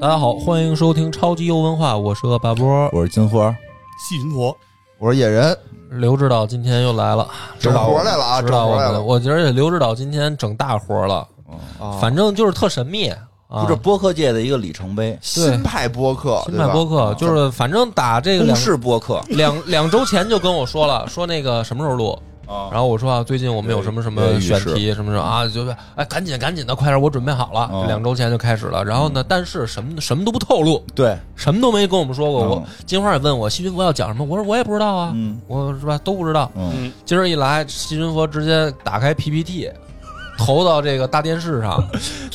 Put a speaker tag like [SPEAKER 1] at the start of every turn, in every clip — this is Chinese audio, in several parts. [SPEAKER 1] 大家好，欢迎收听超级优文化，我是恶霸波，
[SPEAKER 2] 我是金花，
[SPEAKER 3] 细菌佛，
[SPEAKER 4] 我是野人，
[SPEAKER 1] 刘指导今天又来了，
[SPEAKER 4] 整活来了啊，
[SPEAKER 1] 指
[SPEAKER 4] 整
[SPEAKER 1] 导我
[SPEAKER 4] 活来
[SPEAKER 1] 们，
[SPEAKER 4] 了，
[SPEAKER 1] 我觉得刘指导今天整大活了，
[SPEAKER 4] 啊
[SPEAKER 1] 反正就是特神秘啊
[SPEAKER 2] 不是，播客界的一个里程碑，
[SPEAKER 4] 新派播客，啊
[SPEAKER 1] 新派播
[SPEAKER 4] 客，
[SPEAKER 1] 客就是反正打这个
[SPEAKER 2] 公
[SPEAKER 1] 两
[SPEAKER 2] 式嗯播客
[SPEAKER 1] 两两周前就跟我说了，说那个什么时候录。
[SPEAKER 2] 啊
[SPEAKER 1] 然后我说啊，最近我们有什么什
[SPEAKER 4] 哎
[SPEAKER 1] 么选题，什么什么啊，就是哎，赶紧赶紧的，快点，我准备好了。
[SPEAKER 2] 嗯
[SPEAKER 4] 啊
[SPEAKER 1] 这两周前就开始了。然后
[SPEAKER 4] 嗯
[SPEAKER 1] 呢，但是什么什么都不透露，
[SPEAKER 2] 对，
[SPEAKER 1] 什么都没跟我们说过。我
[SPEAKER 2] 嗯
[SPEAKER 1] 金花也问我，西云佛要讲什么，我说我也不知道啊，
[SPEAKER 2] 嗯
[SPEAKER 1] 我是吧都不知道。
[SPEAKER 2] 嗯，
[SPEAKER 1] 今儿一来，西云佛直接打开 PPT，投到这个大电视上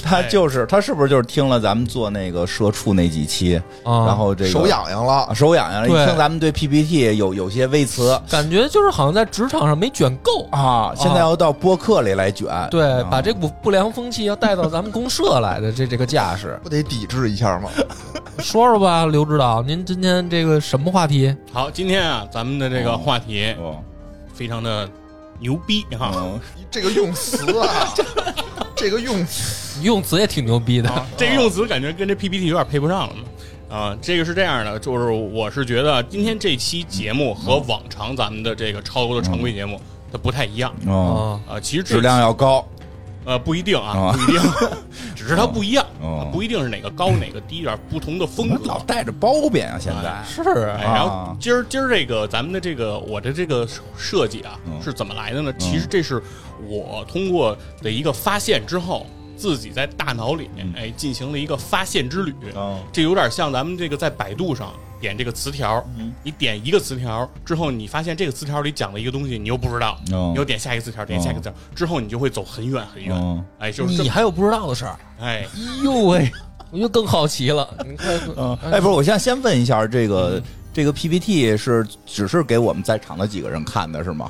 [SPEAKER 2] 他就是他是不是就是听了咱们做那个社畜那几期，
[SPEAKER 1] 啊，
[SPEAKER 2] 然后这个
[SPEAKER 4] 手痒痒了
[SPEAKER 2] 啊，手痒痒，一
[SPEAKER 1] 对
[SPEAKER 2] 听咱们对 PPT 有有些微词
[SPEAKER 1] 感觉就是好像在职场上没卷够。
[SPEAKER 2] 啊，现在要到播客里来卷，
[SPEAKER 1] 对，
[SPEAKER 2] 啊
[SPEAKER 1] 把这股不良风气要带到咱们公社来的这 这个架势，
[SPEAKER 4] 不得抵制一下吗？
[SPEAKER 1] 说说吧，刘指导，您今天这个什么话题？
[SPEAKER 3] 好，今天啊，咱们的这个话题
[SPEAKER 2] 哦
[SPEAKER 3] 非常的牛逼哈。
[SPEAKER 2] 嗯
[SPEAKER 4] 这个用词啊，这个用词
[SPEAKER 1] 用词也挺牛逼的
[SPEAKER 3] 啊，这个用词感觉跟这 PPT 有点配不上了嘛。啊，这个是这样的，就是我是觉得今天这期节目和往常咱们的这个超哥的常规节目它不太一样
[SPEAKER 2] 哦，
[SPEAKER 1] 啊，
[SPEAKER 3] 啊。其实这
[SPEAKER 2] 质量要高，
[SPEAKER 3] 呃不一定啊，
[SPEAKER 2] 啊
[SPEAKER 3] 不一定， 只是它不一样
[SPEAKER 2] 哦哦，
[SPEAKER 3] 不一定是哪 个高哪个低，有点不同的风格。
[SPEAKER 2] 老带着褒贬啊，现在
[SPEAKER 3] 哎
[SPEAKER 1] 是
[SPEAKER 3] 哎，
[SPEAKER 2] 啊
[SPEAKER 3] 然后今儿今儿这个咱们的这个我的这个设计啊，
[SPEAKER 2] 嗯
[SPEAKER 3] 是怎么来的呢？其实这是我通过的一个发现之后，自己在大脑里
[SPEAKER 2] 嗯
[SPEAKER 3] 哎进行了一个发现之旅。
[SPEAKER 2] 哦
[SPEAKER 3] 这有点像咱们这个在百度上点这个词条，
[SPEAKER 2] 嗯
[SPEAKER 3] 你点一个词条之后，你发现这个词条里讲的一个东西，你又不知道，
[SPEAKER 2] 哦
[SPEAKER 3] 你又点下一个词条，点下一个词条，之后你就会走很远很远。
[SPEAKER 2] 嗯
[SPEAKER 3] 哎，就是这
[SPEAKER 1] 你
[SPEAKER 3] 么
[SPEAKER 1] 还有不知道的事儿？
[SPEAKER 3] 哎，
[SPEAKER 1] 哎呦喂，我就更好奇了。你快
[SPEAKER 2] 嗯，哎，不是，我现在先问一下，这个这个 PPT 是只是给我们在场的几个人看的是吗？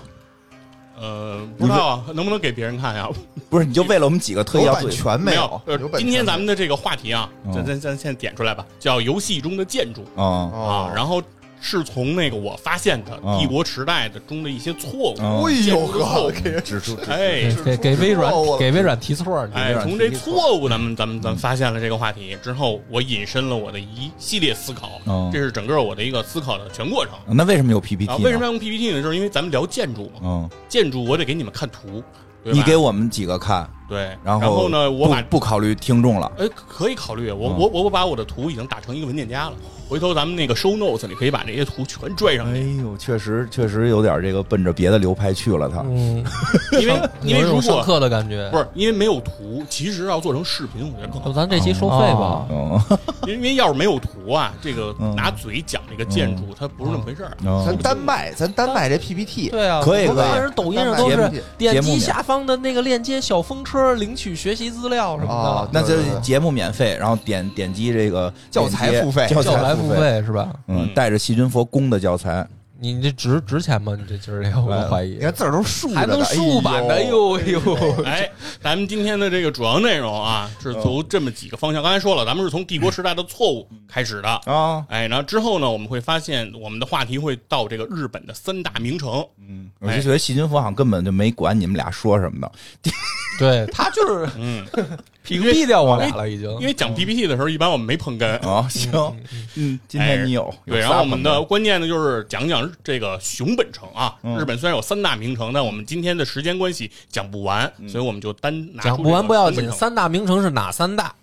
[SPEAKER 3] 呃，不知道啊能不能给别人看呀、
[SPEAKER 2] 不是，你就为了我们几个特意
[SPEAKER 4] 有
[SPEAKER 2] 要
[SPEAKER 4] 版
[SPEAKER 2] 做
[SPEAKER 4] 权没有
[SPEAKER 3] 有？呃
[SPEAKER 4] 有版权没有
[SPEAKER 3] 今天咱们的这个话题啊，
[SPEAKER 2] 嗯
[SPEAKER 3] 咱咱咱先点出来吧，叫游戏中的建筑
[SPEAKER 2] 啊
[SPEAKER 3] 啊
[SPEAKER 4] 哦，，
[SPEAKER 3] 然后是从那个我发现的
[SPEAKER 2] 嗯
[SPEAKER 3] 帝国时代的中的一些错误，
[SPEAKER 2] 嗯
[SPEAKER 4] 哎呦
[SPEAKER 3] 建筑错
[SPEAKER 4] 呵
[SPEAKER 3] 误，
[SPEAKER 4] 给人
[SPEAKER 2] 指出
[SPEAKER 3] 哎。
[SPEAKER 1] 给给微软
[SPEAKER 4] 我了
[SPEAKER 1] 给微软提错儿，你
[SPEAKER 3] 哎，
[SPEAKER 2] 软
[SPEAKER 3] 从
[SPEAKER 2] 提嗯
[SPEAKER 3] 这
[SPEAKER 2] 一错
[SPEAKER 3] 错误，咱们咱们咱们发现了这个话题之后，我引申了我的一系列思考
[SPEAKER 2] 嗯，
[SPEAKER 3] 这是整个我的一个思考的全过程。
[SPEAKER 2] 那为什么有 PPT？
[SPEAKER 3] 啊，
[SPEAKER 2] 呢
[SPEAKER 3] 为什么要用 PPT 呢？就是因为咱们聊建筑嘛，
[SPEAKER 2] 嗯，
[SPEAKER 3] 建筑我得给你们看图，对吧
[SPEAKER 2] 你给我们几个看，
[SPEAKER 3] 对，
[SPEAKER 2] 然
[SPEAKER 3] 然后呢，我
[SPEAKER 2] 不
[SPEAKER 3] 把
[SPEAKER 2] 不考虑听众了。
[SPEAKER 3] 哎，可以考虑。我、
[SPEAKER 2] 嗯
[SPEAKER 3] 我我我把我的图已经打成一个文件夹了，回头咱们那个 show notes 里可以把这些图全拽上
[SPEAKER 2] 哎
[SPEAKER 3] 去，
[SPEAKER 2] 呦，确实确实有点这个奔着别的流派去了，他
[SPEAKER 1] 嗯，
[SPEAKER 3] 因为因
[SPEAKER 1] 有
[SPEAKER 3] 为
[SPEAKER 1] 一
[SPEAKER 3] 如
[SPEAKER 1] 种上
[SPEAKER 3] 果
[SPEAKER 1] 课的感觉
[SPEAKER 3] 不。是因为没有图，其实要做成视频，我觉得更
[SPEAKER 1] 要不
[SPEAKER 3] 好。
[SPEAKER 1] 咱这期收费吧？
[SPEAKER 2] 嗯
[SPEAKER 3] 因为要是没有图啊，这个
[SPEAKER 2] 嗯
[SPEAKER 3] 拿嘴讲这个建筑，它不是那么回事儿。
[SPEAKER 4] 咱
[SPEAKER 2] 嗯，
[SPEAKER 4] 单卖，咱单卖这 PPT，
[SPEAKER 1] 对啊，
[SPEAKER 2] 可以
[SPEAKER 1] 我
[SPEAKER 2] 可以
[SPEAKER 1] 看人抖音上都
[SPEAKER 2] 节目
[SPEAKER 1] 是
[SPEAKER 2] 节目
[SPEAKER 1] 点击
[SPEAKER 2] 免
[SPEAKER 1] 下方的那个链接小风车领取学习资料什么
[SPEAKER 4] 哦
[SPEAKER 1] 的，啊
[SPEAKER 2] 那
[SPEAKER 4] 对
[SPEAKER 2] 这
[SPEAKER 4] 对对
[SPEAKER 2] 节目免费，然后点点击这个
[SPEAKER 4] 教材
[SPEAKER 2] 链接
[SPEAKER 4] 付费
[SPEAKER 2] 教
[SPEAKER 1] 教材
[SPEAKER 2] 材
[SPEAKER 1] 付
[SPEAKER 2] 费，
[SPEAKER 1] 费是吧？
[SPEAKER 2] 嗯，
[SPEAKER 3] 嗯
[SPEAKER 2] 带着细菌佛公的教材，
[SPEAKER 1] 你你这值值钱吗？你这今儿这个我怀疑
[SPEAKER 4] 你，看字儿都竖着的，
[SPEAKER 1] 还能竖版的？
[SPEAKER 4] 哎
[SPEAKER 1] 哎呦
[SPEAKER 4] 呦，
[SPEAKER 1] 哎呦，
[SPEAKER 3] 哎，咱们今天的这个主要内容啊，是从这么几个方向。刚才说了，咱们是从帝国时代的错误开始的。
[SPEAKER 2] 啊，
[SPEAKER 3] 哎，然后之后呢，我们会发现我们的话题会到这个日本的三大名城。
[SPEAKER 2] 嗯，我就觉得细菌佛好像根本就没管你们俩说什么的，
[SPEAKER 1] 对他 就是
[SPEAKER 3] 嗯，
[SPEAKER 1] 屏蔽掉我俩了已经
[SPEAKER 2] 嗯
[SPEAKER 3] 因。为讲 PPT 的时候，一般我们没捧哏。哎
[SPEAKER 2] 啊，行，嗯，今天你有
[SPEAKER 3] 对，然后我们的关键呢，就是讲讲这个熊本城啊。
[SPEAKER 2] 嗯
[SPEAKER 3] 日本虽然有三大名城，但我们今天的时间关系讲不完，
[SPEAKER 2] 嗯
[SPEAKER 3] 所以我们就单拿出
[SPEAKER 1] 讲不完不要
[SPEAKER 3] 这
[SPEAKER 1] 紧，
[SPEAKER 3] 个熊本城
[SPEAKER 1] 三大名城是哪三大？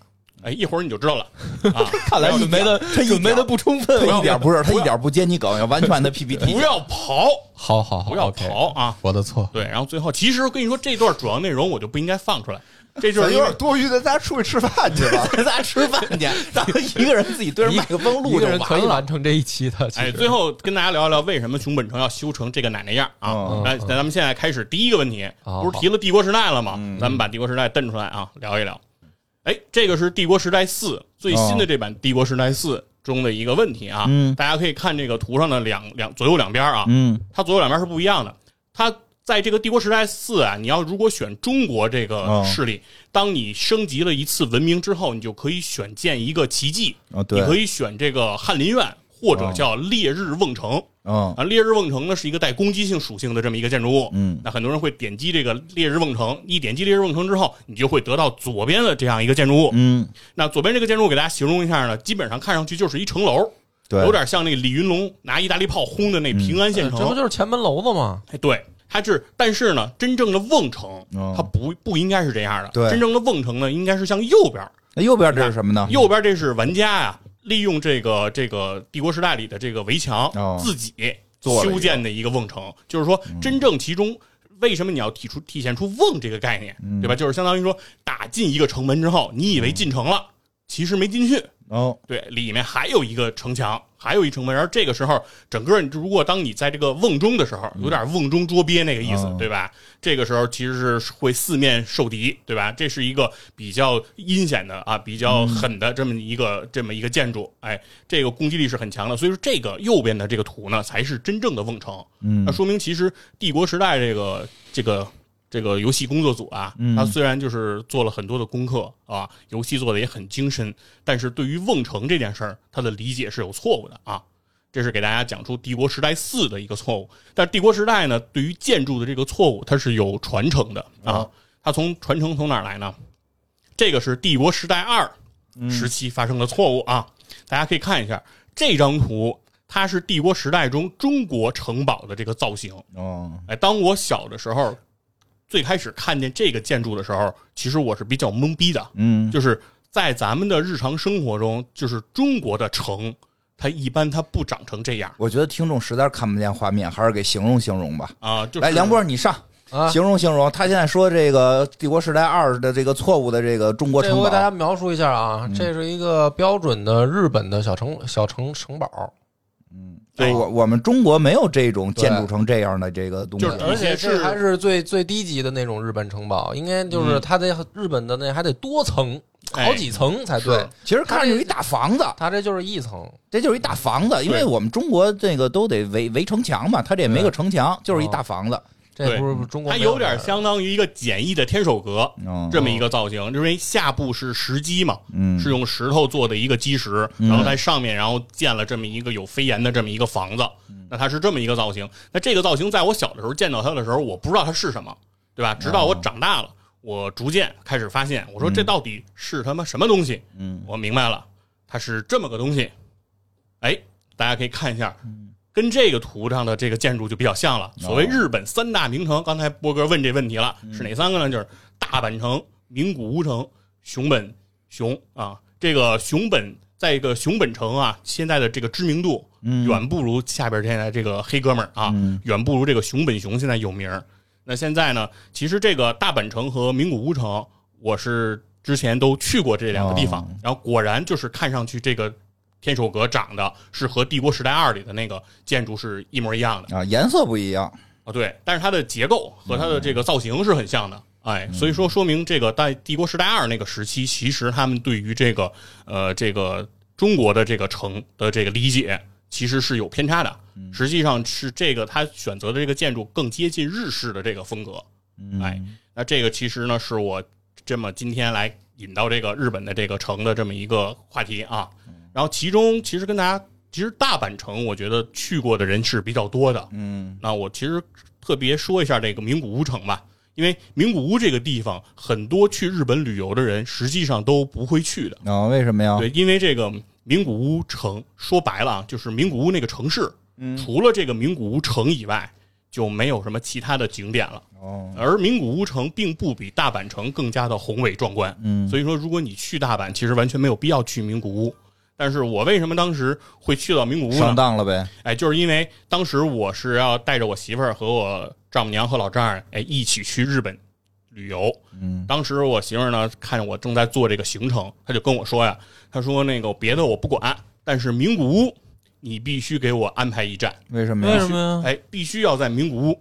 [SPEAKER 3] 哎，一会儿你就知 道了啊！
[SPEAKER 2] 看来准备的准备的不充分，他一点不是，他一点不接你梗，要完全的 PPT，
[SPEAKER 3] 不要跑，
[SPEAKER 1] 好好好，
[SPEAKER 3] 不要
[SPEAKER 1] OK
[SPEAKER 3] 跑啊！
[SPEAKER 1] 我的 错。
[SPEAKER 3] 对，然后最后，其实跟你说，这段主要内容我就不应该放出来，这就
[SPEAKER 4] 咱
[SPEAKER 3] 是
[SPEAKER 4] 有
[SPEAKER 3] 因为
[SPEAKER 4] 点多余的，咱出去吃饭去 吧。
[SPEAKER 2] 咱仨吃饭去，咱们一个人自己对着麦克风
[SPEAKER 1] 一
[SPEAKER 2] 录
[SPEAKER 1] 个
[SPEAKER 2] 就
[SPEAKER 1] 人可
[SPEAKER 2] 完
[SPEAKER 1] 以
[SPEAKER 2] 了。
[SPEAKER 1] 完成这一期的。其
[SPEAKER 3] 哎，
[SPEAKER 1] 实
[SPEAKER 3] 最后跟大家聊一聊为什么熊本城要修成这个奶奶样啊
[SPEAKER 2] 嗯？
[SPEAKER 3] 来，咱们现在开始第一个问题，
[SPEAKER 1] 哦
[SPEAKER 3] 不是提了帝国时代了吗？
[SPEAKER 2] 嗯
[SPEAKER 3] 咱们把帝国时代瞪出来啊，聊一聊。哎，这个是帝国时代四最新的这版帝国时代四中的一个问题啊，
[SPEAKER 2] 哦嗯
[SPEAKER 3] 大家可以看这个图上的两两左右两边啊，
[SPEAKER 2] 嗯
[SPEAKER 3] 它左右两边是不一样的。它在这个帝国时代四啊，你要如果选中国这个
[SPEAKER 2] 嗯
[SPEAKER 3] 势力，当你升级了一次文明之后，你就可以选建一个奇迹，
[SPEAKER 2] 啊，
[SPEAKER 3] 你可
[SPEAKER 2] 对，啊
[SPEAKER 3] 以选这个翰林院，或者叫烈日瓮城
[SPEAKER 2] 嗯
[SPEAKER 3] 啊。烈日瓮城呢是一个带攻击性属性的这么一个建筑物，
[SPEAKER 2] 嗯
[SPEAKER 3] 那很多人会点击这个烈日瓮城，一点击烈日瓮城之后，你就会得到左边的这样一个建筑物。
[SPEAKER 2] 嗯，
[SPEAKER 3] 那左边这个建筑物给大家形容一下呢，基本上看上去就是一城楼，
[SPEAKER 2] 对，
[SPEAKER 3] 有点像那个李云龙拿意大利炮轰的那平安县
[SPEAKER 1] 这
[SPEAKER 3] 城，
[SPEAKER 2] 嗯
[SPEAKER 1] 不就是前门楼子吗？
[SPEAKER 3] 哎，对，它是，但是呢，真正的瓮城
[SPEAKER 2] 哦，
[SPEAKER 3] 它不不应该是这样的。
[SPEAKER 2] 对
[SPEAKER 3] 真正的瓮城呢，应该是向右边儿，
[SPEAKER 2] 那右边这是什么呢？
[SPEAKER 3] 右边这是玩家呀、利用这个这个帝国时代里的这个围墙，
[SPEAKER 2] 哦
[SPEAKER 3] 自己
[SPEAKER 2] 做了一个嗯
[SPEAKER 3] 修建的一个瓮城，就是说，真正其中。为什么你要提出体现出“瓮”这个概念，
[SPEAKER 2] 嗯
[SPEAKER 3] 对吧？就是相当于说，打进一个城门之后，你以为进城
[SPEAKER 2] 嗯
[SPEAKER 3] 了，其实没进去，
[SPEAKER 2] 哦，
[SPEAKER 3] 对，里面还有一个城墙，还有一城门。而这个时候，整个你如果当你在这个瓮中的时候，有点瓮中捉鳖那个意思，
[SPEAKER 2] 嗯哦
[SPEAKER 3] 对吧？这个时候其实是会四面受敌，对吧？这是一个比较阴险的啊，比
[SPEAKER 2] 嗯
[SPEAKER 3] 较狠的这么一个、这么一个建筑，哎，这个攻击力是很强的。所以说，这个右边的这个图呢，才是真正的瓮城。
[SPEAKER 2] 嗯
[SPEAKER 3] 那说明其实帝国时代这个这个这个游戏工作组啊，
[SPEAKER 2] 嗯
[SPEAKER 3] 他虽然就是做了很多的功课啊，游戏做的也很精深，但是对于瓮城这件事儿，他的理解是有错误的啊。这是给大家讲出帝国时代四的一个错误，但帝国时代呢，对于建筑的这个错误，它是有传承的啊。它从传承从哪儿来呢？这个是帝国时代二时期发生的错误啊。大家可以看一下这张图，它是帝国时代中中国城堡的这个造型。
[SPEAKER 2] 哦，
[SPEAKER 3] 哎，当我小的时候，最开始看见这个建筑的时候，其实我是比较懵逼的，
[SPEAKER 2] 嗯，
[SPEAKER 3] 就是在咱们的日常生活中，就是中国的城，它一般它不长成这样
[SPEAKER 2] 我觉得听众实在是看不见画面，还是给形容形容吧。
[SPEAKER 3] 啊。就是
[SPEAKER 2] 来，哎梁波，你上
[SPEAKER 1] 啊，
[SPEAKER 2] 形容形容。他现在说这个《帝国时代二》的这个错误的这个中国
[SPEAKER 1] 这
[SPEAKER 2] 城
[SPEAKER 1] 我
[SPEAKER 2] 堡
[SPEAKER 1] 给大，家描述一下啊，这是一个标准的日本的小城小城城堡，
[SPEAKER 2] 就是我我们中国没有这种建筑
[SPEAKER 1] 对
[SPEAKER 2] 成这样的这个东西
[SPEAKER 3] 就。是
[SPEAKER 1] 而且
[SPEAKER 3] 而且
[SPEAKER 1] 这
[SPEAKER 3] 是
[SPEAKER 1] 还是最最低级的那种日本城堡，应该就是它得日本的那还得多层，
[SPEAKER 3] 哎
[SPEAKER 1] 好几层才对
[SPEAKER 3] 是。
[SPEAKER 2] 其实看着有一大房子，
[SPEAKER 1] 它这就是一层，
[SPEAKER 2] 这就是一大房子，因为
[SPEAKER 3] 对
[SPEAKER 2] 我们中国这个都得围围城墙嘛，它这也没个城
[SPEAKER 3] 嗯
[SPEAKER 2] 墙，就是一大房子。
[SPEAKER 1] 这不是中国
[SPEAKER 3] 它
[SPEAKER 1] 没有
[SPEAKER 3] 有点相当于一个简易的天守阁
[SPEAKER 2] 嗯
[SPEAKER 3] 哦这么一个造型，因为下部是石基嘛，
[SPEAKER 2] 嗯
[SPEAKER 3] 是用石头做的一个基石，然后在上面，然后建了这么一个有飞檐的这么一个房子。那它是这么一个造型。那这个造型在我小的时候见到它的时候，我不知道它是什么，对吧？直到我长大了，我逐渐开始发现，我说这到底是他妈什么东西？
[SPEAKER 2] 嗯，
[SPEAKER 3] 我明白了，它是这么个东西。哎，大家可以看一下，跟这个图上的这个建筑就比较像了。所谓日本三大名城，刚才波哥问这问题了，是哪三个呢？就是大阪城、名古屋城、熊本熊啊。这个熊本，在一个熊本城啊，现在的这个知名度
[SPEAKER 2] 嗯
[SPEAKER 3] 远不如下边现在这个黑哥们儿啊，远不如这个熊本熊现在有名儿。那现在呢，其实这个大阪城和名古屋城，我是之前都去过这两个地方，
[SPEAKER 2] 哦
[SPEAKER 3] 然后果然就是看上去这个天守阁长得是和《帝国时代二》里的那个建筑是一模一样的
[SPEAKER 2] 啊，颜色不一样。
[SPEAKER 3] 啊，对，但是它的结构和它的这个造型是很像的。哎，所以说说明这个在《帝国时代二》那个时期，其实他们对于这个呃这个中国的这个城的这个理解，其实是有偏差的。实际上是这个他选择的这个建筑更接近日式的这个风格。
[SPEAKER 2] 嗯
[SPEAKER 3] 哎，那这个其实呢，是我这么今天来引到这个日本的这个城的这么一个话题啊。然后其中其实跟大家，其实大阪城我觉得去过的人是比较多的。
[SPEAKER 2] 嗯
[SPEAKER 3] 那我其实特别说一下这个名古屋城吧，因为名古屋这个地方，很多去日本旅游的人实际上都不会去的。
[SPEAKER 2] 啊，为什么呀？
[SPEAKER 3] 对，因为这个名古屋城说白了啊，就是名古屋那个城市，
[SPEAKER 2] 嗯
[SPEAKER 3] 除了这个名古屋城以外，就没有什么其他的景点了。
[SPEAKER 2] 哦，
[SPEAKER 3] 而名古屋城并不比大阪城更加的宏伟壮观，
[SPEAKER 2] 嗯
[SPEAKER 3] 所以说如果你去大阪，其实完全没有必要去名古屋。但是我为什么当时会去到名古屋
[SPEAKER 2] 上
[SPEAKER 3] 呢？
[SPEAKER 2] 当了呗。
[SPEAKER 3] 哎，就是因为当时我是要带着我媳妇儿和我丈母娘和老丈人，哎，一起去日本旅游。
[SPEAKER 2] 嗯
[SPEAKER 3] 当时我媳妇儿呢，看我正在做这个行程，她就跟我说呀，她说那个别的我不管，但是名古屋你必须给我安排一站，
[SPEAKER 2] 为什么
[SPEAKER 1] 为
[SPEAKER 2] 呀？
[SPEAKER 1] 什么呀？
[SPEAKER 3] 哎，必须要在名古屋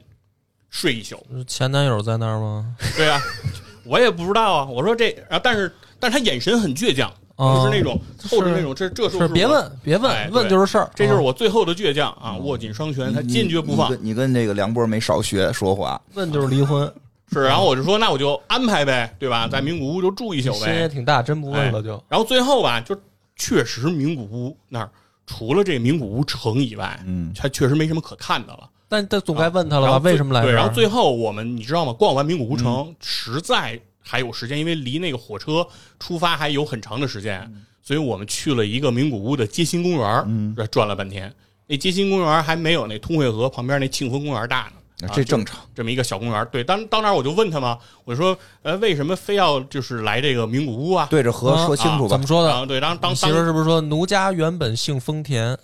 [SPEAKER 3] 睡一宿。
[SPEAKER 1] 哎前男友在那儿吗？
[SPEAKER 3] 对啊， 我也不知道啊。我说这，啊，但是但是他眼神很倔强，
[SPEAKER 1] 哦
[SPEAKER 3] 就是那种透着
[SPEAKER 1] 是
[SPEAKER 3] 那种这这就是
[SPEAKER 1] 是别
[SPEAKER 3] 我，
[SPEAKER 1] 问，别
[SPEAKER 3] 哎
[SPEAKER 1] 问，问
[SPEAKER 3] 对
[SPEAKER 1] 就是事儿，
[SPEAKER 3] 这就是
[SPEAKER 1] 啊
[SPEAKER 3] 我最后的倔强啊！握紧双拳，他
[SPEAKER 2] 你
[SPEAKER 3] 坚决不放啊
[SPEAKER 2] 你。跟你跟这个梁波没少学说话。
[SPEAKER 1] 问就是离 婚，
[SPEAKER 3] 是，然后我就说，那我就安排呗，对吧？在名古屋就住一宿
[SPEAKER 1] 心也
[SPEAKER 3] 呗。哎
[SPEAKER 1] 挺大，真不问了就。
[SPEAKER 3] 然后最后吧，就确实名古屋那儿除了这名古屋城以外，
[SPEAKER 2] 嗯
[SPEAKER 3] 它确实没什么可看的了。
[SPEAKER 1] 但但总该问他了
[SPEAKER 3] 啊然
[SPEAKER 1] 吧？
[SPEAKER 3] 后最
[SPEAKER 1] 为什么来这
[SPEAKER 3] 对，
[SPEAKER 1] 儿？嗯
[SPEAKER 3] 然后最后我们你知道吗？逛完名古屋城，实在还有时间，因为离那个火车出发还有很长的时间，
[SPEAKER 1] 嗯
[SPEAKER 3] 所以我们去了一个名古屋的街心公园，嗯、转了半天。那街心公园还没有那通惠河旁边那庆丰公园大呢。
[SPEAKER 2] 这正常。
[SPEAKER 3] 这么一个小公园，对，当到那儿我就问他嘛，我就说，呃，为什么非要就是来这个名古屋啊？
[SPEAKER 2] 对着河说清楚
[SPEAKER 1] 怎
[SPEAKER 2] 吧
[SPEAKER 1] 么，说
[SPEAKER 3] 然
[SPEAKER 1] 的？
[SPEAKER 3] 后对，当当
[SPEAKER 1] 你媳妇儿
[SPEAKER 3] 当，
[SPEAKER 1] 是不是说奴家原本姓丰田，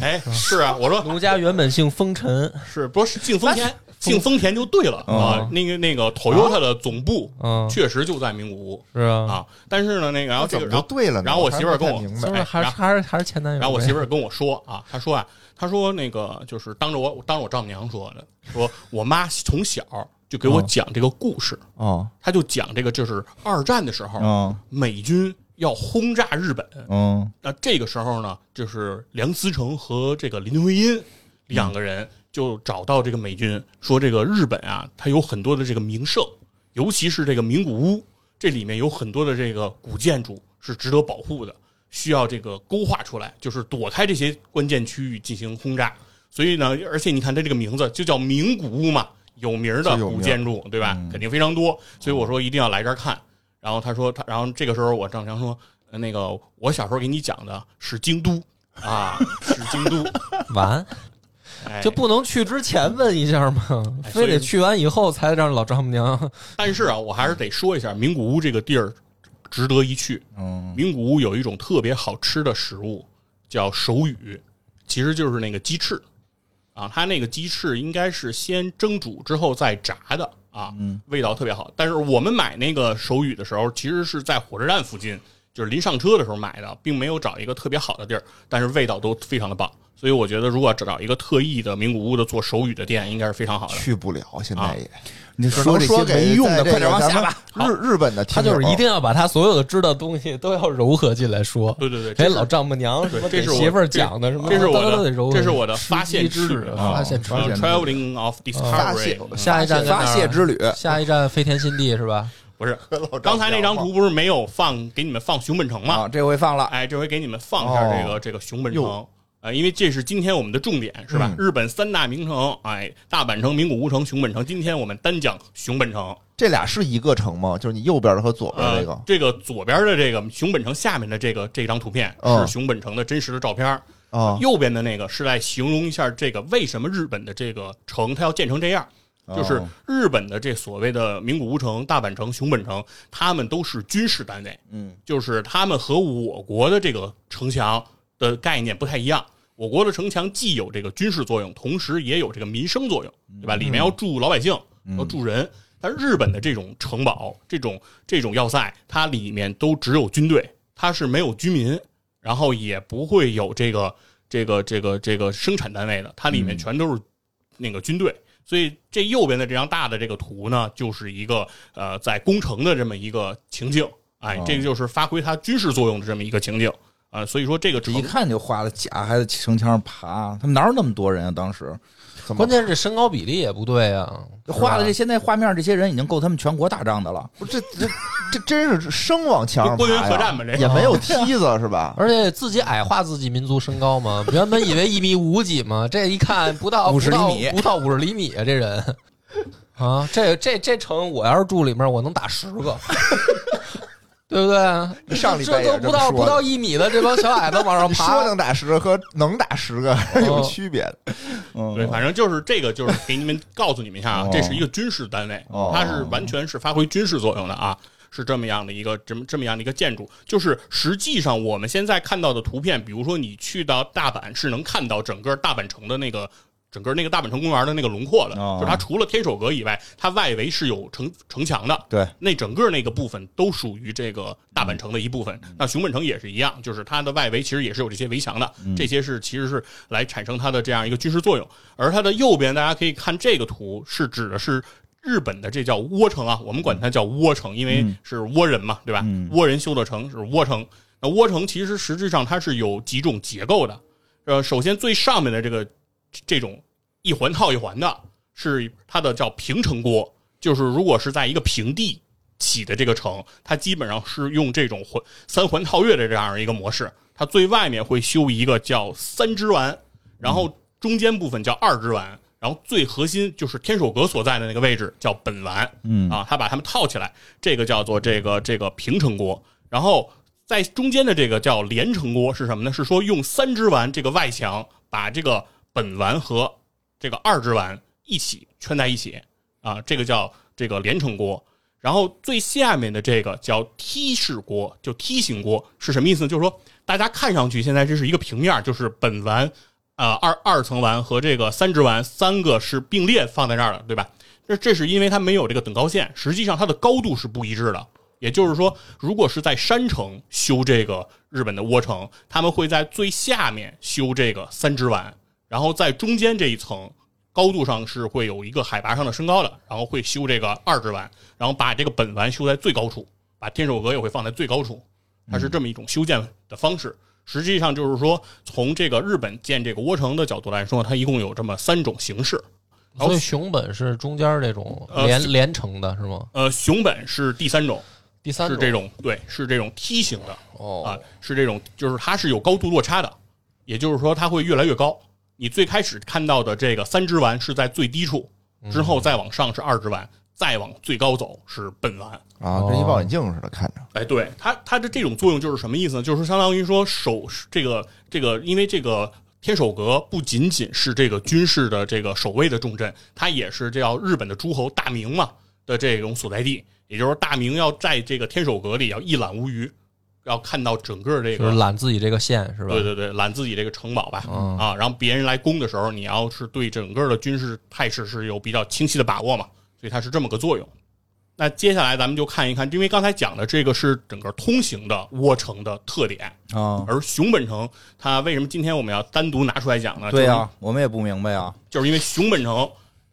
[SPEAKER 3] 哎，是啊，我说
[SPEAKER 1] 奴家原本姓丰臣？
[SPEAKER 3] 是，不是敬丰田，敬丰田就对了啊
[SPEAKER 1] 哦。
[SPEAKER 3] 那个那个 Toyota 的总部
[SPEAKER 1] 嗯，
[SPEAKER 3] 确实就在名古屋
[SPEAKER 1] 是啊，
[SPEAKER 3] 啊，但是呢，那个然后这
[SPEAKER 4] 怎么
[SPEAKER 3] 个然
[SPEAKER 4] 就
[SPEAKER 3] 后
[SPEAKER 4] 对了呢？
[SPEAKER 3] 然后我媳妇儿跟我
[SPEAKER 4] 还是没太明
[SPEAKER 1] 就是
[SPEAKER 4] 白，
[SPEAKER 1] 还是
[SPEAKER 3] 然后
[SPEAKER 1] 还是还是前男友呗。
[SPEAKER 3] 然后我媳妇儿跟我说啊，她说啊，她说那个就是当着我当着我丈母娘说的，说我妈从小就给我讲这个故事，
[SPEAKER 2] 哦，
[SPEAKER 3] 她就讲这个就是二战的时候
[SPEAKER 2] 嗯
[SPEAKER 3] 美军要轰炸日本，
[SPEAKER 2] 嗯
[SPEAKER 3] 那这个时候呢，就是梁思成和这个林徽因两个人就找到这个美军，说这个日本啊，它有很多的这个名胜，尤其是这个名古屋，这里面有很多的这个古建筑是值得保护的，需要这个勾画出来，就是躲开这些关键区域进行轰炸。所以呢，而且你看它这个名字就叫名古屋嘛，有名儿的
[SPEAKER 4] 是有名儿
[SPEAKER 3] 古
[SPEAKER 4] 嗯
[SPEAKER 3] 建筑，对吧？肯定非常多。所以我说一定要来这儿看。然后他说他，然后这个时候我丈母娘说，呃那个我小时候给你讲的是京都啊，是京都，
[SPEAKER 1] 完
[SPEAKER 3] 哎、
[SPEAKER 1] 就不能去之前问一下吗？
[SPEAKER 3] 哎所
[SPEAKER 1] 非
[SPEAKER 3] 以
[SPEAKER 1] 得去完以后才让老丈母 娘
[SPEAKER 3] 但是啊，我还是得说一下，名古屋这个地儿值得一去。
[SPEAKER 2] 嗯
[SPEAKER 3] 名古屋有一种特别好吃的食物，叫手羽，其实就是那个鸡翅啊。它那个鸡翅应该是先蒸煮之后再炸的啊，味道特别好。但是我们买那个手羽的时候，其实是在火车站附近，就是临上车的时候买的，并没有找一个特别好的地儿，但是味道都非常的棒。所以我觉得，如果找一个特意的名古屋的做手羽的店，应该是非常好的。
[SPEAKER 4] 去不了，现在也。
[SPEAKER 2] 你
[SPEAKER 4] 只
[SPEAKER 2] 说
[SPEAKER 4] 能
[SPEAKER 2] 这
[SPEAKER 4] 说
[SPEAKER 2] 些
[SPEAKER 4] 给
[SPEAKER 2] 没用的，
[SPEAKER 4] 在这
[SPEAKER 2] 快点
[SPEAKER 4] 个
[SPEAKER 2] 往
[SPEAKER 4] 咱
[SPEAKER 2] 下
[SPEAKER 4] 们
[SPEAKER 2] 吧。
[SPEAKER 4] 日日本的听哦
[SPEAKER 1] 他
[SPEAKER 4] 友，
[SPEAKER 3] 哦
[SPEAKER 1] 就是一定要把他所有的知道的东西都要柔合进来说。
[SPEAKER 3] 对对对这
[SPEAKER 1] 给
[SPEAKER 3] 是
[SPEAKER 1] 哎老丈母娘什么
[SPEAKER 3] 这
[SPEAKER 1] 给
[SPEAKER 3] 是我
[SPEAKER 1] 媳妇儿讲的什么，
[SPEAKER 3] 这是我
[SPEAKER 1] 都得
[SPEAKER 3] 的
[SPEAKER 1] 柔，合。
[SPEAKER 3] 这是我的发现之旅
[SPEAKER 1] 啊！
[SPEAKER 3] 啊
[SPEAKER 4] 发现之
[SPEAKER 3] 呃
[SPEAKER 4] 旅
[SPEAKER 3] ，Traveling of
[SPEAKER 4] 发
[SPEAKER 3] Discovery 嗯
[SPEAKER 4] 泄。
[SPEAKER 1] 下一站在哪儿
[SPEAKER 2] 发泄之旅，
[SPEAKER 1] 下一站飞田新地是吧？
[SPEAKER 3] 不是，
[SPEAKER 4] 老
[SPEAKER 3] 刚才那张图不是没有放给你们放熊本城吗？
[SPEAKER 2] 啊，这回放了。
[SPEAKER 3] 哎，这回给你们放一下这个这个熊本城
[SPEAKER 4] 哦哟，嗯
[SPEAKER 3] 呃，因为这是今天我们的重点，是吧？日本三大名城，哎，大阪城、名古屋城、熊本城。今天我们单讲熊本城，
[SPEAKER 4] 这俩是一个城吗？就是你右边的和左边
[SPEAKER 3] 呃
[SPEAKER 4] 啊这个，，
[SPEAKER 3] 这个左边的这个熊本城下面的这个这张图片是
[SPEAKER 4] 嗯
[SPEAKER 3] 熊本城的真实的照片儿，
[SPEAKER 2] 哦
[SPEAKER 4] 啊
[SPEAKER 3] 右边的那个是来形容一下这个为什么日本的这个城它要建成这样，就是
[SPEAKER 2] 哦
[SPEAKER 3] 日本的这所谓的名古屋城、大阪城、熊本城，他们都是军事单位，
[SPEAKER 2] 嗯，
[SPEAKER 3] 就是他们和我国的这个城墙的概念不太一样。我国的城墙既有这个军事作用，同时也有这个民生作用，对吧？里面要住老百姓，要住人。但日本的这种城堡、这种这种要塞，它里面都只有军队，它是没有居民，然后也不会有这个这个这个这个生产单位的，它里面全都是那个军队。所以这右边的这张大的这个图呢，就是一个呃在攻城的这么一个情景，哎
[SPEAKER 2] 哦，
[SPEAKER 3] 这个就是发挥它军事作用的这么一个情景啊、所以说这个
[SPEAKER 2] 这
[SPEAKER 3] 城
[SPEAKER 2] 一看就画了假，还在城墙上爬，他们哪有那么多人啊？当时
[SPEAKER 4] 怎么
[SPEAKER 3] 嗯
[SPEAKER 1] 关键是这身高比例也不对啊，
[SPEAKER 2] 画的
[SPEAKER 1] 是吧
[SPEAKER 2] 这现在画面，这些人已经够他们全国打仗的了。
[SPEAKER 4] 不是这这这真是生往墙上
[SPEAKER 3] 归云
[SPEAKER 4] 爬
[SPEAKER 3] 合
[SPEAKER 4] 呀
[SPEAKER 3] 战吧这
[SPEAKER 4] 也没有梯子是吧？
[SPEAKER 1] 而且自己矮化自己民族身高嘛，原本以为一米五几嘛，这一看不到
[SPEAKER 2] 50
[SPEAKER 1] 不到
[SPEAKER 2] 厘米
[SPEAKER 1] 不到五十厘米啊，这人啊，这这这城我要是住里面，我能打十个， 对不对？
[SPEAKER 4] 上礼
[SPEAKER 1] 这
[SPEAKER 4] 拜
[SPEAKER 1] 都
[SPEAKER 4] 也这么
[SPEAKER 1] 不到
[SPEAKER 4] 说的
[SPEAKER 1] 不到一米的这帮小矮子往上
[SPEAKER 4] 你说
[SPEAKER 1] 爬，
[SPEAKER 4] 能打十个和能打十个还 是有区别的。
[SPEAKER 3] 对，反正就是这个，就是给你 们告诉你们一下啊
[SPEAKER 2] 嗯哦，
[SPEAKER 3] 这是一个军事单位
[SPEAKER 2] 哦，
[SPEAKER 3] 它是完全是发挥军事作用的啊，是这么样的一个这么这么样的一个建筑。就是实际上我们现在看到的图片，比如说你去到大阪是能看到整个大阪城的那个。整个那个大阪城公园的那个轮廓的，
[SPEAKER 2] 哦
[SPEAKER 3] 就是它除了天守阁以外，它外围是有城城墙的。
[SPEAKER 2] 对，
[SPEAKER 3] 那整个那个部分都属于这个大阪城的一部分。那熊本城也是一样，就是它的外围其实也是有这些围墙的，这些是其实是来产生它的这样一个军事作用。而它的右边，大家可以看这个图，是指的是。日本的这叫倭城啊，我们管它叫倭城，因为是倭人嘛，对吧？倭人修的城是倭城。那倭城其实实质上它是有几种结构的，呃，首先最上面的这个这种一环套一环的，是它的叫平城郭，就是如果是在一个平地起的这个城，它基本上是用这种环三环套月的这样一个模式，它最外面会修一个叫三支丸，然后中间部分叫二支丸，然后最核心就是天守阁所在的那个位置叫本丸。
[SPEAKER 2] 嗯
[SPEAKER 3] 啊，他把它们套起来，这个叫做这个这个平城锅。然后在中间的这个叫连城锅是什么呢？是说用三支丸这个外墙把这个本丸和这个二支丸一起圈在一起啊，这个叫这个连城锅。然后最下面的这个叫梯式锅，就梯形锅是什么意思呢？就是说大家看上去现在这是一个平面，就是本丸。啊、二二层丸和这个三支丸三个是并列放在那儿的，对吧？这这是因为它没有这个等高线，实际上它的高度是不一致的。也就是说，如果是在山城修这个日本的窝城，他们会在最下面修这个三支丸，然后在中间这一层高度上是会有一个海拔上的升高的，然后会修这个二支丸，然后把这个本丸修在最高处，把天守阁也会放在最高处，它
[SPEAKER 1] 嗯
[SPEAKER 3] 是这么一种修建的方式。实际上就是说，从这个日本建这个窝城的角度来说，它一共有这么三种形式。然后
[SPEAKER 1] 所以熊本是中间这种
[SPEAKER 3] 呃
[SPEAKER 1] 连连成的是吗？
[SPEAKER 3] 呃，熊本是第三种，
[SPEAKER 1] 第三
[SPEAKER 3] 是这种对，是这种梯形的啊
[SPEAKER 1] 哦，，
[SPEAKER 3] 是这种，就是它是有高度落差的，也就是说它会越来越高。你最开始看到的这个三支丸是在最低处，之后再往上是二支丸，再往最高走是本丸。
[SPEAKER 2] 哦
[SPEAKER 4] 啊，跟一望远镜似的看着。
[SPEAKER 3] 哎，对它它的这种作用就是什么意思呢？就是相当于说守这个这个，因为这个天守阁不仅仅是这个军事的这个守卫的重镇，它也是这叫日本的诸侯大明嘛的这种所在地，也就是大明要在这个天守阁里要一览无余，要看到整个这
[SPEAKER 1] 就是
[SPEAKER 3] 个。
[SPEAKER 1] 揽自己这个线是吧？
[SPEAKER 3] 对对对，揽自己这个城堡吧，
[SPEAKER 1] 嗯
[SPEAKER 3] 啊，然后别人来攻的时候，你要是对整个的军事态势是有比较清晰的把握嘛，所以它是这么个作用。那接下来咱们就看一看，因为刚才讲的这个是整个通行的窝城的特点，
[SPEAKER 2] 啊，
[SPEAKER 3] 而熊本城它为什么今天我们要单独拿出来讲呢？
[SPEAKER 2] 对啊呀，我们也不明白啊呀。
[SPEAKER 3] 就是，就是因为熊本城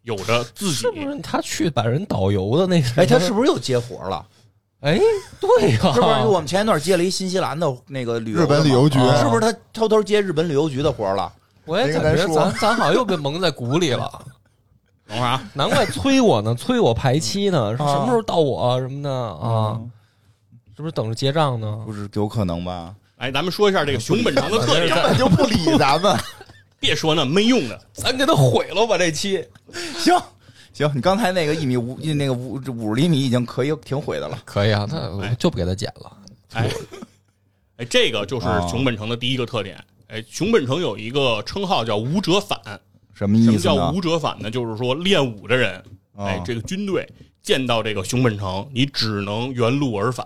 [SPEAKER 3] 有着自己
[SPEAKER 1] 是不是他去把人导游的那个？
[SPEAKER 2] 哎，他是不是又接活 了？
[SPEAKER 1] 哎，对呀、
[SPEAKER 2] 是不是我们前一段接了一新西兰的那个旅游的嘛
[SPEAKER 4] 日本旅游局
[SPEAKER 2] 啊是不是他偷偷接日本旅游局的活了？
[SPEAKER 1] 我也
[SPEAKER 4] 没跟
[SPEAKER 1] 感觉
[SPEAKER 4] 咱说
[SPEAKER 1] 咱咱好像又被蒙在鼓里了，
[SPEAKER 3] 等会儿啊，
[SPEAKER 1] 难怪催我呢，催我排期呢，说
[SPEAKER 2] 啊
[SPEAKER 1] 什么时候到我什么的啊？是不是等着结账呢？
[SPEAKER 2] 不是有可能 吧？
[SPEAKER 3] 来哎咱们说一下这个熊本城的特
[SPEAKER 4] 根
[SPEAKER 3] 点，
[SPEAKER 4] 本就不理咱们，
[SPEAKER 3] 别说那没用的，
[SPEAKER 1] 咱给他毁了吧这期，
[SPEAKER 2] 行行，你刚才那个一米五，那个五五十厘米已经可以挺毁的了。
[SPEAKER 1] 可以啊，那我就不给他剪了。
[SPEAKER 3] 哎，哎，这个就是熊本城的第一个特点。哎，熊本城有一个称号叫“武者反”，
[SPEAKER 2] 什么
[SPEAKER 3] 什么
[SPEAKER 2] 意思
[SPEAKER 3] 叫
[SPEAKER 2] 呢？
[SPEAKER 3] 武者反呢？就是说练武的人，
[SPEAKER 2] 哦
[SPEAKER 3] 哎，这个军队见到这个熊本城，你只能原路而返，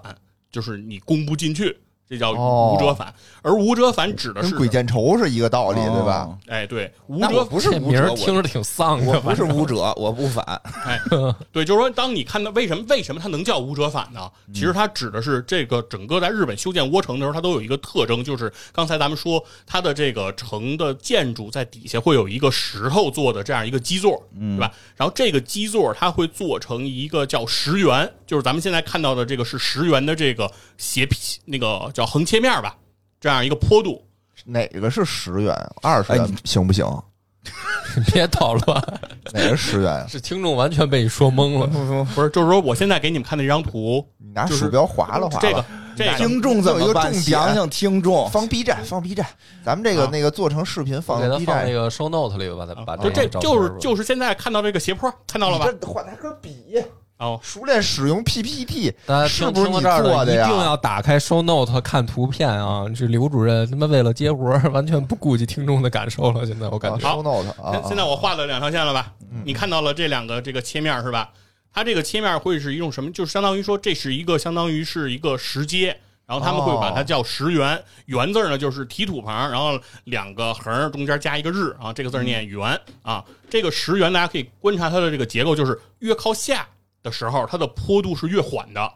[SPEAKER 3] 就是你攻不进去，这叫
[SPEAKER 4] 哦
[SPEAKER 3] 武者反。而武者反指的
[SPEAKER 4] 跟
[SPEAKER 3] 是
[SPEAKER 4] 鬼见愁是一个道理，
[SPEAKER 2] 哦
[SPEAKER 4] 对吧？？
[SPEAKER 3] 哎，对，武
[SPEAKER 2] 那我
[SPEAKER 3] 者
[SPEAKER 2] 不是
[SPEAKER 1] 这
[SPEAKER 2] 武
[SPEAKER 1] 名儿
[SPEAKER 2] 者，
[SPEAKER 1] 听着挺丧
[SPEAKER 2] 我我
[SPEAKER 1] 的
[SPEAKER 2] 不
[SPEAKER 1] 吧？
[SPEAKER 2] 是武者，我不反。
[SPEAKER 3] 哎，对，就是说，当你看到为什么为什么它能叫武者反呢？其实它指的是这个整个在日本修建窝城的时候，它都有一个特征，就是刚才咱们说它的这个城的建筑在底下会有一个石头做的这样一个基座，对吧？然后这个基座它会做成一个叫石圆，就是咱们现在看到的这个是石圆的这个斜劈那个叫横切面吧，这样一个坡度。
[SPEAKER 4] 哪个是十元？二十
[SPEAKER 2] 哎
[SPEAKER 4] 元
[SPEAKER 2] 你
[SPEAKER 4] 行不行？
[SPEAKER 1] 别捣乱，
[SPEAKER 4] 哪个是十元呀？
[SPEAKER 1] 这听众完全被你说懵了。
[SPEAKER 3] 不是，就是说我现在给你们看的这张图，
[SPEAKER 4] 你拿
[SPEAKER 3] 就是
[SPEAKER 4] 鼠标划了划
[SPEAKER 3] 这
[SPEAKER 4] 了
[SPEAKER 3] 个，这个
[SPEAKER 2] 听众怎么办？
[SPEAKER 4] 有一个重点
[SPEAKER 2] 想想听众，
[SPEAKER 4] 放 B 站，放 B 站，咱们这个
[SPEAKER 3] 啊
[SPEAKER 4] 那个做成视频放
[SPEAKER 1] 我给他
[SPEAKER 4] B
[SPEAKER 1] 放
[SPEAKER 4] 站
[SPEAKER 1] 那。个 show note 里吧，咱把
[SPEAKER 3] 就
[SPEAKER 1] 这
[SPEAKER 3] 这
[SPEAKER 1] 个照片
[SPEAKER 3] 就是
[SPEAKER 1] 吧
[SPEAKER 3] 就是现在看到这个斜坡，看到了吧？
[SPEAKER 4] 你这换来根笔，
[SPEAKER 3] 哦，
[SPEAKER 4] 熟练使用 PPT，
[SPEAKER 1] 大家
[SPEAKER 4] 是
[SPEAKER 1] 听
[SPEAKER 4] 不是
[SPEAKER 1] 听
[SPEAKER 4] 你
[SPEAKER 1] 到这儿
[SPEAKER 4] 做
[SPEAKER 1] 的，一定
[SPEAKER 4] 呀？啊
[SPEAKER 1] 要打开 show note 看图片啊！这刘主任他妈为了接活儿，完全不顾及听众的感受了。现在我感觉，
[SPEAKER 4] 收 note 啊嗯
[SPEAKER 3] 现，现在我画了两条线了吧？你看到了这两个这个切面是吧？它这个切面会是一种什么？就是相当于说这是一个相当于是一个石阶，然后他们会把它叫石圆。圆字儿呢就是提土旁，然后两个横儿中间加一个日啊，这个字儿念圆啊。这个石圆大家可以观察它的这个结构，就是越靠下的时候，它的坡度是越缓的，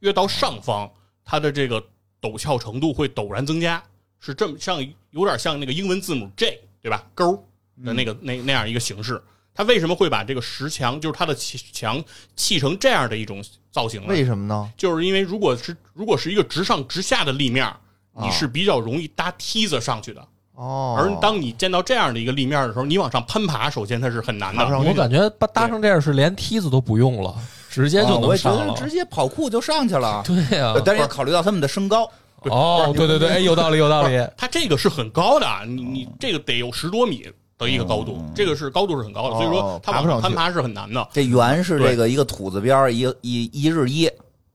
[SPEAKER 3] 越到上方，它的这个陡峭程度会陡然增加，是这么像有点像那个英文字母 J 对吧？勾的那个、
[SPEAKER 4] 嗯
[SPEAKER 3] 那那样一个形式。它为什么会把这个石墙，就是它的砌墙砌成这样的一种造型呢？
[SPEAKER 4] 为什么呢？
[SPEAKER 3] 就是因为如果是如果是一个直上直下的立面，你是比较容易搭梯子上去的。
[SPEAKER 4] 啊哦，
[SPEAKER 3] 而当你见到这样的一个立面的时候，你往上攀爬，首先它是很难
[SPEAKER 4] 爬不上
[SPEAKER 3] 的。
[SPEAKER 4] 去
[SPEAKER 1] 我感觉搭搭上这样是连梯子都不用了，直接
[SPEAKER 2] 啊
[SPEAKER 1] 就
[SPEAKER 2] 我
[SPEAKER 1] 能
[SPEAKER 2] 也觉
[SPEAKER 1] 上
[SPEAKER 2] 得呃
[SPEAKER 1] 了。
[SPEAKER 2] 直接跑酷就上去了。
[SPEAKER 1] 对呀、啊
[SPEAKER 2] 但是也考虑到他们的身高，
[SPEAKER 1] 哦，对对对，哎，有道理，有 道理。
[SPEAKER 3] 它这个是很高的，啊，你你这个得有十多米的一个高度，这个是高度是很高的，所以说
[SPEAKER 4] 哦
[SPEAKER 3] 它
[SPEAKER 4] 爬
[SPEAKER 3] 往
[SPEAKER 4] 不
[SPEAKER 3] 上
[SPEAKER 4] 上
[SPEAKER 3] 攀
[SPEAKER 4] 去
[SPEAKER 3] 爬是很难的。
[SPEAKER 2] 这圆是
[SPEAKER 3] 对
[SPEAKER 2] 这个一个土字边儿，一个一一日一，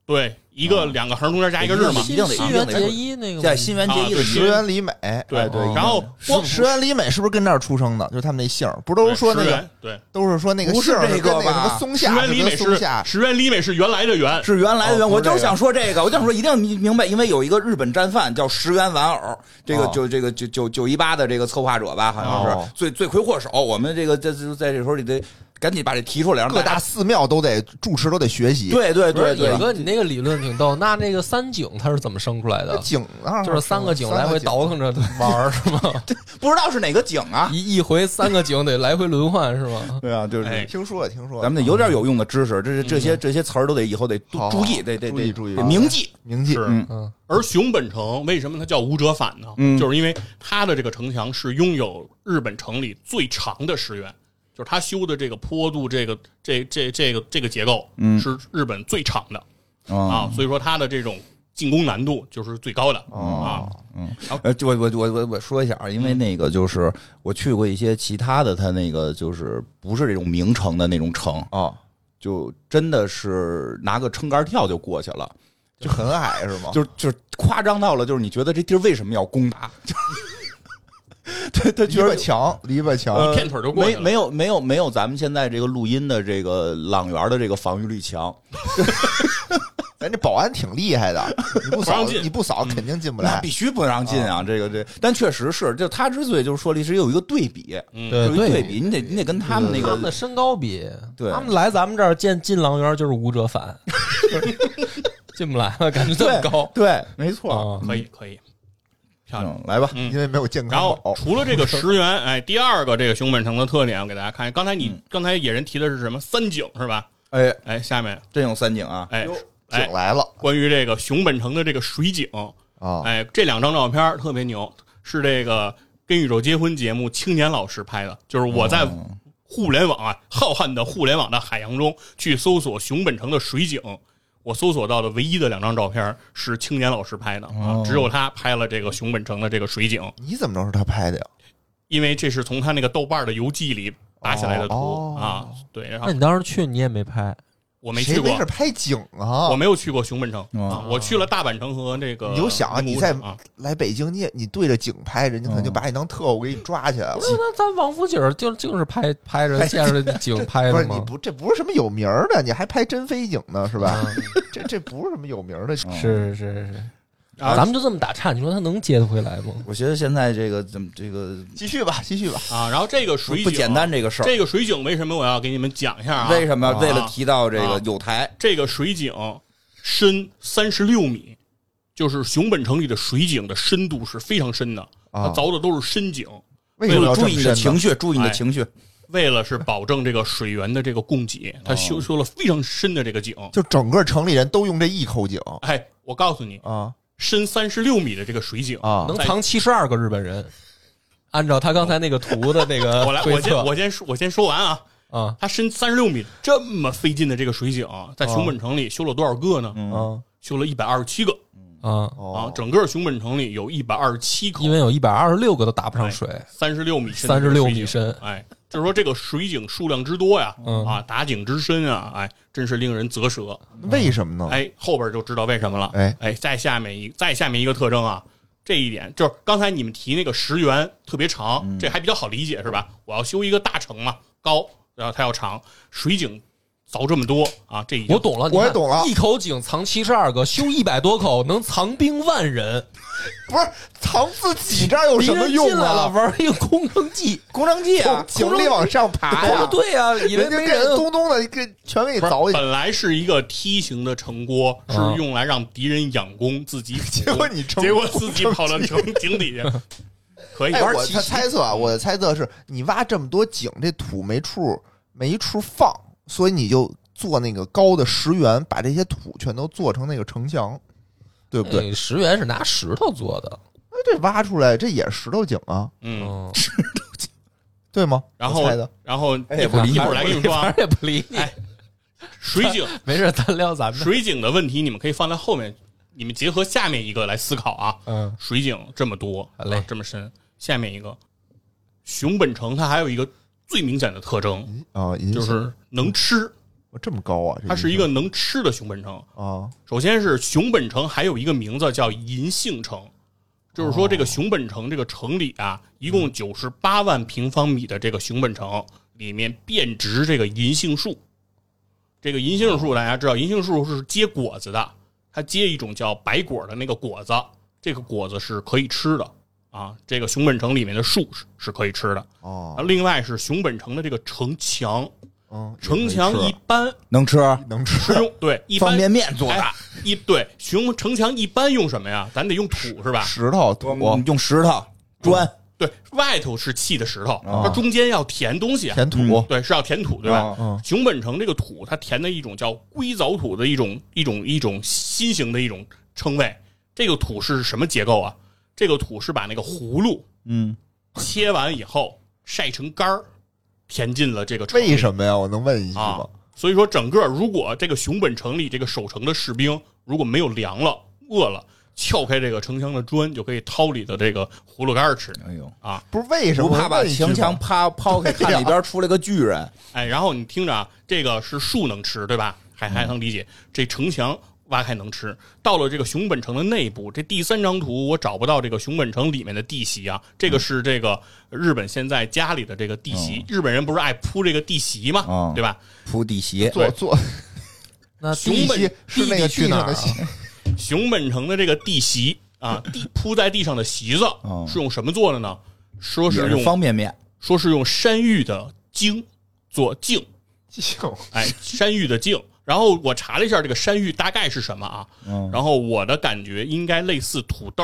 [SPEAKER 3] 对，一个两个横中间加一个日嘛，
[SPEAKER 2] 一定得
[SPEAKER 1] 新
[SPEAKER 2] 一定
[SPEAKER 1] 垣
[SPEAKER 2] 得
[SPEAKER 1] 结衣那个
[SPEAKER 2] 在新垣结衣的
[SPEAKER 3] 啊对
[SPEAKER 4] 石原里美，哎对
[SPEAKER 3] 对，然后光
[SPEAKER 4] 石原里美是不是跟那儿出生的？就是他们那姓儿，不都说那
[SPEAKER 3] 石
[SPEAKER 4] 个
[SPEAKER 3] 原对。
[SPEAKER 4] 都是说那个
[SPEAKER 2] 不是
[SPEAKER 4] 姓儿
[SPEAKER 2] 这
[SPEAKER 4] 是跟
[SPEAKER 2] 个
[SPEAKER 4] 那个什
[SPEAKER 2] 吧
[SPEAKER 4] 么松
[SPEAKER 3] 石
[SPEAKER 4] 下，
[SPEAKER 3] 原里美
[SPEAKER 4] 是跟松
[SPEAKER 3] 是
[SPEAKER 4] 下，
[SPEAKER 3] 石原里美是原来的原，
[SPEAKER 2] 是原来的原，
[SPEAKER 4] 哦
[SPEAKER 2] 我
[SPEAKER 4] 不是
[SPEAKER 2] 就
[SPEAKER 4] 这个
[SPEAKER 2] 想说这个，我就想说一定你明白，因为有一个日本战犯叫石原玩偶，这个
[SPEAKER 4] 哦
[SPEAKER 2] 就这个九九九一八的这个策划者吧，好像
[SPEAKER 4] 哦
[SPEAKER 2] 是罪罪魁祸首。我们这个在在在这时候你得赶紧把这提出来，让
[SPEAKER 4] 各
[SPEAKER 2] 大
[SPEAKER 4] 大
[SPEAKER 2] 家
[SPEAKER 4] 寺庙都得住持都得学习。，
[SPEAKER 2] 对对对
[SPEAKER 1] 野
[SPEAKER 2] 对，
[SPEAKER 1] 哥，你那个理论挺逗。那那个三井他是怎么生出来的？
[SPEAKER 4] 井啊，
[SPEAKER 1] 就是三个井来回倒腾着玩儿是 吗？
[SPEAKER 2] 不知道是哪个井啊？
[SPEAKER 1] 一一回三个井得来回轮换是吗？
[SPEAKER 2] 对啊，就
[SPEAKER 3] 哎
[SPEAKER 2] 是。
[SPEAKER 4] 听说了，听说了，
[SPEAKER 2] 咱们得有点有用的知识，这是这些这些词儿都得以后得
[SPEAKER 4] 嗯好
[SPEAKER 2] 注意，得得
[SPEAKER 4] 注
[SPEAKER 2] 得
[SPEAKER 4] 意注意
[SPEAKER 2] 得铭记。
[SPEAKER 4] 铭记
[SPEAKER 3] 是
[SPEAKER 2] 嗯
[SPEAKER 1] 嗯，
[SPEAKER 3] 而熊本城为什么它叫武者反呢？
[SPEAKER 2] 嗯
[SPEAKER 3] 就是因为它的这个城墙是拥有日本城里最长的石垣，就是它修的这个坡度，这个这这这个这个结构
[SPEAKER 2] 嗯
[SPEAKER 3] 是日本最长的、
[SPEAKER 2] 啊
[SPEAKER 3] 啊，所以说它的这种进攻难度就是最高的、
[SPEAKER 2] 哦
[SPEAKER 3] 啊。
[SPEAKER 2] 呃，就我我我我我说一下啊，因
[SPEAKER 3] 嗯
[SPEAKER 2] 为那个就是我去过一些其他的，它那个就是不是这种名城的那种城，
[SPEAKER 4] 哦，
[SPEAKER 2] 就真的是拿个撑杆跳就过去了，
[SPEAKER 4] 就很矮是吗？
[SPEAKER 2] 就就是夸张到了，就是你觉得这地儿为什么要攻打？ 就他他
[SPEAKER 4] 篱
[SPEAKER 2] 觉
[SPEAKER 4] 笆
[SPEAKER 2] 得呃
[SPEAKER 4] 墙，篱笆
[SPEAKER 2] 嗯
[SPEAKER 4] 墙，
[SPEAKER 3] 一片腿就过
[SPEAKER 2] 没
[SPEAKER 3] 去了
[SPEAKER 2] 没有没有没有咱们现在这个录音的这个朗园的这个防御力强，
[SPEAKER 4] 咱这保安挺厉害的，你不
[SPEAKER 3] 不
[SPEAKER 4] 扫
[SPEAKER 3] 让进
[SPEAKER 4] 你不扫肯定进不
[SPEAKER 2] 那
[SPEAKER 4] 来
[SPEAKER 2] 必。须不让进
[SPEAKER 3] 哦
[SPEAKER 2] 啊！这个这，但确实是，就他之所以就是说历史有一个对比，
[SPEAKER 3] 嗯
[SPEAKER 1] 对
[SPEAKER 3] 呃
[SPEAKER 2] 有一个对
[SPEAKER 1] 对
[SPEAKER 2] 比，你得你得跟他们那
[SPEAKER 1] 他们的
[SPEAKER 2] 个
[SPEAKER 1] 身高比，
[SPEAKER 2] 对
[SPEAKER 1] 他们来咱们这儿见进狼园就是武者 反，进不来了，感觉这么高
[SPEAKER 2] 对，没错，
[SPEAKER 1] 啊。
[SPEAKER 3] 可以可以，漂亮。
[SPEAKER 2] 嗯，哦来吧，
[SPEAKER 4] 因为没有健
[SPEAKER 3] 然
[SPEAKER 4] 康
[SPEAKER 3] 后
[SPEAKER 4] 宝，
[SPEAKER 3] 除了这个石原，哎，第二个这个熊本城的特点，我给大家看。刚才
[SPEAKER 2] 嗯
[SPEAKER 3] 你刚才野人提的是什么？三井是吧？
[SPEAKER 2] 哎，
[SPEAKER 3] 哎，下面
[SPEAKER 2] 真有三井啊，
[SPEAKER 3] 哎哎
[SPEAKER 4] 井，来了
[SPEAKER 3] 关于这个熊本城的这个水井，
[SPEAKER 4] 啊！
[SPEAKER 3] 哎，这两张照片儿特别牛，是这个《跟宇宙结婚》节目青年老师拍的，就是我在
[SPEAKER 4] 哦
[SPEAKER 2] 嗯
[SPEAKER 3] 互联网啊，浩瀚的互联网的海洋中去搜索熊本城的水井，我搜索到的唯一的两张照片儿是青年老师拍的
[SPEAKER 4] 哦
[SPEAKER 3] 啊，只有他拍了这个熊本城的这个水井，
[SPEAKER 4] 你怎么知道是他拍的呀？
[SPEAKER 3] 因为这是从他那个豆瓣的游记里扒下来的图
[SPEAKER 4] 哦
[SPEAKER 3] 啊，对，然
[SPEAKER 1] 那
[SPEAKER 3] 后
[SPEAKER 1] 你当时去你也没拍，
[SPEAKER 3] 我没
[SPEAKER 4] 谁
[SPEAKER 3] 去过
[SPEAKER 4] 没事。拍井啊？
[SPEAKER 3] 我没有去过熊本城
[SPEAKER 2] 哦
[SPEAKER 3] 啊，我去了大阪城和这个
[SPEAKER 4] 你就想啊，
[SPEAKER 3] 名古
[SPEAKER 4] 你
[SPEAKER 3] 屋
[SPEAKER 4] 在
[SPEAKER 3] 城啊，
[SPEAKER 4] 来北京，你也你对着井拍，人家可能就把你当特务给你抓起来了。
[SPEAKER 1] 那那咱王府井儿就就是拍拍着见 着景拍
[SPEAKER 4] 不
[SPEAKER 1] 的
[SPEAKER 4] 是你
[SPEAKER 1] 吗？
[SPEAKER 4] 不，这不是什么有名儿的，你还拍真飞井呢，是
[SPEAKER 1] 啊
[SPEAKER 4] 吧？ 这这不是什么有名儿的，
[SPEAKER 2] 嗯
[SPEAKER 1] 是是是，
[SPEAKER 3] 啊
[SPEAKER 1] 哦咱们就这么打岔，你说他能接得回来吗？
[SPEAKER 2] 我觉得现在这个怎么这个
[SPEAKER 4] 继续吧，继续吧。
[SPEAKER 3] 啊，然后这个
[SPEAKER 2] 不
[SPEAKER 3] 水井
[SPEAKER 2] 不简单这个事儿，
[SPEAKER 3] 这个水井为什么我要给你们讲一下啊？
[SPEAKER 2] 为什么
[SPEAKER 3] 啊
[SPEAKER 2] 为了提到这个
[SPEAKER 3] 啊
[SPEAKER 2] 有台
[SPEAKER 3] 这个水井深三十六米，就是熊本城里的水井的深度是非常深的，它
[SPEAKER 4] 啊
[SPEAKER 3] 凿的都是深井，
[SPEAKER 4] 为什么要
[SPEAKER 2] 注
[SPEAKER 4] 这
[SPEAKER 2] 意
[SPEAKER 4] 么
[SPEAKER 2] 你的
[SPEAKER 4] 深
[SPEAKER 2] 情？
[SPEAKER 4] 呢
[SPEAKER 2] 绪，注意你的
[SPEAKER 3] 哎
[SPEAKER 2] 情绪，
[SPEAKER 3] 为了是保证这个水源的这个供给，它修修了非常深的这个井。
[SPEAKER 4] 就整个城里人都用这一口井
[SPEAKER 3] 哎，我告诉你，
[SPEAKER 4] 啊
[SPEAKER 3] 深三十六米的这个水井，
[SPEAKER 4] 啊
[SPEAKER 1] 能藏七十二个日本人，按照他刚才那个图的那个
[SPEAKER 3] 我来，我
[SPEAKER 1] 推
[SPEAKER 3] 先
[SPEAKER 1] 测
[SPEAKER 3] 我先说，我先说完啊。
[SPEAKER 1] 啊，
[SPEAKER 3] 它深三十六米，这么费劲的这个水井，啊在熊本城里修了多少个
[SPEAKER 1] 嗯
[SPEAKER 3] 呢？
[SPEAKER 4] 啊
[SPEAKER 3] 修了一百二十七个
[SPEAKER 1] 啊，
[SPEAKER 3] 啊！
[SPEAKER 4] 哦，
[SPEAKER 3] 整个熊本城里有一百二十七口
[SPEAKER 1] 因为有一百二十六个都打不上
[SPEAKER 3] 哎
[SPEAKER 1] 水，
[SPEAKER 3] 三十六米深，
[SPEAKER 1] 36米深
[SPEAKER 3] 哎，就是说这个水井数量之多呀，
[SPEAKER 1] 嗯
[SPEAKER 3] 啊，打井之深啊，哎，真是令人啧舌。
[SPEAKER 4] 为什么呢？
[SPEAKER 3] 哎，后边就知道为什么了。
[SPEAKER 4] 嗯哎
[SPEAKER 3] 再下面一再下面一个特征啊，这一点就是刚才你们提那个石原特别长，
[SPEAKER 4] 嗯
[SPEAKER 3] 这还比较好理解是吧？我要修一个大城嘛，高，然后它要长，水井凿这么多啊，这已经
[SPEAKER 1] 我懂了，你
[SPEAKER 4] 我也
[SPEAKER 1] 看
[SPEAKER 4] 懂了
[SPEAKER 1] 一口井藏七十二个，修一百多口，能藏兵万人，
[SPEAKER 4] 不是藏自己这儿有什么
[SPEAKER 1] 敌人
[SPEAKER 4] 用
[SPEAKER 1] 进来了
[SPEAKER 4] 啊？
[SPEAKER 1] 玩一个空城计，
[SPEAKER 4] 工程计啊，
[SPEAKER 1] 空
[SPEAKER 4] 井里往上爬呀，
[SPEAKER 1] 对呀、以为
[SPEAKER 4] 啊人家
[SPEAKER 1] 没
[SPEAKER 4] 给人
[SPEAKER 1] 人，
[SPEAKER 4] 咚咚的给全给你
[SPEAKER 3] 不是
[SPEAKER 4] 凿下去，
[SPEAKER 3] 本来是一个梯形的城锅，是
[SPEAKER 1] 啊
[SPEAKER 3] 用来让敌人养功，自己
[SPEAKER 4] 结果你成
[SPEAKER 3] 结果自己跑到城井底下，可以
[SPEAKER 4] 哎，
[SPEAKER 3] 玩
[SPEAKER 4] 我
[SPEAKER 3] 七
[SPEAKER 4] 他猜测啊，我的猜测是你挖这么多井，这土没处没处放，所以你就做那个高的石原，把这些土全都做成那个城墙，对不对？
[SPEAKER 1] 对，哎石原是拿石头做的，
[SPEAKER 4] 那这挖出来这也是石头井啊，
[SPEAKER 3] 嗯，
[SPEAKER 1] 嗯，
[SPEAKER 4] 对吗？
[SPEAKER 3] 然后
[SPEAKER 4] 我猜的，
[SPEAKER 3] 然后一
[SPEAKER 2] 哎
[SPEAKER 3] 会
[SPEAKER 2] 也不
[SPEAKER 3] 儿
[SPEAKER 2] 理
[SPEAKER 3] 一
[SPEAKER 2] 你
[SPEAKER 3] 会儿 来跟你们说
[SPEAKER 1] 反
[SPEAKER 3] 啊，
[SPEAKER 1] 正也不理你，
[SPEAKER 3] 哎水井
[SPEAKER 1] 没事，咱聊咱们的。
[SPEAKER 3] 水井的问题你们可以放在后面你们结合下面一个来思考啊。
[SPEAKER 1] 嗯，
[SPEAKER 3] 水井这么多，
[SPEAKER 1] 好嘞
[SPEAKER 3] 啊这么深。下面一个，熊本城它还有一个最明显的特征
[SPEAKER 4] 啊，银
[SPEAKER 3] 就
[SPEAKER 4] 杏
[SPEAKER 3] 是能吃，
[SPEAKER 4] 哇这么高啊，这
[SPEAKER 3] 它是一
[SPEAKER 4] 银
[SPEAKER 3] 个能吃的熊本城。
[SPEAKER 4] 杏啊，
[SPEAKER 3] 首先是熊本城，还有一个名字叫银杏城，就是说这个熊本城这个城里啊，一共九十八万平方米的这个熊本城里面遍植这个银杏树。这个银杏树大家知道，银杏树是结果子的，它结一种叫白果的那个果子，这个果子是可以吃的啊。这个熊本城里面的树是是可以吃的。然后
[SPEAKER 4] 哦，
[SPEAKER 3] 另外是熊本城的这个城墙，
[SPEAKER 4] 嗯，
[SPEAKER 3] 城墙
[SPEAKER 2] 吃
[SPEAKER 3] 一般
[SPEAKER 2] 能吃啊
[SPEAKER 4] 能吃
[SPEAKER 3] 是用对一
[SPEAKER 2] 方
[SPEAKER 3] 般
[SPEAKER 2] 便面做的，
[SPEAKER 3] 哎一对熊城墙一般用什么呀？咱得用土是吧？
[SPEAKER 4] 石头土
[SPEAKER 2] 我们用石头砖，
[SPEAKER 3] 对，外头是砌的石头，
[SPEAKER 2] 啊
[SPEAKER 3] 它中间要填东西啊，
[SPEAKER 4] 哦填土，
[SPEAKER 2] 嗯
[SPEAKER 3] 对，是要填土，对吧？
[SPEAKER 2] 啊
[SPEAKER 4] 嗯
[SPEAKER 3] 熊本城这个土，它填的一种叫硅藻土的一种一种一种新型的一种称谓。这个土是什么结构啊？这个土是把那个葫芦
[SPEAKER 2] 嗯，
[SPEAKER 3] 切完以后晒成干儿，填进了这个城里
[SPEAKER 4] 为什么呀？我能问一句
[SPEAKER 3] 啊
[SPEAKER 4] 吗？。
[SPEAKER 3] 所以说，整个如果这个熊本城里这个守城的士兵如果没有粮了、饿了，撬开这个城墙的砖，就可以掏里的这个葫芦干儿吃
[SPEAKER 2] 哎呦，
[SPEAKER 3] 啊！
[SPEAKER 4] 不是为什
[SPEAKER 2] 不
[SPEAKER 4] 么？
[SPEAKER 2] 怕
[SPEAKER 4] 我
[SPEAKER 2] 把
[SPEAKER 4] 问一句
[SPEAKER 2] 城墙
[SPEAKER 4] 嘛
[SPEAKER 2] 啪抛 开，看里边出来个巨人，
[SPEAKER 3] 哎，然后你听着啊，这个是树能吃，对吧？还还能理解。这城墙挖开能吃。到了这个熊本城的内部，这第三张图我找不到这个熊本城里面的地席啊。这个是这个日本现在家里的这个地席，日本人不是爱铺这个地席嘛，
[SPEAKER 2] 嗯
[SPEAKER 3] 对吧？
[SPEAKER 2] 铺地席，
[SPEAKER 4] 做
[SPEAKER 3] 对
[SPEAKER 4] 做
[SPEAKER 1] 那
[SPEAKER 3] 熊
[SPEAKER 1] 地
[SPEAKER 3] 本
[SPEAKER 1] 基
[SPEAKER 4] 地是那
[SPEAKER 1] 地
[SPEAKER 4] 个
[SPEAKER 1] 去
[SPEAKER 4] 地
[SPEAKER 1] 哪
[SPEAKER 4] 上
[SPEAKER 1] 儿
[SPEAKER 4] 的
[SPEAKER 1] 啊
[SPEAKER 4] 鞋
[SPEAKER 3] 熊本城的这个地席啊，地铺在地上的席子
[SPEAKER 2] 嗯
[SPEAKER 3] 是用什么做的呢？说
[SPEAKER 2] 也
[SPEAKER 3] 是
[SPEAKER 2] 是
[SPEAKER 3] 用
[SPEAKER 2] 方便面，
[SPEAKER 3] 说是用山芋的茎做茎，哎，山芋的茎。然后我查了一下这个山芋大概是什么啊，
[SPEAKER 2] 嗯，
[SPEAKER 3] 然后我的感觉应该类似土豆，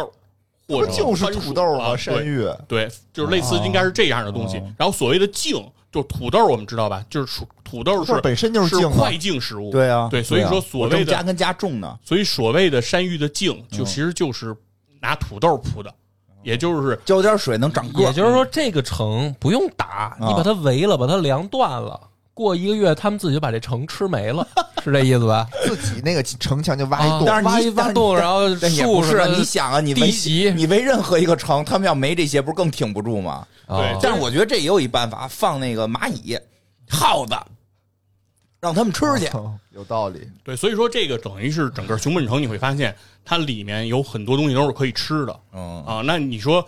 [SPEAKER 3] 或
[SPEAKER 4] 不
[SPEAKER 3] 者
[SPEAKER 4] 就是
[SPEAKER 3] 番薯
[SPEAKER 4] 土豆
[SPEAKER 3] 啊
[SPEAKER 4] 吗？山
[SPEAKER 3] 对
[SPEAKER 4] 芋
[SPEAKER 3] 对，就是类似应该是这样的东西
[SPEAKER 2] 哦。
[SPEAKER 3] 然后所谓的茎，就是土豆，我们知道吧？就是土土豆
[SPEAKER 4] 土豆
[SPEAKER 3] 是
[SPEAKER 4] 本身就是茎啊
[SPEAKER 3] 快茎食物，
[SPEAKER 2] 对啊，
[SPEAKER 3] 对，所以
[SPEAKER 2] 啊
[SPEAKER 3] 说所
[SPEAKER 2] 我正
[SPEAKER 3] 谓的
[SPEAKER 2] 家跟家种呢，
[SPEAKER 3] 所以所谓的山芋的茎，
[SPEAKER 2] 嗯
[SPEAKER 3] 就其实就是拿土豆铺的，
[SPEAKER 2] 哦
[SPEAKER 3] 也就是
[SPEAKER 2] 浇点水能长个儿，
[SPEAKER 1] 也就是说，这个城不用打，你把它围了，把它粮断了。过一个月，他们自己就把这城吃没了，是这意思吧？
[SPEAKER 4] 自己那个城墙就挖一
[SPEAKER 1] 啊
[SPEAKER 4] 洞，
[SPEAKER 2] 但是
[SPEAKER 1] 挖
[SPEAKER 2] 你
[SPEAKER 1] 一挖
[SPEAKER 2] 但
[SPEAKER 1] 洞，然后
[SPEAKER 2] 但也不
[SPEAKER 1] 树
[SPEAKER 2] 是
[SPEAKER 1] 什么的
[SPEAKER 2] 你想啊，你围
[SPEAKER 1] 地席
[SPEAKER 2] 你围任何一个城，他们要没这些，不是更挺不住吗？
[SPEAKER 1] 啊
[SPEAKER 2] 但是我觉得这也有一办法，放那个蚂蚁、耗子，让他们吃去。
[SPEAKER 4] 哦 有道理。
[SPEAKER 3] 对，所以说这个等于是整个熊本城，你会发现它里面有很多东西都是可以吃的
[SPEAKER 2] 嗯，
[SPEAKER 3] 啊。那你说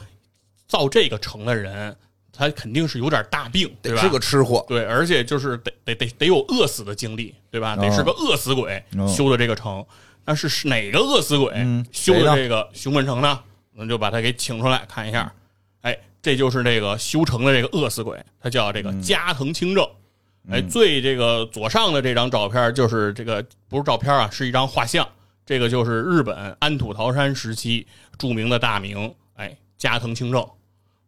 [SPEAKER 3] 造这个城的人，他肯定是有点大病，对
[SPEAKER 2] 得
[SPEAKER 3] 吧？
[SPEAKER 2] 是个吃货。
[SPEAKER 3] 对，而且就是得得得得有饿死的经历，对吧？
[SPEAKER 2] 哦
[SPEAKER 3] 得是个饿死鬼
[SPEAKER 2] 哦
[SPEAKER 3] 修的这个城，但是是哪个饿死鬼
[SPEAKER 2] 嗯
[SPEAKER 3] 修
[SPEAKER 2] 谁呢
[SPEAKER 3] 的这个熊本城呢？我们就把他给请出来看一下。
[SPEAKER 2] 嗯
[SPEAKER 3] 哎，这就是这个修城的这个饿死鬼，他叫这个
[SPEAKER 2] 嗯
[SPEAKER 3] 加藤清正。哎，最这个左上的这张照片就是这个不是照片啊，是一张画像。这个就是日本安土桃山时期著名的大名，哎，加藤清正。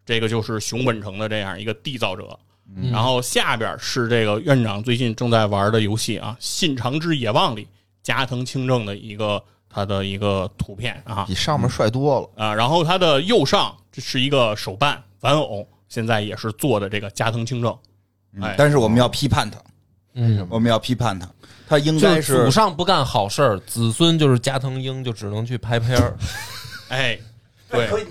[SPEAKER 3] 这个就是熊本城的这样一个缔造者。
[SPEAKER 1] 嗯
[SPEAKER 3] 然后下边是这个院长最近正在玩的游戏啊，《信长之野望》里加藤清正的一个他的一个图片啊
[SPEAKER 2] 嗯
[SPEAKER 4] 比上面帅多了，
[SPEAKER 3] 啊，然后他的右上这是一个手办玩偶，现在也是做的这个加藤清正。哎，
[SPEAKER 2] 嗯但是我们要批判他，
[SPEAKER 1] 嗯，
[SPEAKER 2] 我们要批判他，他应
[SPEAKER 1] 就
[SPEAKER 2] 该
[SPEAKER 1] 是
[SPEAKER 2] 是
[SPEAKER 1] 祖上不干好事儿，子孙就是加藤鹰，就只能去拍片儿。
[SPEAKER 3] 哎，对
[SPEAKER 2] 可以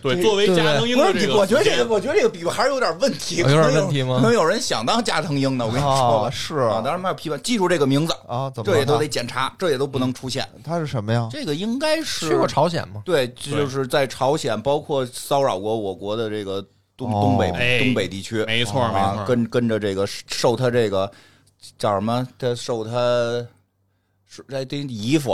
[SPEAKER 3] 对，作为
[SPEAKER 1] 对
[SPEAKER 3] 加藤英
[SPEAKER 2] 不
[SPEAKER 3] 的
[SPEAKER 2] 是
[SPEAKER 3] 这
[SPEAKER 2] 你
[SPEAKER 3] 个，
[SPEAKER 2] 我觉得这个，我觉得这个比喻还是有点问题，
[SPEAKER 1] 有点
[SPEAKER 2] 可能
[SPEAKER 1] 问题吗
[SPEAKER 2] 可能有人想当加藤鹰的，我跟你说吧，
[SPEAKER 4] 啊是
[SPEAKER 2] 啊，当然要批判，记住这个名字，
[SPEAKER 4] 啊，怎么
[SPEAKER 2] 这也
[SPEAKER 4] 了
[SPEAKER 2] 都
[SPEAKER 4] 呢
[SPEAKER 2] 得检查，这也都不能出现。
[SPEAKER 4] 它是什么呀？
[SPEAKER 2] 这个应该嗯是
[SPEAKER 1] 去过朝鲜吗？
[SPEAKER 2] 对，这
[SPEAKER 3] 对
[SPEAKER 2] 就是在朝鲜，包括骚扰过我国的这个东
[SPEAKER 4] 哦
[SPEAKER 2] 东北
[SPEAKER 3] 哎
[SPEAKER 2] 东北地区，
[SPEAKER 3] 没错没
[SPEAKER 2] 啊
[SPEAKER 3] 错，，
[SPEAKER 2] 跟跟着这个受他这个叫什么？他受他是哎这姨父，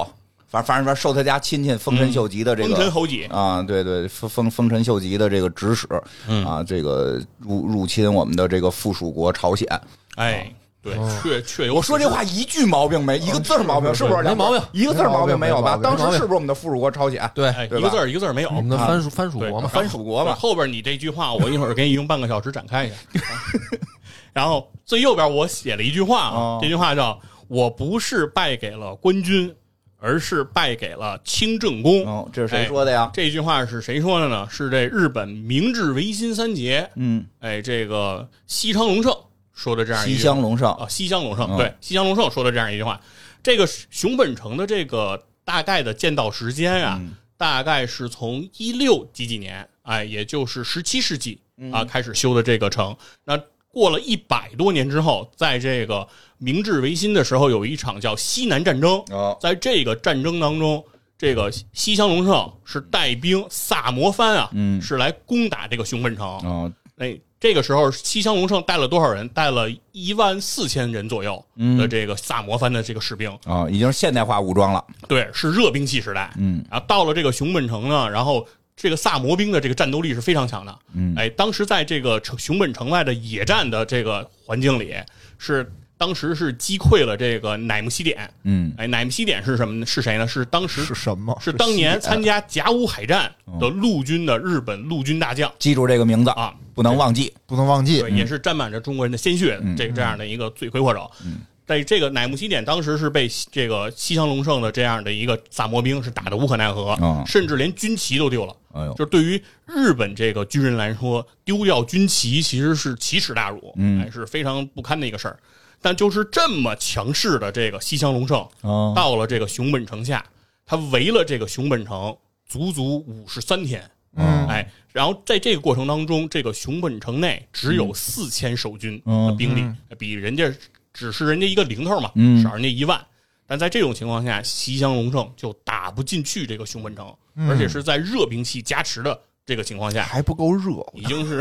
[SPEAKER 2] 反正反正反正受他家亲戚嗯丰臣秀吉的这
[SPEAKER 3] 丰臣
[SPEAKER 2] 个。
[SPEAKER 3] 侯己，
[SPEAKER 2] 啊，对对，丰丰丰臣秀吉的这个指使
[SPEAKER 3] 嗯，
[SPEAKER 2] 啊，这个入入侵我们的这个附属国朝鲜。
[SPEAKER 3] 哎，对，确确有
[SPEAKER 2] 啊我说这话一句毛病没，一个字儿毛病，
[SPEAKER 4] 是
[SPEAKER 2] 是不是？
[SPEAKER 1] 没毛病，
[SPEAKER 2] 一个字儿毛病没有吧？
[SPEAKER 4] 没毛病
[SPEAKER 2] 当时是不是我们的附属国朝鲜？啊
[SPEAKER 1] 对，
[SPEAKER 3] 哎，一
[SPEAKER 2] 对
[SPEAKER 3] 个
[SPEAKER 2] 吧
[SPEAKER 3] 字儿一个字儿没有，
[SPEAKER 1] 我们的藩属藩属
[SPEAKER 3] 对
[SPEAKER 1] 国嘛。
[SPEAKER 2] 藩属国
[SPEAKER 3] 对
[SPEAKER 2] 嘛，
[SPEAKER 3] 后边你这句话，我一会儿给你用半个小时 展开一下。然后最右边我写了一句话
[SPEAKER 2] 哦
[SPEAKER 3] 啊，这句话叫“我不是败给了官军，而是败给了清正公”
[SPEAKER 2] 哦，这是谁说的呀？
[SPEAKER 3] 这句话是谁说的呢？是这日本明治维新三杰，
[SPEAKER 2] 嗯，
[SPEAKER 3] 哎，这个西昌隆盛说的这样一
[SPEAKER 2] 西
[SPEAKER 3] 句话
[SPEAKER 2] 乡隆盛，
[SPEAKER 3] 啊，西乡隆盛
[SPEAKER 2] 嗯
[SPEAKER 3] 对西乡隆盛说的这样一句话。这个熊本城的这个大概的建造时间啊，
[SPEAKER 2] 嗯
[SPEAKER 3] 大概是从一六几几年，哎，也就是十七世纪啊开始修的这个城。那过了一百多年之后，在这个明治维新的时候，有一场叫西南战争。
[SPEAKER 2] 哦，
[SPEAKER 3] 在这个战争当中，这个西乡隆盛是带兵萨摩藩啊，
[SPEAKER 2] 嗯
[SPEAKER 3] 是来攻打这个熊本城。
[SPEAKER 2] 哦，
[SPEAKER 3] 哎，这个时候西乡隆盛带了多少人？带了一万四千人左右的这个萨摩藩的这个士兵，
[SPEAKER 2] 哦，已经是现代化武装了。
[SPEAKER 3] 对，是热兵器时代。
[SPEAKER 2] 嗯，
[SPEAKER 3] 然后啊到了这个熊本城呢，然后这个萨摩兵的这个战斗力是非常强的。
[SPEAKER 2] 嗯
[SPEAKER 3] 哎，当时在这个城熊本城外的野战的这个环境里，是当时是击溃了这个乃木希典。
[SPEAKER 2] 嗯，
[SPEAKER 3] 哎，乃木希典是什么呢？是谁呢？是当时
[SPEAKER 4] 是什么？
[SPEAKER 3] 是当年参加甲午海战的陆军的日本陆军大将
[SPEAKER 2] 记住这个名字，
[SPEAKER 3] 啊，
[SPEAKER 2] 不能忘记。
[SPEAKER 4] 不能忘记
[SPEAKER 3] 对，也是沾满着中国人的鲜血，这这样的一个罪魁祸首。在这个乃木希典当时是被西这个西乡隆盛的这样的一个萨摩兵是打得无可奈何
[SPEAKER 2] 嗯，
[SPEAKER 3] 甚至连军旗都丢了。
[SPEAKER 2] 哎呦，
[SPEAKER 3] 就是对于日本这个军人来说，丢掉军旗其实是奇耻大辱，
[SPEAKER 2] 嗯
[SPEAKER 3] 哎，是非常不堪的一个事儿。但就是这么强势的这个西乡隆盛，
[SPEAKER 2] 哦，
[SPEAKER 3] 到了这个熊本城下，他围了这个熊本城足足五十三天。
[SPEAKER 4] 嗯
[SPEAKER 3] 哎，然后在这个过程当中，这个熊本城内只有四千守军
[SPEAKER 2] 嗯
[SPEAKER 3] 的兵力，
[SPEAKER 4] 嗯
[SPEAKER 3] 比人家只是人家一个零头嘛，
[SPEAKER 2] 嗯
[SPEAKER 3] 少人家一万。但在这种情况下，西乡隆盛就打不进去这个熊本城，而
[SPEAKER 2] 嗯
[SPEAKER 3] 且是在热兵器加持的这个情况下，
[SPEAKER 4] 嗯还不够热，
[SPEAKER 3] 已 经是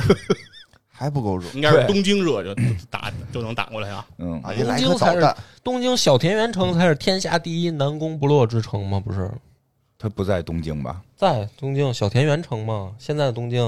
[SPEAKER 4] 还不够热
[SPEAKER 3] 应该是
[SPEAKER 1] 对
[SPEAKER 3] 东京热就打就能打过来啊。
[SPEAKER 2] 嗯，
[SPEAKER 4] 啊！
[SPEAKER 1] 东
[SPEAKER 4] 你来颗
[SPEAKER 1] 京才
[SPEAKER 4] 导
[SPEAKER 1] 是
[SPEAKER 4] 弹，
[SPEAKER 1] 东京小田园城才是天下第一南宫不落之城吗？不是，
[SPEAKER 2] 他不在东京吧？
[SPEAKER 1] 在东京小田园城嘛，现在的东京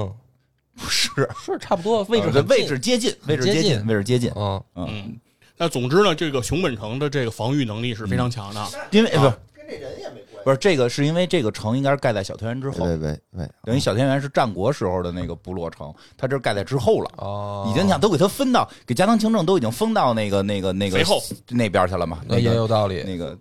[SPEAKER 2] 不是，
[SPEAKER 1] 是差不多位置
[SPEAKER 2] 呃
[SPEAKER 1] 很
[SPEAKER 2] 这
[SPEAKER 1] 近、
[SPEAKER 2] 位置接近，位置接
[SPEAKER 1] 接
[SPEAKER 2] 近，
[SPEAKER 1] 近
[SPEAKER 2] 位置接近。
[SPEAKER 1] 啊，
[SPEAKER 3] 嗯，那总之呢，这个熊本城的这个防御能力是非常强的。
[SPEAKER 2] 因为哎不是
[SPEAKER 4] 跟这人也没关系。
[SPEAKER 2] 不是这个，是因为这个城应该是盖在小田园之后，
[SPEAKER 4] 喂喂喂，
[SPEAKER 2] 等于小田园是战国时候的那个部落城，它这是盖在之后了。
[SPEAKER 1] 哦，
[SPEAKER 2] 已经你想都给他分到给加藤清正都已经分到那个那个那
[SPEAKER 3] 肥
[SPEAKER 2] 个
[SPEAKER 3] 后
[SPEAKER 2] 那边去了嘛？
[SPEAKER 1] 那
[SPEAKER 2] 那
[SPEAKER 1] 也
[SPEAKER 2] 个
[SPEAKER 1] 有道理。
[SPEAKER 2] 那个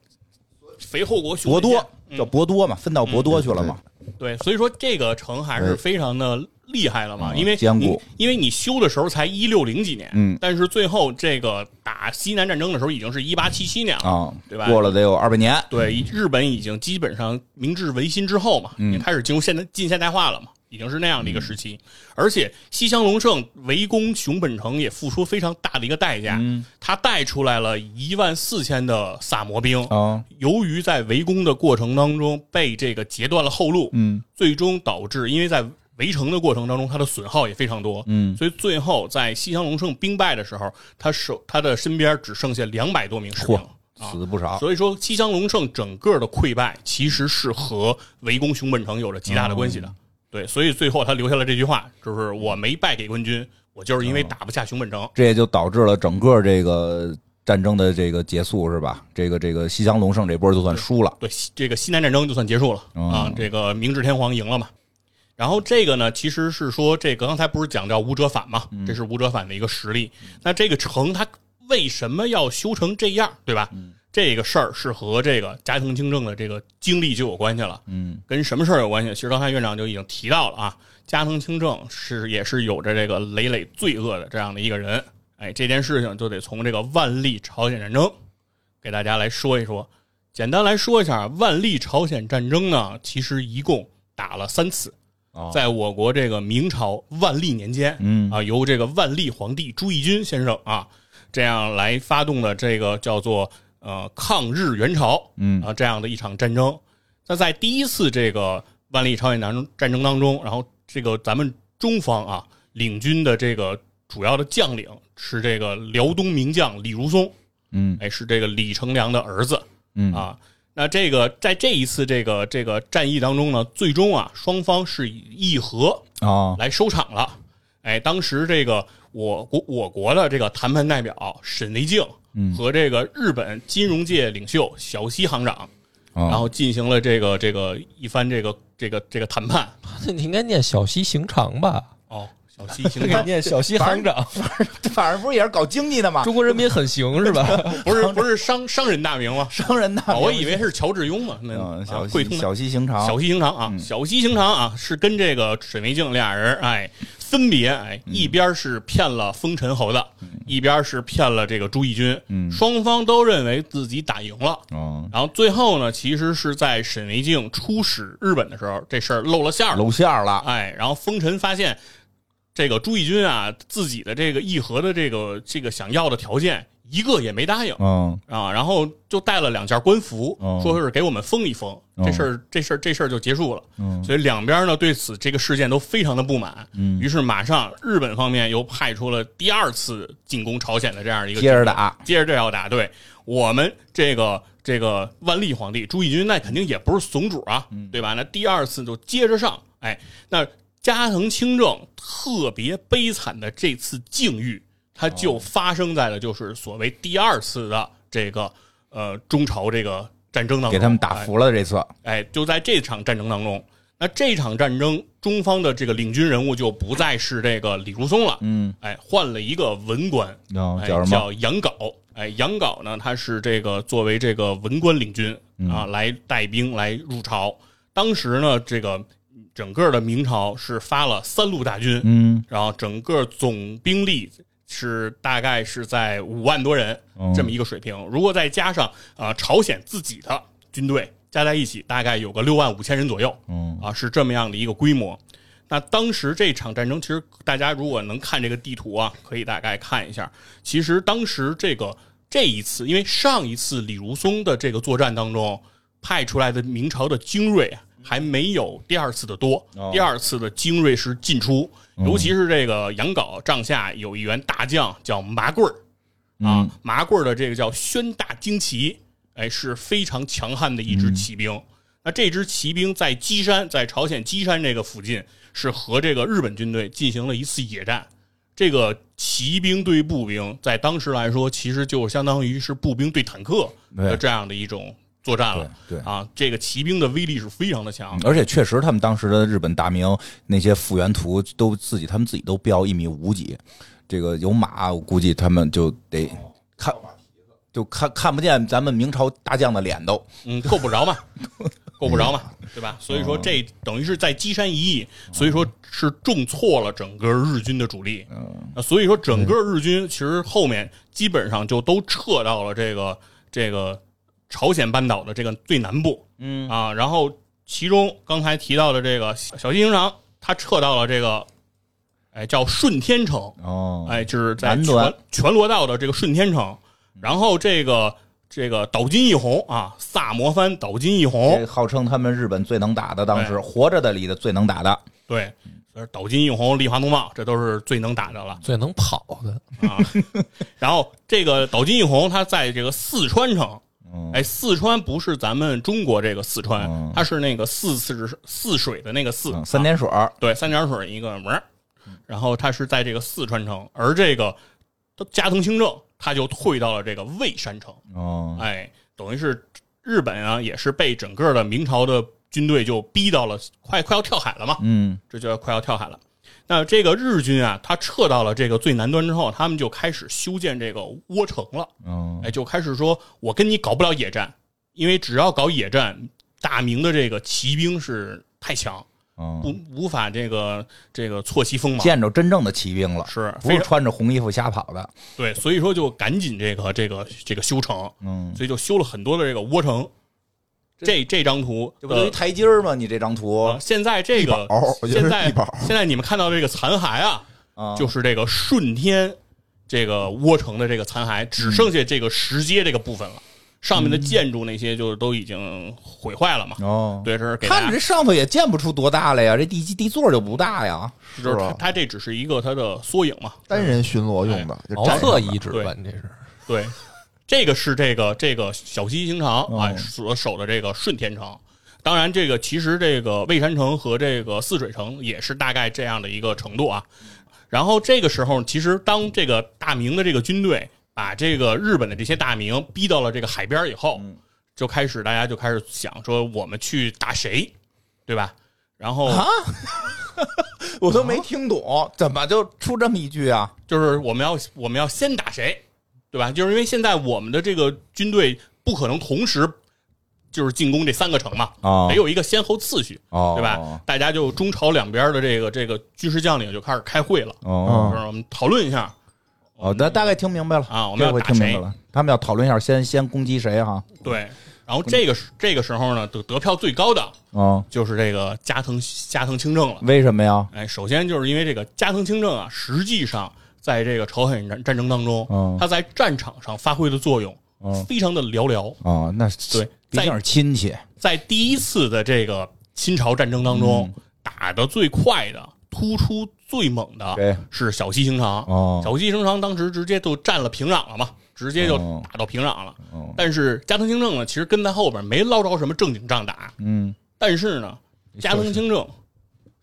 [SPEAKER 3] 肥后国熊
[SPEAKER 2] 博多
[SPEAKER 3] 嗯
[SPEAKER 2] 叫博多嘛，分到博多去了嘛？
[SPEAKER 3] 对，所以说这个城还是非常的厉害了嘛，
[SPEAKER 2] 嗯
[SPEAKER 3] 因为
[SPEAKER 2] 坚固
[SPEAKER 3] 你因为你修的时候才一六零几年，
[SPEAKER 2] 嗯
[SPEAKER 3] 但是最后这个打西南战争的时候已经是一八七七年了，
[SPEAKER 2] 啊，
[SPEAKER 3] 嗯对吧
[SPEAKER 2] 过了得有二百年，
[SPEAKER 3] 对，日本已经基本上明治维新之后嘛，
[SPEAKER 2] 嗯嗯
[SPEAKER 3] 也开始进入现代近现代化了嘛，已经是那样的一个时期，而且西乡隆盛围攻熊本城也付出非常大的一个代价，
[SPEAKER 2] 嗯
[SPEAKER 3] 他带出来了一万四千的萨摩兵。
[SPEAKER 2] 啊，
[SPEAKER 3] 由于在围攻的过程当中被这个截断了后路，
[SPEAKER 2] 嗯
[SPEAKER 3] 最终导致，因为在围城的过程当中，他的损耗也非常多，
[SPEAKER 2] 嗯
[SPEAKER 3] 所以最后在西乡隆盛兵败的时候，他手他的身边只剩下两百多名士兵
[SPEAKER 2] 嚯。
[SPEAKER 3] 啊
[SPEAKER 2] 死不少，
[SPEAKER 3] 所以说，西乡隆盛整个的溃败其实是和围攻熊本城有着极大的关系的。对，所以最后他留下了这句话，就是我没败给官军，我就是因为打不下熊本城。
[SPEAKER 2] 这也就导致了整个这个战争的这个结束是吧？这个这个西乡隆盛这波就算输了，
[SPEAKER 3] 对，西这个西南战争就算结束了、
[SPEAKER 2] 哦
[SPEAKER 3] 啊，这个明治天皇赢了嘛。然后这个呢，其实是说这个刚才不是讲叫武者反嘛，这是武者反的一个实例。那这个城它为什么要修成这样，对吧？这个事儿是和这个加藤清正的这个经历就有关系了。
[SPEAKER 2] 嗯
[SPEAKER 3] 跟什么事儿有关系？其实刚才院长就已经提到了啊，加藤清正是也是有着这个累累罪恶的这样的一个人。哎，这件事情就得从这个万历朝鲜战争给大家来说一说。简单来说一下，万历朝鲜战争呢，其实一共打了三次，
[SPEAKER 2] 哦
[SPEAKER 3] 在我国这个明朝万历年间，
[SPEAKER 2] 嗯
[SPEAKER 3] 啊，由这个万历皇帝朱翊钧先生啊，这样来发动的这个叫做呃抗日援朝，
[SPEAKER 2] 嗯
[SPEAKER 3] 啊这样的一场战争。那在第一次这个万历朝鲜南战争当中，然后这个咱们中方啊领军的这个主要的将领是这个辽东名将李如松，
[SPEAKER 2] 嗯
[SPEAKER 3] 哎，是这个李成梁的儿子
[SPEAKER 2] 嗯
[SPEAKER 3] 啊。那这个在这一次这个这个战役当中呢，最终啊双方是以议和
[SPEAKER 2] 啊
[SPEAKER 3] 来收场了。哎，当时这个我国我国的这个谈判代表沈维敬
[SPEAKER 2] 嗯
[SPEAKER 3] 和这个日本金融界领袖小西行长，
[SPEAKER 2] 啊
[SPEAKER 3] 然后进行了这个这个一番这个这个这个谈判。
[SPEAKER 1] 你应该念小西行长吧？
[SPEAKER 3] 哦，小西行
[SPEAKER 1] 应该
[SPEAKER 3] 长
[SPEAKER 1] 念小西行长。
[SPEAKER 2] 反正不是也是搞经济的 嘛，
[SPEAKER 1] 中国人民很行是吧？
[SPEAKER 3] 不是不是商商人大名吗？
[SPEAKER 2] 商人的
[SPEAKER 3] 啊，我以为是乔致庸嘛，那
[SPEAKER 2] 嗯
[SPEAKER 3] 啊
[SPEAKER 2] 小
[SPEAKER 3] 贵通
[SPEAKER 2] 西
[SPEAKER 3] 的
[SPEAKER 2] 小西行长嗯
[SPEAKER 3] 小西行长啊，小西行长啊，是跟这个沈维敬俩人哎分别哎，
[SPEAKER 2] 嗯
[SPEAKER 3] 一边是骗了封尘侯的，一边是骗了这个朱翊钧，
[SPEAKER 2] 嗯
[SPEAKER 3] 双方都认为自己打赢了。
[SPEAKER 2] 哦，
[SPEAKER 3] 然后最后呢，其实是在沈维敬出使日本的时候，这事儿露了馅儿了。
[SPEAKER 2] 露馅儿了，
[SPEAKER 3] 哎，然后封尘发现这个朱翊钧啊，自己的这个议和的这个这个想要的条件一个也没答应
[SPEAKER 2] 嗯，
[SPEAKER 3] 啊，然后就带了两件官服
[SPEAKER 2] 哦，
[SPEAKER 3] 说是给我们封一封，这事儿这事儿这事儿就结束了。
[SPEAKER 2] 嗯
[SPEAKER 3] 所以两边呢对此这个事件都非常的不满，于是马上日本方面又派出了第二次进攻朝鲜的这样一个
[SPEAKER 2] 接着打，
[SPEAKER 3] 接着这要打，对我们这个这个万历皇帝朱翊钧，那肯定也不是怂主啊，
[SPEAKER 2] 嗯
[SPEAKER 3] 对吧？那第二次就接着上，哎，那加藤清正特别悲惨的这次境遇，它就发生在了就是所谓第二次的这个呃中朝这个战争当中，
[SPEAKER 2] 给他们打服了这次，
[SPEAKER 3] 哎，就在这场战争当中，那这场战争中方的这个领军人物就不再是这个李如松了，
[SPEAKER 2] 嗯，
[SPEAKER 3] 哎，换了一个文官，
[SPEAKER 2] 哦
[SPEAKER 3] 哎、
[SPEAKER 2] 叫什么
[SPEAKER 3] 叫杨镐。哎，杨镐呢，他是这个作为这个文官领军
[SPEAKER 2] 嗯
[SPEAKER 3] 啊，来带兵来入朝。当时呢，这个整个的明朝是发了三路大军，
[SPEAKER 2] 嗯，
[SPEAKER 3] 然后整个总兵力是大概是在五万多人
[SPEAKER 2] 哦
[SPEAKER 3] 这么一个水平。如果再加上啊、呃朝鲜自己的军队加在一起，大概有个六万五千人左右
[SPEAKER 2] 嗯，
[SPEAKER 3] 啊，是这么样的一个规模。那当时这场战争，其实大家如果能看这个地图啊，可以大概看一下。其实当时这个这一次，因为上一次李如松的这个作战当中派出来的明朝的精锐啊，还没有第二次的多。
[SPEAKER 2] 哦嗯
[SPEAKER 3] 第二次的精锐是进出，尤其是这个杨镐帐下有一员大将叫麻棍儿
[SPEAKER 2] 嗯
[SPEAKER 3] 啊，麻棍儿的这个叫宣大精骑，哎，是非常强悍的一
[SPEAKER 2] 嗯
[SPEAKER 3] 支骑兵。那这支骑兵在基山，在朝鲜基山这个附近，是和这个日本军队进行了一次野战。这个骑兵对步兵，在当时来说，其实就相当于是步兵对坦克的
[SPEAKER 2] 对
[SPEAKER 3] 这样的一种作战了。
[SPEAKER 2] 对对
[SPEAKER 3] 啊，这个骑兵的威力是非常的强。
[SPEAKER 2] 而且确实，他们当时的日本大名那些复原图都自己，他们自己都标一米五几，这个有马，我估计他们就得看，就看看不见咱们明朝大将的脸都。
[SPEAKER 3] 嗯，够不着嘛，够不着嘛，对吧？所以说这等于是在积山一役，所以说是重挫了整个日军的主力。那所以说整个日军其实后面基本上就都撤到了这个这个朝鲜半岛的这个最南部。嗯啊，然后其中刚才提到的这个小小西行长，他撤到了这个，哎，叫顺天城。
[SPEAKER 2] 哦
[SPEAKER 3] 哎，就是在
[SPEAKER 2] 南端
[SPEAKER 3] 全全罗道的这个顺天城，然后这个这个岛津义弘啊，萨摩藩岛津义弘
[SPEAKER 2] 这，号称他们日本最能打的，当时
[SPEAKER 3] 对
[SPEAKER 2] 活着的里的最能打的，
[SPEAKER 3] 对，呃岛津义弘、立花农茂，这都是最能打的了
[SPEAKER 1] 最能跑的，
[SPEAKER 3] 啊。然后这个岛津义弘他在这个四川城。哎，四川不是咱们中国这个四川，
[SPEAKER 2] 嗯
[SPEAKER 3] 它是那个四次泗水的那个泗、
[SPEAKER 2] 嗯
[SPEAKER 3] 啊
[SPEAKER 2] 三点水儿
[SPEAKER 3] 对，三点水一个门儿，然后他是在这个四川城，而这个加藤清正他就退到了这个蔚山城，
[SPEAKER 2] 哦，
[SPEAKER 3] 哎，等于是日本啊，也是被整个的明朝的军队就逼到了快快要跳海了嘛，
[SPEAKER 2] 嗯，
[SPEAKER 3] 这就要快要跳海了。那这个日军啊，他撤到了这个最南端之后，他们就开始修建这个窝城了，
[SPEAKER 2] 哦，
[SPEAKER 3] 哎，就开始说我跟你搞不了野战，因为只要搞野战，大明的这个骑兵是太强，
[SPEAKER 2] 哦，
[SPEAKER 3] 不无法这个这个错其锋芒，
[SPEAKER 2] 见着真正的骑兵了，
[SPEAKER 3] 是
[SPEAKER 2] 不
[SPEAKER 3] 非
[SPEAKER 2] 是
[SPEAKER 3] 常
[SPEAKER 2] 穿着红衣服瞎跑的？
[SPEAKER 3] 对，所以说就赶紧这个这个这个修城，
[SPEAKER 2] 嗯，
[SPEAKER 3] 所以就修了很多的这个窝城。这这张图
[SPEAKER 2] 这不就一
[SPEAKER 3] 呃
[SPEAKER 2] 台阶儿吗？你这张图
[SPEAKER 3] 啊现在这个
[SPEAKER 4] 宝我觉得
[SPEAKER 3] 现
[SPEAKER 4] 是
[SPEAKER 3] 在
[SPEAKER 4] 地宝
[SPEAKER 3] 现在你们看到这个残骸啊，
[SPEAKER 2] 啊，
[SPEAKER 3] 就是这个顺天这个窝城的这个残骸，只
[SPEAKER 4] 嗯
[SPEAKER 3] 剩下这个石阶这个部分了，上面的建筑那些就都已经毁坏了嘛。
[SPEAKER 4] 嗯
[SPEAKER 2] 哦，
[SPEAKER 3] 对，这是给大
[SPEAKER 2] 看
[SPEAKER 3] 家
[SPEAKER 2] 着这上头也见不出多大来呀，这地基地座就不大呀。
[SPEAKER 3] 就是它
[SPEAKER 4] 是吧
[SPEAKER 3] 它这只是一个它的缩影嘛。
[SPEAKER 4] 单人巡逻用
[SPEAKER 3] 哎
[SPEAKER 4] 的，就
[SPEAKER 1] 茅
[SPEAKER 4] 站
[SPEAKER 1] 厕
[SPEAKER 4] 着
[SPEAKER 1] 遗址
[SPEAKER 3] 对
[SPEAKER 1] 吧？你这是
[SPEAKER 3] 对，这个是这个这个小西行长啊
[SPEAKER 2] 哦
[SPEAKER 3] 所守的这个顺天城。当然，这个其实这个蔚山城和这个泗水城也是大概这样的一个程度啊。然后这个时候，其实当这个大明的这个军队把这个日本的这些大明逼到了这个海边以后，就开始大家就开始想说我们去打谁，对吧？然后
[SPEAKER 2] 我都没听懂，怎么就出这么一句啊？
[SPEAKER 3] 就是我们要我们要先打谁，对吧？就是因为现在我们的这个军队不可能同时就是进攻这三个城嘛，
[SPEAKER 2] 啊
[SPEAKER 3] 得有一个先后次序，
[SPEAKER 2] 哦，
[SPEAKER 3] 哎对吧？大家就中朝两边的这个这个军事将领就开始开会了，
[SPEAKER 2] 哦
[SPEAKER 3] 就是我们讨论一下
[SPEAKER 2] 哦，咱大概听明白了
[SPEAKER 3] 啊我们
[SPEAKER 2] 这
[SPEAKER 3] 要
[SPEAKER 2] 回
[SPEAKER 3] 打
[SPEAKER 2] 听明
[SPEAKER 3] 谁
[SPEAKER 2] 白了，他们要讨论一下先先攻击谁哈？
[SPEAKER 3] 对。然后这个时这个时候呢，得得票最高的
[SPEAKER 2] 哦，就是
[SPEAKER 3] 就是这个加藤加藤清正了。
[SPEAKER 2] 为什么呀？
[SPEAKER 3] 哎，首先就是因为这个加藤清正啊，实际上在这个朝鲜战战争当中，
[SPEAKER 2] 嗯
[SPEAKER 3] 他在战场上发挥的作用、
[SPEAKER 2] 嗯
[SPEAKER 3] 非常的寥寥。
[SPEAKER 2] 哦，那
[SPEAKER 3] 对
[SPEAKER 2] 毕竟
[SPEAKER 3] 在
[SPEAKER 2] 是亲戚，
[SPEAKER 3] 在第一次的这个侵朝战争当中，
[SPEAKER 2] 嗯
[SPEAKER 3] 打得最快的、突出最猛
[SPEAKER 2] 对
[SPEAKER 3] 的是小西行长。
[SPEAKER 2] 哦
[SPEAKER 3] 小西行长当时直接就占了平壤了嘛，直接就
[SPEAKER 2] 哦
[SPEAKER 3] 打到平壤了。
[SPEAKER 2] 哦
[SPEAKER 3] 但是加藤清正呢，其实跟在后边没捞着什么正经仗打。
[SPEAKER 2] 嗯
[SPEAKER 3] 但是呢，加藤清正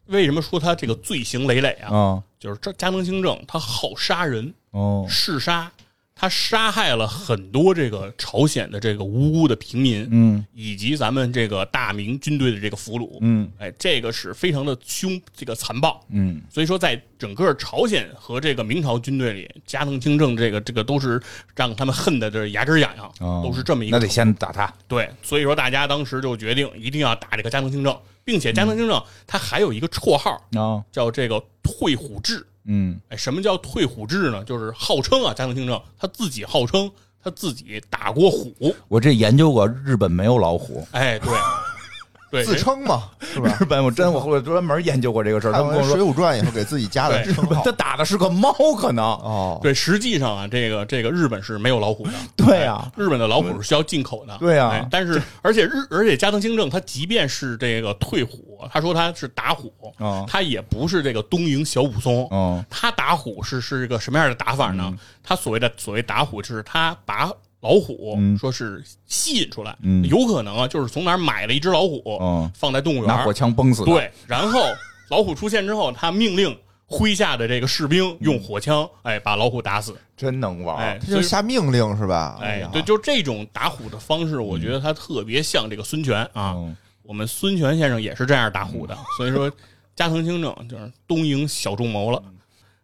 [SPEAKER 3] 为什么说他这个罪行累累啊？
[SPEAKER 2] 啊
[SPEAKER 3] 就是这加藤清正他好杀人、
[SPEAKER 2] 哦
[SPEAKER 3] 嗜杀，他杀害了很多这个朝鲜的这个无辜的平民，
[SPEAKER 2] 嗯
[SPEAKER 3] 以及咱们这个大明军队的这个俘虏。
[SPEAKER 2] 嗯
[SPEAKER 3] 哎，这个是非常的凶，这个残暴。
[SPEAKER 2] 嗯
[SPEAKER 3] 所以说，在整个朝鲜和这个明朝军队里，加藤清正这个这个都是让他们恨的这牙根痒痒，
[SPEAKER 2] 哦
[SPEAKER 3] 都是这么一个
[SPEAKER 2] 那得先打他
[SPEAKER 3] 对，所以说大家当时就决定一定要打这个加藤清正，并且加藤清
[SPEAKER 2] 嗯
[SPEAKER 3] 正他还有一个绰号
[SPEAKER 2] 啊
[SPEAKER 3] 叫这个退虎志。
[SPEAKER 2] 嗯
[SPEAKER 3] 哎，什么叫退虎志呢？就是号称啊，加藤清正他自己号称他自己打过虎。
[SPEAKER 2] 我这研究过，日本没有老虎。
[SPEAKER 3] 哎，对， 对，
[SPEAKER 4] 自
[SPEAKER 3] 人
[SPEAKER 4] 称 嘛，是吧？
[SPEAKER 2] 日本，我真我我专门研究过这个事儿。他
[SPEAKER 4] 看
[SPEAKER 2] 们跟
[SPEAKER 4] 完
[SPEAKER 2] 我
[SPEAKER 4] 《水
[SPEAKER 2] 说，
[SPEAKER 4] 浒传》以后，给自己加的
[SPEAKER 3] 对
[SPEAKER 4] 称号
[SPEAKER 2] 他打的是个猫，可能
[SPEAKER 4] 哦，
[SPEAKER 3] 对，实际上啊，这个这个日本是没有老虎的。
[SPEAKER 2] 对啊
[SPEAKER 3] 哎日本的老虎是需要进口的。
[SPEAKER 2] 对啊
[SPEAKER 3] 哎但是而且日而且加藤清正他即便是这个退虎，他说他是打虎，
[SPEAKER 2] 哦
[SPEAKER 3] 他也不是这个东瀛小武松。
[SPEAKER 2] 哦嗯
[SPEAKER 3] 他打虎是是一个什么样的打法呢？他所谓的所谓打虎，就是他把老虎
[SPEAKER 2] 嗯
[SPEAKER 3] 说是吸引出来，
[SPEAKER 2] 嗯
[SPEAKER 3] 有可能啊，就是从哪儿买了一只老虎，
[SPEAKER 2] 嗯
[SPEAKER 3] 放在动物园
[SPEAKER 2] 拿
[SPEAKER 3] 儿，
[SPEAKER 2] 火枪崩死的。
[SPEAKER 3] 对，然后老虎出现之后，他命令麾下的这个士兵用火枪，哎，把老虎打死，
[SPEAKER 2] 真能玩儿。
[SPEAKER 3] 哎，
[SPEAKER 4] 他
[SPEAKER 3] 所
[SPEAKER 4] 就
[SPEAKER 3] 以
[SPEAKER 4] 下命令是吧？
[SPEAKER 3] 哎
[SPEAKER 4] 呀，
[SPEAKER 3] 对，就这种打虎的方式，我觉得他特别像这个孙权啊。
[SPEAKER 2] 嗯
[SPEAKER 3] 我们孙权先生也是这样打虎的，所以说加藤清正就是东瀛小众谋了。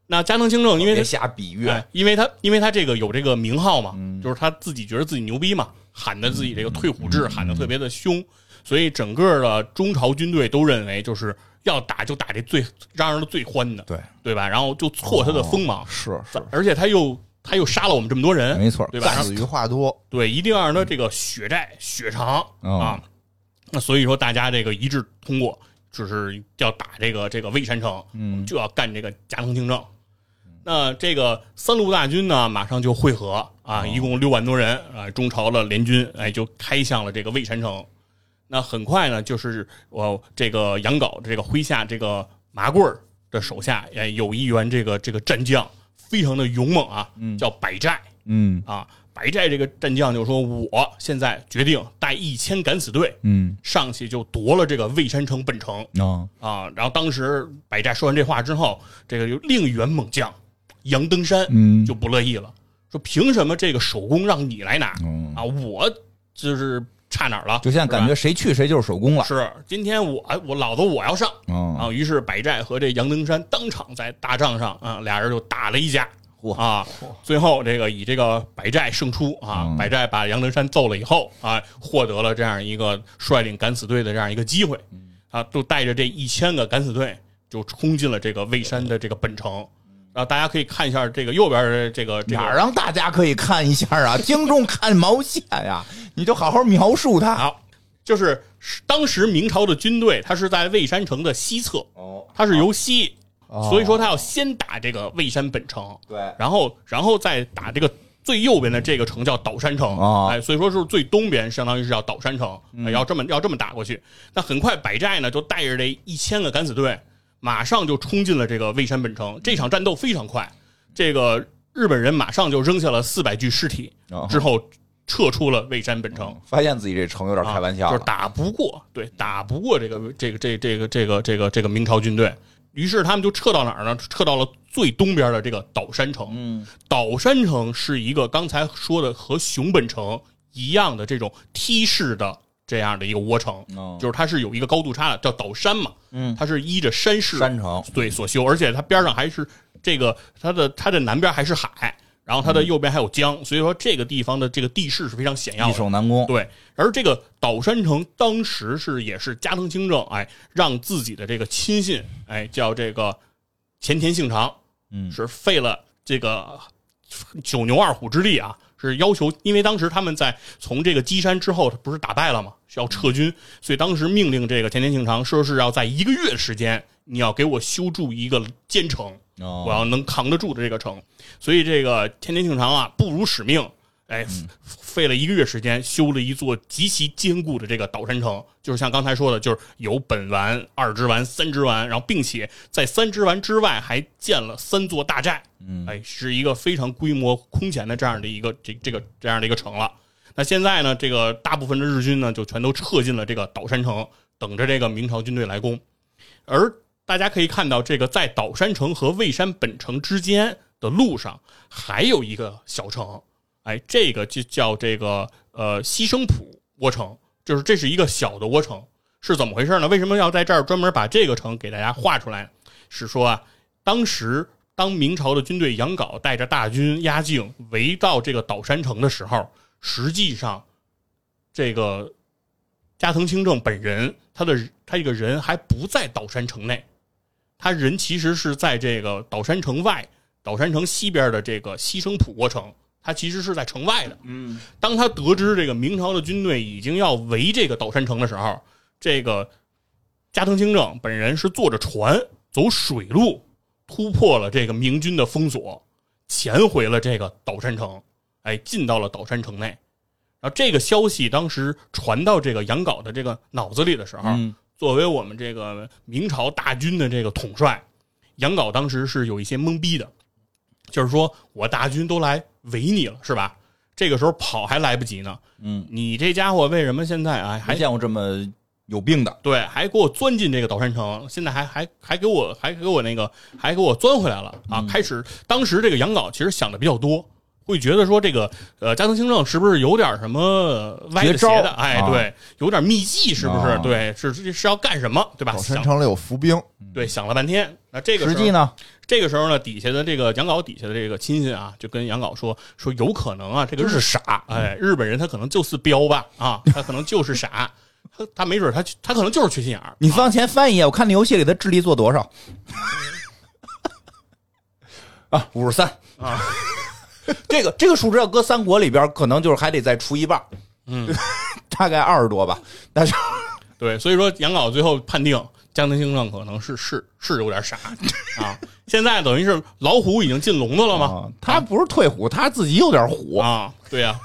[SPEAKER 3] 那加藤清正，因为他
[SPEAKER 2] 别瞎比喻。
[SPEAKER 3] 哎，因为他因为他这个有这个名号嘛，
[SPEAKER 2] 嗯
[SPEAKER 3] 就是他自己觉得自己牛逼嘛，喊的自己这个退虎志喊的特别的凶，所以整个的中朝军队都认为就是要打就打这最嚷嚷的最欢的，
[SPEAKER 2] 对哦
[SPEAKER 3] 对吧？然后就挫他的锋芒，
[SPEAKER 4] 是是，
[SPEAKER 3] 而且他又他又杀了我们这么多人，
[SPEAKER 2] 没错
[SPEAKER 3] 对吧？然后
[SPEAKER 4] 子于话多，
[SPEAKER 3] 对，一定要让他这个血债血偿、
[SPEAKER 2] 哦
[SPEAKER 3] 啊。那所以说，大家这个一致通过，就是要打这个这个蔚山城，
[SPEAKER 2] 嗯
[SPEAKER 3] 就要干这个加藤清正。那这个三路大军呢，马上就会合啊，一共六万多人啊，中朝的联军哎就开向了这个蔚山城。那很快呢，就是我这个杨镐这个麾下这个麻贵儿的手下，哎，有一员这个这个战将非常的勇猛啊，叫百寨。
[SPEAKER 2] 嗯
[SPEAKER 3] 啊，白寨这个战将就说：“我现在决定带一千敢死队
[SPEAKER 2] 嗯
[SPEAKER 3] 上去，就夺了这个蔚山城本城
[SPEAKER 2] 啊
[SPEAKER 3] 啊！”然后当时白寨说完这话之后，这个有另一员猛将杨登山
[SPEAKER 2] 嗯
[SPEAKER 3] 就不乐意了，说：“凭什么这个手工让你来拿
[SPEAKER 2] 嗯，
[SPEAKER 3] 啊？我就是差哪儿了？
[SPEAKER 2] 就现在感觉谁去谁就是手工了。
[SPEAKER 3] 是吧是今天我哎我老子我要上
[SPEAKER 2] 嗯
[SPEAKER 3] 啊！”于是白寨和这杨登山当场在大仗上啊，俩人就打了一架。
[SPEAKER 2] 嚯
[SPEAKER 3] 啊！最后这个以这个百寨胜出啊
[SPEAKER 2] 嗯，
[SPEAKER 3] 百寨把杨德山揍了以后啊，获得了这样一个率领敢死队的这样一个机会
[SPEAKER 2] 嗯
[SPEAKER 3] 啊，就带着这一千个敢死队就冲进了这个蔚山的这个本城。啊，大家可以看一下这个右边的这个这
[SPEAKER 2] 哪儿啊
[SPEAKER 3] 个。
[SPEAKER 2] 让大家可以看一下 啊？听众看毛线呀？你就好好描述它。
[SPEAKER 3] 啊好，就是当时明朝的军队，它是在蔚山城的西侧，
[SPEAKER 2] 哦，
[SPEAKER 3] 它是由西，
[SPEAKER 4] 哦
[SPEAKER 3] 所以说它要先打这个蔚山本城。
[SPEAKER 2] 对，
[SPEAKER 3] 然后然后再打这个最右边的这个城叫岛山城，
[SPEAKER 2] 哦嗯
[SPEAKER 3] 哎，所以说是最东边，相当于是叫岛山城，哎要这么要这么打过去。那很快，百寨呢就带着这一千个敢死队，马上就冲进了这个蔚山本城。这场战斗非常快，这个日本人马上就扔下了四百具尸体
[SPEAKER 2] 哦，
[SPEAKER 3] 之后撤出了蔚山本城。
[SPEAKER 2] 发现自己这城有点
[SPEAKER 3] 啊
[SPEAKER 2] 开玩笑
[SPEAKER 3] 就
[SPEAKER 2] 了
[SPEAKER 3] 是。打不过，对，打不过这个这个这个这个这个这个这个明朝军队，于是他们就撤到哪儿呢？撤到了最东边的这个岛山城。
[SPEAKER 2] 嗯，
[SPEAKER 3] 岛山城是一个刚才说的和熊本城一样的这种梯式的这样的一个窝城，
[SPEAKER 2] 哦
[SPEAKER 3] 就是它是有一个高度差的，叫岛山嘛，
[SPEAKER 2] 嗯
[SPEAKER 3] 它是依着山势
[SPEAKER 2] 山城
[SPEAKER 3] 对所修，而且它边上还是这个它的它的南边还是海，然后它的
[SPEAKER 2] 嗯
[SPEAKER 3] 右边还有江，所以说这个地方的这个地势是非常显要
[SPEAKER 2] 易
[SPEAKER 3] 的。
[SPEAKER 2] 守难攻。
[SPEAKER 3] 对，而这个岛山城当时是也是加藤清正哎，让自己的这个亲信哎叫这个前田信长
[SPEAKER 2] 嗯，
[SPEAKER 3] 是费了这个九牛二虎之力啊，是要求，因为当时他们在从这个基山之后不是打败了吗？需要撤军，所以当时命令这个前田信长说是要在一个月时间，你要给我修筑一个坚城。
[SPEAKER 2] 哦
[SPEAKER 3] 我要能扛得住的这个城。所以这个天津庆长啊，不辱使命，哎，
[SPEAKER 2] 嗯
[SPEAKER 3] 费了一个月时间修了一座极其坚固的这个岛山城，就是像刚才说的，就是有本丸、二之丸、三之丸，然后并且在三之丸之外还建了三座大寨，
[SPEAKER 2] 嗯
[SPEAKER 3] 哎，是一个非常规模空前的这样的一个这这个这样的一个城了。那现在呢，这个大部分的日军呢，就全都撤进了这个岛山城，等着这个明朝军队来攻。而大家可以看到，这个在岛山城和蔚山本城之间的路上，还有一个小城，哎，这个就叫这个呃西生浦窝城，就是这是一个小的窝城，是怎么回事呢？为什么要在这儿专门把这个城给大家画出来？是说啊，当时当明朝的军队杨镐带着大军压境围到这个岛山城的时候，实际上这个加藤清正本人，他的他这个人还不在岛山城内，他人其实是在这个岛山城外，岛山城西边的这个西生浦国城，他其实是在城外的。嗯，当他得知这个明朝的军队已经要围这个岛山城的时候，这个加藤清正本人是坐着船走水路突破了这个明军的封锁，潜回了这个岛山城，哎，进到了岛山城内。然后这个消息当时传到这个杨镐的这个脑子里的时候，
[SPEAKER 2] 嗯
[SPEAKER 3] 作为我们这个明朝大军的这个统帅，杨镐当时是有一些懵逼的，就是说我大军都来围你了，是吧？这个时候跑还来不及呢，
[SPEAKER 2] 嗯，
[SPEAKER 3] 你这家伙为什么现在哎还
[SPEAKER 2] 没见过这么有病的。
[SPEAKER 3] 对，还给我钻进这个岛山城，现在还还还给我还给我那个还给我钻回来了啊！
[SPEAKER 2] 嗯
[SPEAKER 3] 开始当时这个杨镐其实想的比较多，会觉得说这个呃加藤清正是不是有点什么呃歪的
[SPEAKER 2] 绝招
[SPEAKER 3] 邪的？哎，
[SPEAKER 2] 啊
[SPEAKER 3] 对，有点秘技是不是？
[SPEAKER 2] 啊
[SPEAKER 3] 对，是是是要干什么？对吧？
[SPEAKER 4] 岛山
[SPEAKER 3] 想
[SPEAKER 4] 城里有伏兵，
[SPEAKER 3] 对想了半天，那这个
[SPEAKER 2] 实
[SPEAKER 3] 时候
[SPEAKER 2] 际呢，
[SPEAKER 3] 这个时候呢，底下的这个杨镐底下的这个亲信啊，就跟杨镐说说，有可能啊，这个日傻，哎，日本人他可能就是彪吧，啊，他可能就是傻，他他没准他他可能就是缺心眼儿。
[SPEAKER 2] 你往前翻一页，我看那游戏里的智力做多少？ 啊，五十三
[SPEAKER 3] 啊！
[SPEAKER 2] 这个这个数值要搁三国里边，可能就是还得再除一半，
[SPEAKER 3] 嗯，
[SPEAKER 2] 大概二十多吧。但是
[SPEAKER 3] 啊对，所以说杨镐最后判定江藤兴正可能是是是有点 傻啊。现在等于是老虎已经进笼子了吗？
[SPEAKER 2] 啊他不是退虎，他自己有点虎。
[SPEAKER 3] 啊，对呀、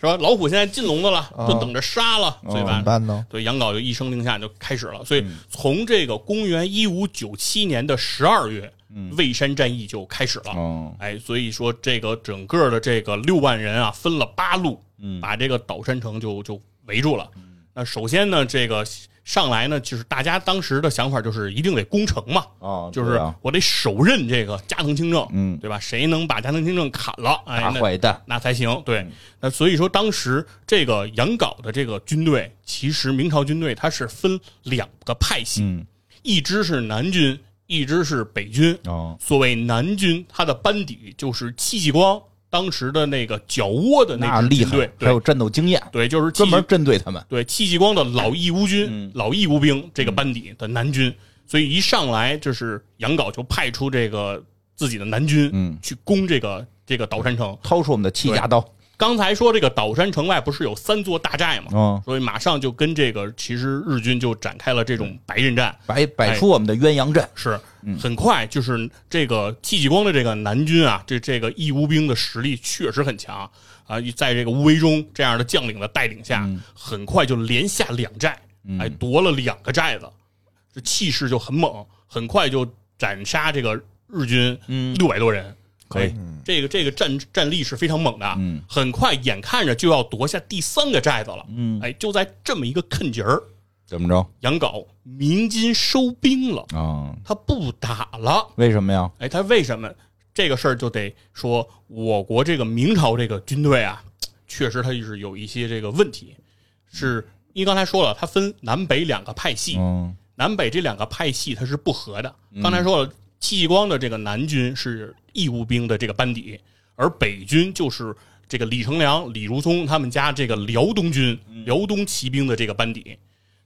[SPEAKER 3] 是吧？老虎现在进笼子了，
[SPEAKER 2] 啊
[SPEAKER 3] 就等着杀了，对
[SPEAKER 4] 嗯怎
[SPEAKER 3] 吧
[SPEAKER 4] 么？办呢？
[SPEAKER 3] 对，杨镐就一声令下就开始了。所以
[SPEAKER 2] 嗯
[SPEAKER 3] 从这个公元一五九七年的十二月，蔚山战役就开始了。
[SPEAKER 2] 嗯哦，
[SPEAKER 3] 哎，所以说这个整个的这个六万人啊，分了八路，
[SPEAKER 2] 嗯
[SPEAKER 3] 把这个岛山城就就围住了。那首先呢，这个上来呢，就是大家当时的想法就是一定得攻城嘛，
[SPEAKER 2] 哦，
[SPEAKER 3] 就
[SPEAKER 2] 对
[SPEAKER 3] 是
[SPEAKER 2] 啊
[SPEAKER 3] 我得手刃这个加藤清正，
[SPEAKER 2] 嗯，
[SPEAKER 3] 对吧？谁能把加藤清正砍了，哎，
[SPEAKER 2] 大
[SPEAKER 3] 那
[SPEAKER 2] 坏蛋。
[SPEAKER 3] 那才行。对，那所以说当时这个杨镐的这个军队，其实明朝军队它是分两个派系，
[SPEAKER 2] 嗯，
[SPEAKER 3] 一支是南军，一支是北军。
[SPEAKER 2] 哦，
[SPEAKER 3] 所谓南军，它的班底就是戚继光当时的那个脚窝的
[SPEAKER 2] 那
[SPEAKER 3] 支
[SPEAKER 2] 厉
[SPEAKER 3] 军
[SPEAKER 2] 害
[SPEAKER 3] 队，，
[SPEAKER 2] 还有
[SPEAKER 3] 对
[SPEAKER 2] 战斗经验，
[SPEAKER 3] 对，就是戚
[SPEAKER 2] 专
[SPEAKER 3] 继
[SPEAKER 2] 门针对他们。
[SPEAKER 3] 对戚继光的老义乌军、
[SPEAKER 2] 嗯
[SPEAKER 3] 老义乌兵这个班底的南军，所以一上来就是杨镐就派出这个自己的南军，
[SPEAKER 2] 嗯
[SPEAKER 3] 去攻这个这个岛山城。
[SPEAKER 2] 掏出我们的戚家刀。
[SPEAKER 3] 刚才说这个岛山城外不是有三座大寨吗？
[SPEAKER 2] 哦，
[SPEAKER 3] 所以马上就跟这个其实日军就展开了这种白刃战，
[SPEAKER 2] 摆摆出我们的鸳鸯阵。
[SPEAKER 3] 是
[SPEAKER 2] 嗯
[SPEAKER 3] 很快就是这个戚继光的这个南军啊，这这个义乌兵的实力确实很强啊，在这个吴惟忠这样的将领的带领下，
[SPEAKER 2] 嗯
[SPEAKER 3] 很快就连下两寨，哎，夺了两个寨子，这气势就很猛，很快就斩杀这个日军六百多人。
[SPEAKER 2] 嗯可以
[SPEAKER 3] 哎这个这个战战力是非常猛的，啊
[SPEAKER 2] 嗯
[SPEAKER 3] 很快眼看着就要夺下第三个寨子了，
[SPEAKER 2] 嗯，
[SPEAKER 3] 哎，就在这么一个坎节儿，
[SPEAKER 2] 怎么着
[SPEAKER 3] 杨镐明金收兵了，
[SPEAKER 2] 啊？
[SPEAKER 3] 他不打了，
[SPEAKER 2] 为什么呀？
[SPEAKER 3] 哎，他为什么这个事儿就得说我国这个明朝这个军队啊，确实他是有一些这个问题，是因为刚才说了，它分南北两个派系，
[SPEAKER 2] 嗯
[SPEAKER 3] 南北这两个派系它是不合的。刚才说了，戚继光的这个南军是义务兵的这个班底，而北军就是这个李成梁、李如松他们家这个辽东军、
[SPEAKER 2] 嗯
[SPEAKER 3] 辽东骑兵的这个班底。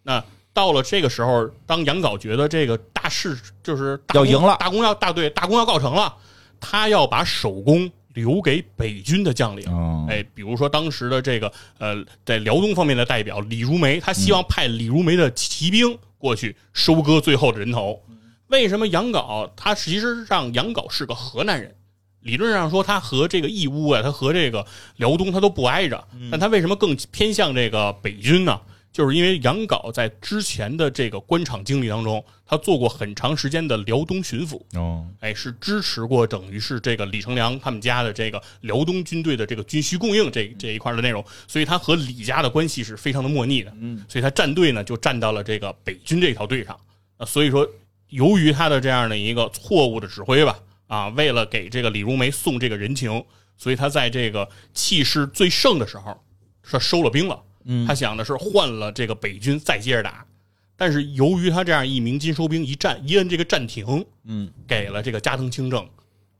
[SPEAKER 3] 那到了这个时候，当杨镐觉得这个大势就是大
[SPEAKER 2] 要
[SPEAKER 3] 功
[SPEAKER 2] 赢了
[SPEAKER 3] 大功要大对大功要告成了，他要把首功留给北军的将领。
[SPEAKER 2] 哦
[SPEAKER 3] 哎，比如说当时的这个呃，在辽东方面的代表李如梅，他希望派李如梅的骑兵过去收割最后的人头。为什么杨镐？他其实上杨镐是个河南人，理论上说他和这个义乌啊，他和这个辽东他都不挨着，但他为什么更偏向这个北军呢？就是因为杨镐在之前的这个官场经历当中，他做过很长时间的辽东巡抚，
[SPEAKER 2] 哦，
[SPEAKER 3] 哎，是支持过等于是这个李成梁他们家的这个辽东军队的这个军需供应这这一块的内容，所以他和李家的关系是非常的莫逆的，嗯，所以他站队呢就站到了这个北军这条队上，啊，所以说由于他的这样的一个错误的指挥吧，啊，为了给这个李如梅送这个人情，所以他在这个气势最盛的时候，他收了兵了，嗯，他想的是换了这个北军再接着打。但是由于他这样一鸣金收兵一战一摁这个暂停，
[SPEAKER 2] 嗯，
[SPEAKER 3] 给了这个加藤清正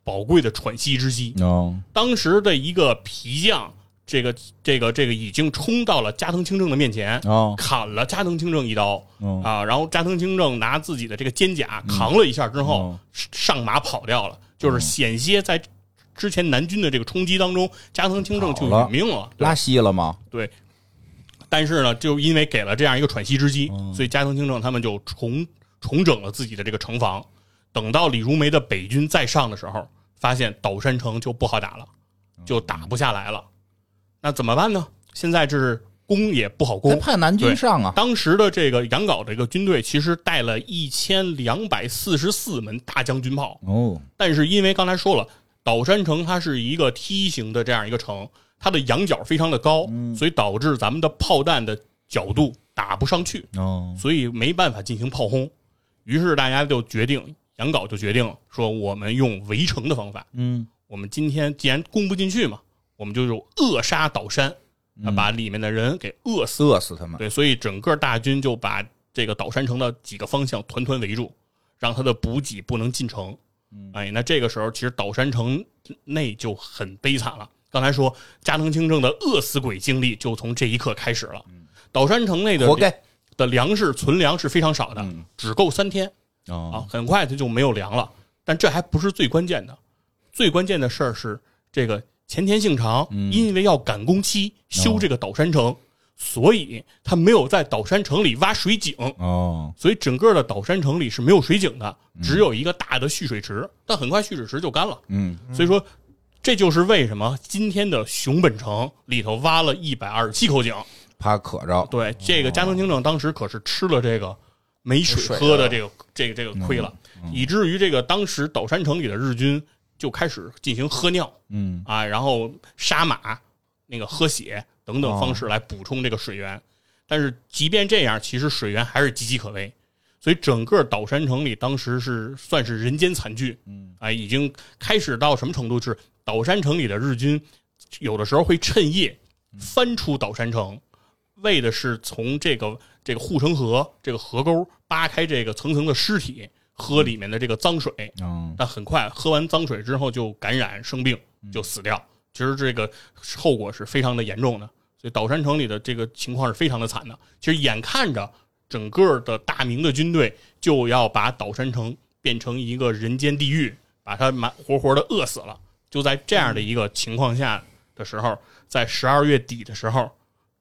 [SPEAKER 3] 宝贵的喘息之机。
[SPEAKER 2] 哦，
[SPEAKER 3] 当时的一个皮将，这个这个这个已经冲到了加藤清正的面前，
[SPEAKER 2] 哦，
[SPEAKER 3] 砍了加藤清正一刀
[SPEAKER 2] 哦，
[SPEAKER 3] 啊，然后加藤清正拿自己的这个肩
[SPEAKER 2] 嗯
[SPEAKER 3] 甲扛了一下之后
[SPEAKER 2] 哦，
[SPEAKER 3] 上马跑掉了，就是险些在之前南军的这个冲击当中，加藤清正就
[SPEAKER 2] 跑了
[SPEAKER 3] 殒命了。对
[SPEAKER 2] 拉稀了吗？
[SPEAKER 3] 对，但是呢，就因为给了这样一个喘息之机，所以加藤清正他们就重重整了自己的这个城防。等到李如梅的北军再上的时候，发现岛山城就不好打了，就打不下来了。那怎么办呢？现在这是攻也不好
[SPEAKER 2] 咱
[SPEAKER 3] 攻。
[SPEAKER 2] 派南军
[SPEAKER 3] 对
[SPEAKER 2] 上啊，
[SPEAKER 3] 当时的这个杨镐这个军队其实带了一千两百四十四门大将军炮，
[SPEAKER 2] 哦，
[SPEAKER 3] 但是因为刚才说了，岛山城它是一个梯形的这样一个城，它的仰角非常的高，所以导致咱们的炮弹的角度打不上去，
[SPEAKER 2] 哦，
[SPEAKER 3] 所以没办法进行炮轰。于是大家就决定，杨镐就决定说，我们用围城的方法，
[SPEAKER 2] 嗯，
[SPEAKER 3] 我们今天既然攻不进去嘛，我们就有扼杀岛山，啊把里面的人给扼死。
[SPEAKER 2] 饿死他们，
[SPEAKER 3] 对，所以整个大军就把这个岛山城的几个方向团团围住，让他的补给不能进城。哎，那这个时候其实岛山城内就很悲惨了。刚才说加藤清正的饿死鬼经历就从这一刻开始了。岛山城内的
[SPEAKER 2] 活该。
[SPEAKER 3] 的粮食存粮是非常少
[SPEAKER 2] 嗯
[SPEAKER 3] 的，只够三天啊
[SPEAKER 2] 哦，，
[SPEAKER 3] 很快他就没有粮了。但这还不是最关键的，最关键的事儿是这个前田信长因为要赶工期修这个岛山城，所以他没有在岛山城里挖水井，
[SPEAKER 2] 哦，
[SPEAKER 3] 所以整个的岛山城里是没有水井的，只有一个大的蓄水池。但很快蓄水池就干了，
[SPEAKER 2] 嗯，
[SPEAKER 3] 所以说这就是为什么今天的熊本城里头挖了一百二十七口井。
[SPEAKER 2] 怕渴着，
[SPEAKER 3] 对，这个加藤清正当时可是吃了这个没水喝的这嗯个这个这个亏了，以至于这个当时岛山城里的日军就开始进行喝尿
[SPEAKER 2] 嗯，
[SPEAKER 3] 啊，然后杀马、那个喝血等等方式来补充这个水源。但是即便这样，其实水源还是岌岌可危，所以整个岛山城里当时是算是人间惨剧。嗯，哎，已经开始到什么程度？是岛山城里的日军有的时候会趁夜翻出岛山城，为的是从这个这个护城河这个河沟扒开这个层层的尸体，喝里面的这个脏水。
[SPEAKER 2] 嗯，
[SPEAKER 3] 但很快喝完脏水之后就感染生病，就死掉。其实这个后果是非常的严重的，所以岛山城里的这个情况是非常的惨的。其实眼看着整个的大明的军队就要把岛山城变成一个人间地狱，把它满活活的饿死了。就在这样的一个情况下的时候，在十二月底的时候，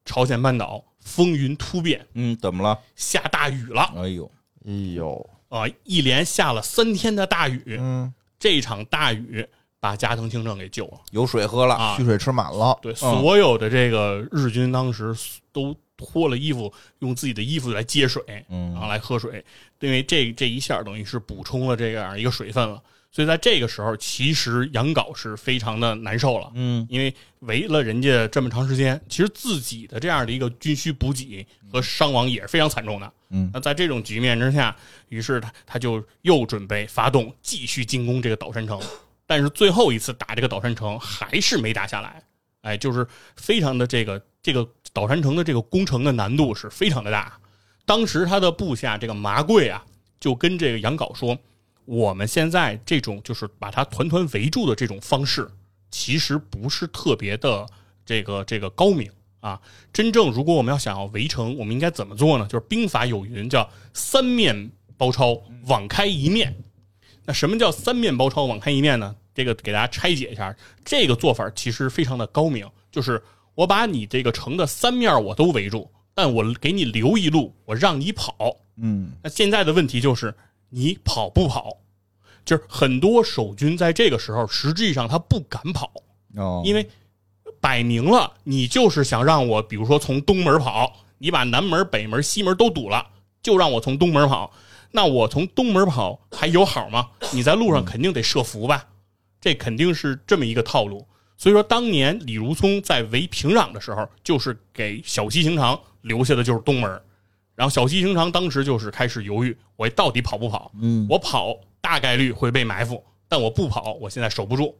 [SPEAKER 3] 朝鲜半岛风云突变，
[SPEAKER 2] 嗯，怎么了？
[SPEAKER 3] 下大雨了
[SPEAKER 2] 哎呦，
[SPEAKER 4] 哎呦，
[SPEAKER 3] 啊、一连下了三天的大雨，
[SPEAKER 4] 嗯，
[SPEAKER 3] 这场大雨把加藤清正给救了
[SPEAKER 2] 有水喝了，
[SPEAKER 3] 啊
[SPEAKER 4] 蓄！水池满了，
[SPEAKER 3] 对，所有的这个日军当时都脱了衣服，用自己的衣服来接水，
[SPEAKER 2] 嗯
[SPEAKER 3] 然后来喝水，因为这这一下等于是补充了这样一个水分了。所以在这个时候，其实杨镐是非常的难受了，
[SPEAKER 2] 嗯，
[SPEAKER 3] 因为围了人家这么长时间，其实自己的这样的一个军需补给和伤亡也是非常惨重的。
[SPEAKER 2] 嗯
[SPEAKER 3] 那在这种局面之下，于是他他就又准备发动继续进攻这个岛山城，但是最后一次打这个岛山城还是没打下来，哎，就是非常的这个这个岛山城的这个攻城的难度是非常的大。当时他的部下这个麻贵啊，就跟这个杨镐说：“我们现在这种就是把他团团围住的这种方式，其实不是特别的这个这个高明啊。真正如果我们要想要围城，我们应该怎么做呢？就是兵法有云叫“三面包抄，网开一面”。那什么叫三面包抄，网开一面呢？这个给大家拆解一下，这个做法其实非常的高明，就是我把你这个城的三面我都围住，但我给你留一路，我让你跑。
[SPEAKER 2] 嗯，
[SPEAKER 3] 那现在的问题就是你跑不跑？就是很多守军在这个时候实际上他不敢跑，
[SPEAKER 2] 哦，
[SPEAKER 3] 因为摆明了你就是想让我，比如说从东门跑，你把南门、北门、西门都堵了，就让我从东门跑。那我从东门跑还有好吗？你在路上肯定得设伏吧，这肯定是这么一个套路。所以说，当年李如松在围平壤的时候，就是给小西行长留下的就是东门，然后小西行长当时就是开始犹豫，我到底跑不跑？
[SPEAKER 2] 嗯
[SPEAKER 3] 我跑大概率会被埋伏，但我不跑，我现在守不住。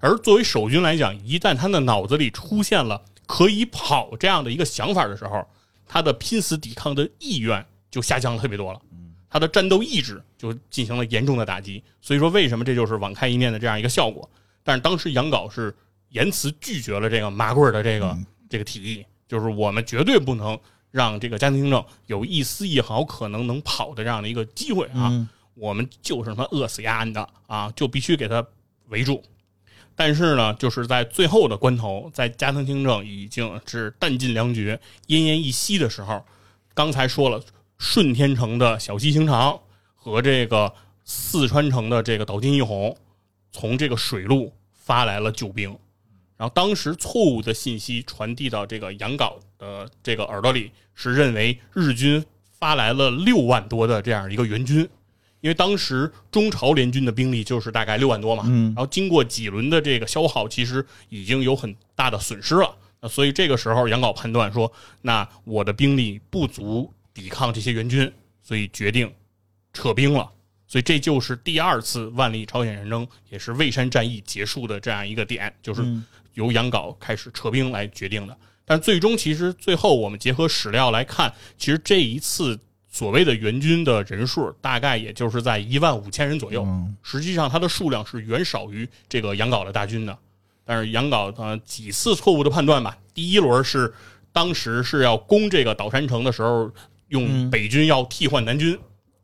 [SPEAKER 3] 而作为守军来讲，一旦他的脑子里出现了可以跑这样的一个想法的时候，他的拼死抵抗的意愿就下降了特别多了，他的战斗意志就进行了严重的打击。所以说，为什么这就是网开一面的这样一个效果？但是当时杨镐是严词拒绝了这个麻贵儿的这个、这个提议，就是我们绝对不能让这个家庭听证有一丝一毫可能能跑的这样的一个机会
[SPEAKER 2] 嗯
[SPEAKER 3] 啊！我们就是他妈饿死丫的啊，就必须给他围住。但是呢，就是在最后的关头，在加藤清正已经是弹尽粮绝、奄奄一息的时候，刚才说了，顺天城的小西行长和这个四川城的这个岛津义弘，从这个水路发来了救兵，然后当时错误的信息传递到这个杨镐的这个耳朵里，是认为日军发来了六万多的这样一个援军，因为当时中朝联军的兵力就是大概六万多嘛，
[SPEAKER 2] 嗯
[SPEAKER 3] 然后经过几轮的这个消耗，其实已经有很大的损失了。那所以这个时候，杨镐判断说，那我的兵力不足抵抗这些援军，所以决定撤兵了。所以这就是第二次万历朝鲜战争，也是蔚山战役结束的这样一个点，
[SPEAKER 2] 嗯
[SPEAKER 3] 就是由杨镐开始撤兵来决定的。但最终，其实最后我们结合史料来看，其实这一次所谓的援军的人数大概也就是在一万五千人左右，实际上它的数量是远少于这个杨镐的大军的。但是杨镐呃几次错误的判断吧，第一轮是当时是要攻这个岛山城的时候，用北军要替换南军，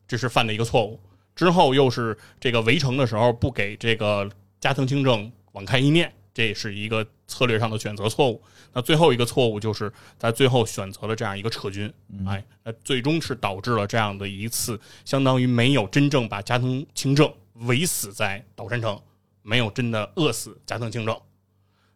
[SPEAKER 3] 这是犯的一个错误。之后又是这个围城的时候不给这个加藤清正网开一面，这是一个策略上的选择错误。那最后一个错误就是在最后选择了这样一个撤军，哎，那最终是导致了这样的一次相当于没有真正把加藤清正围死在岛山城，没有真的饿死加藤清正。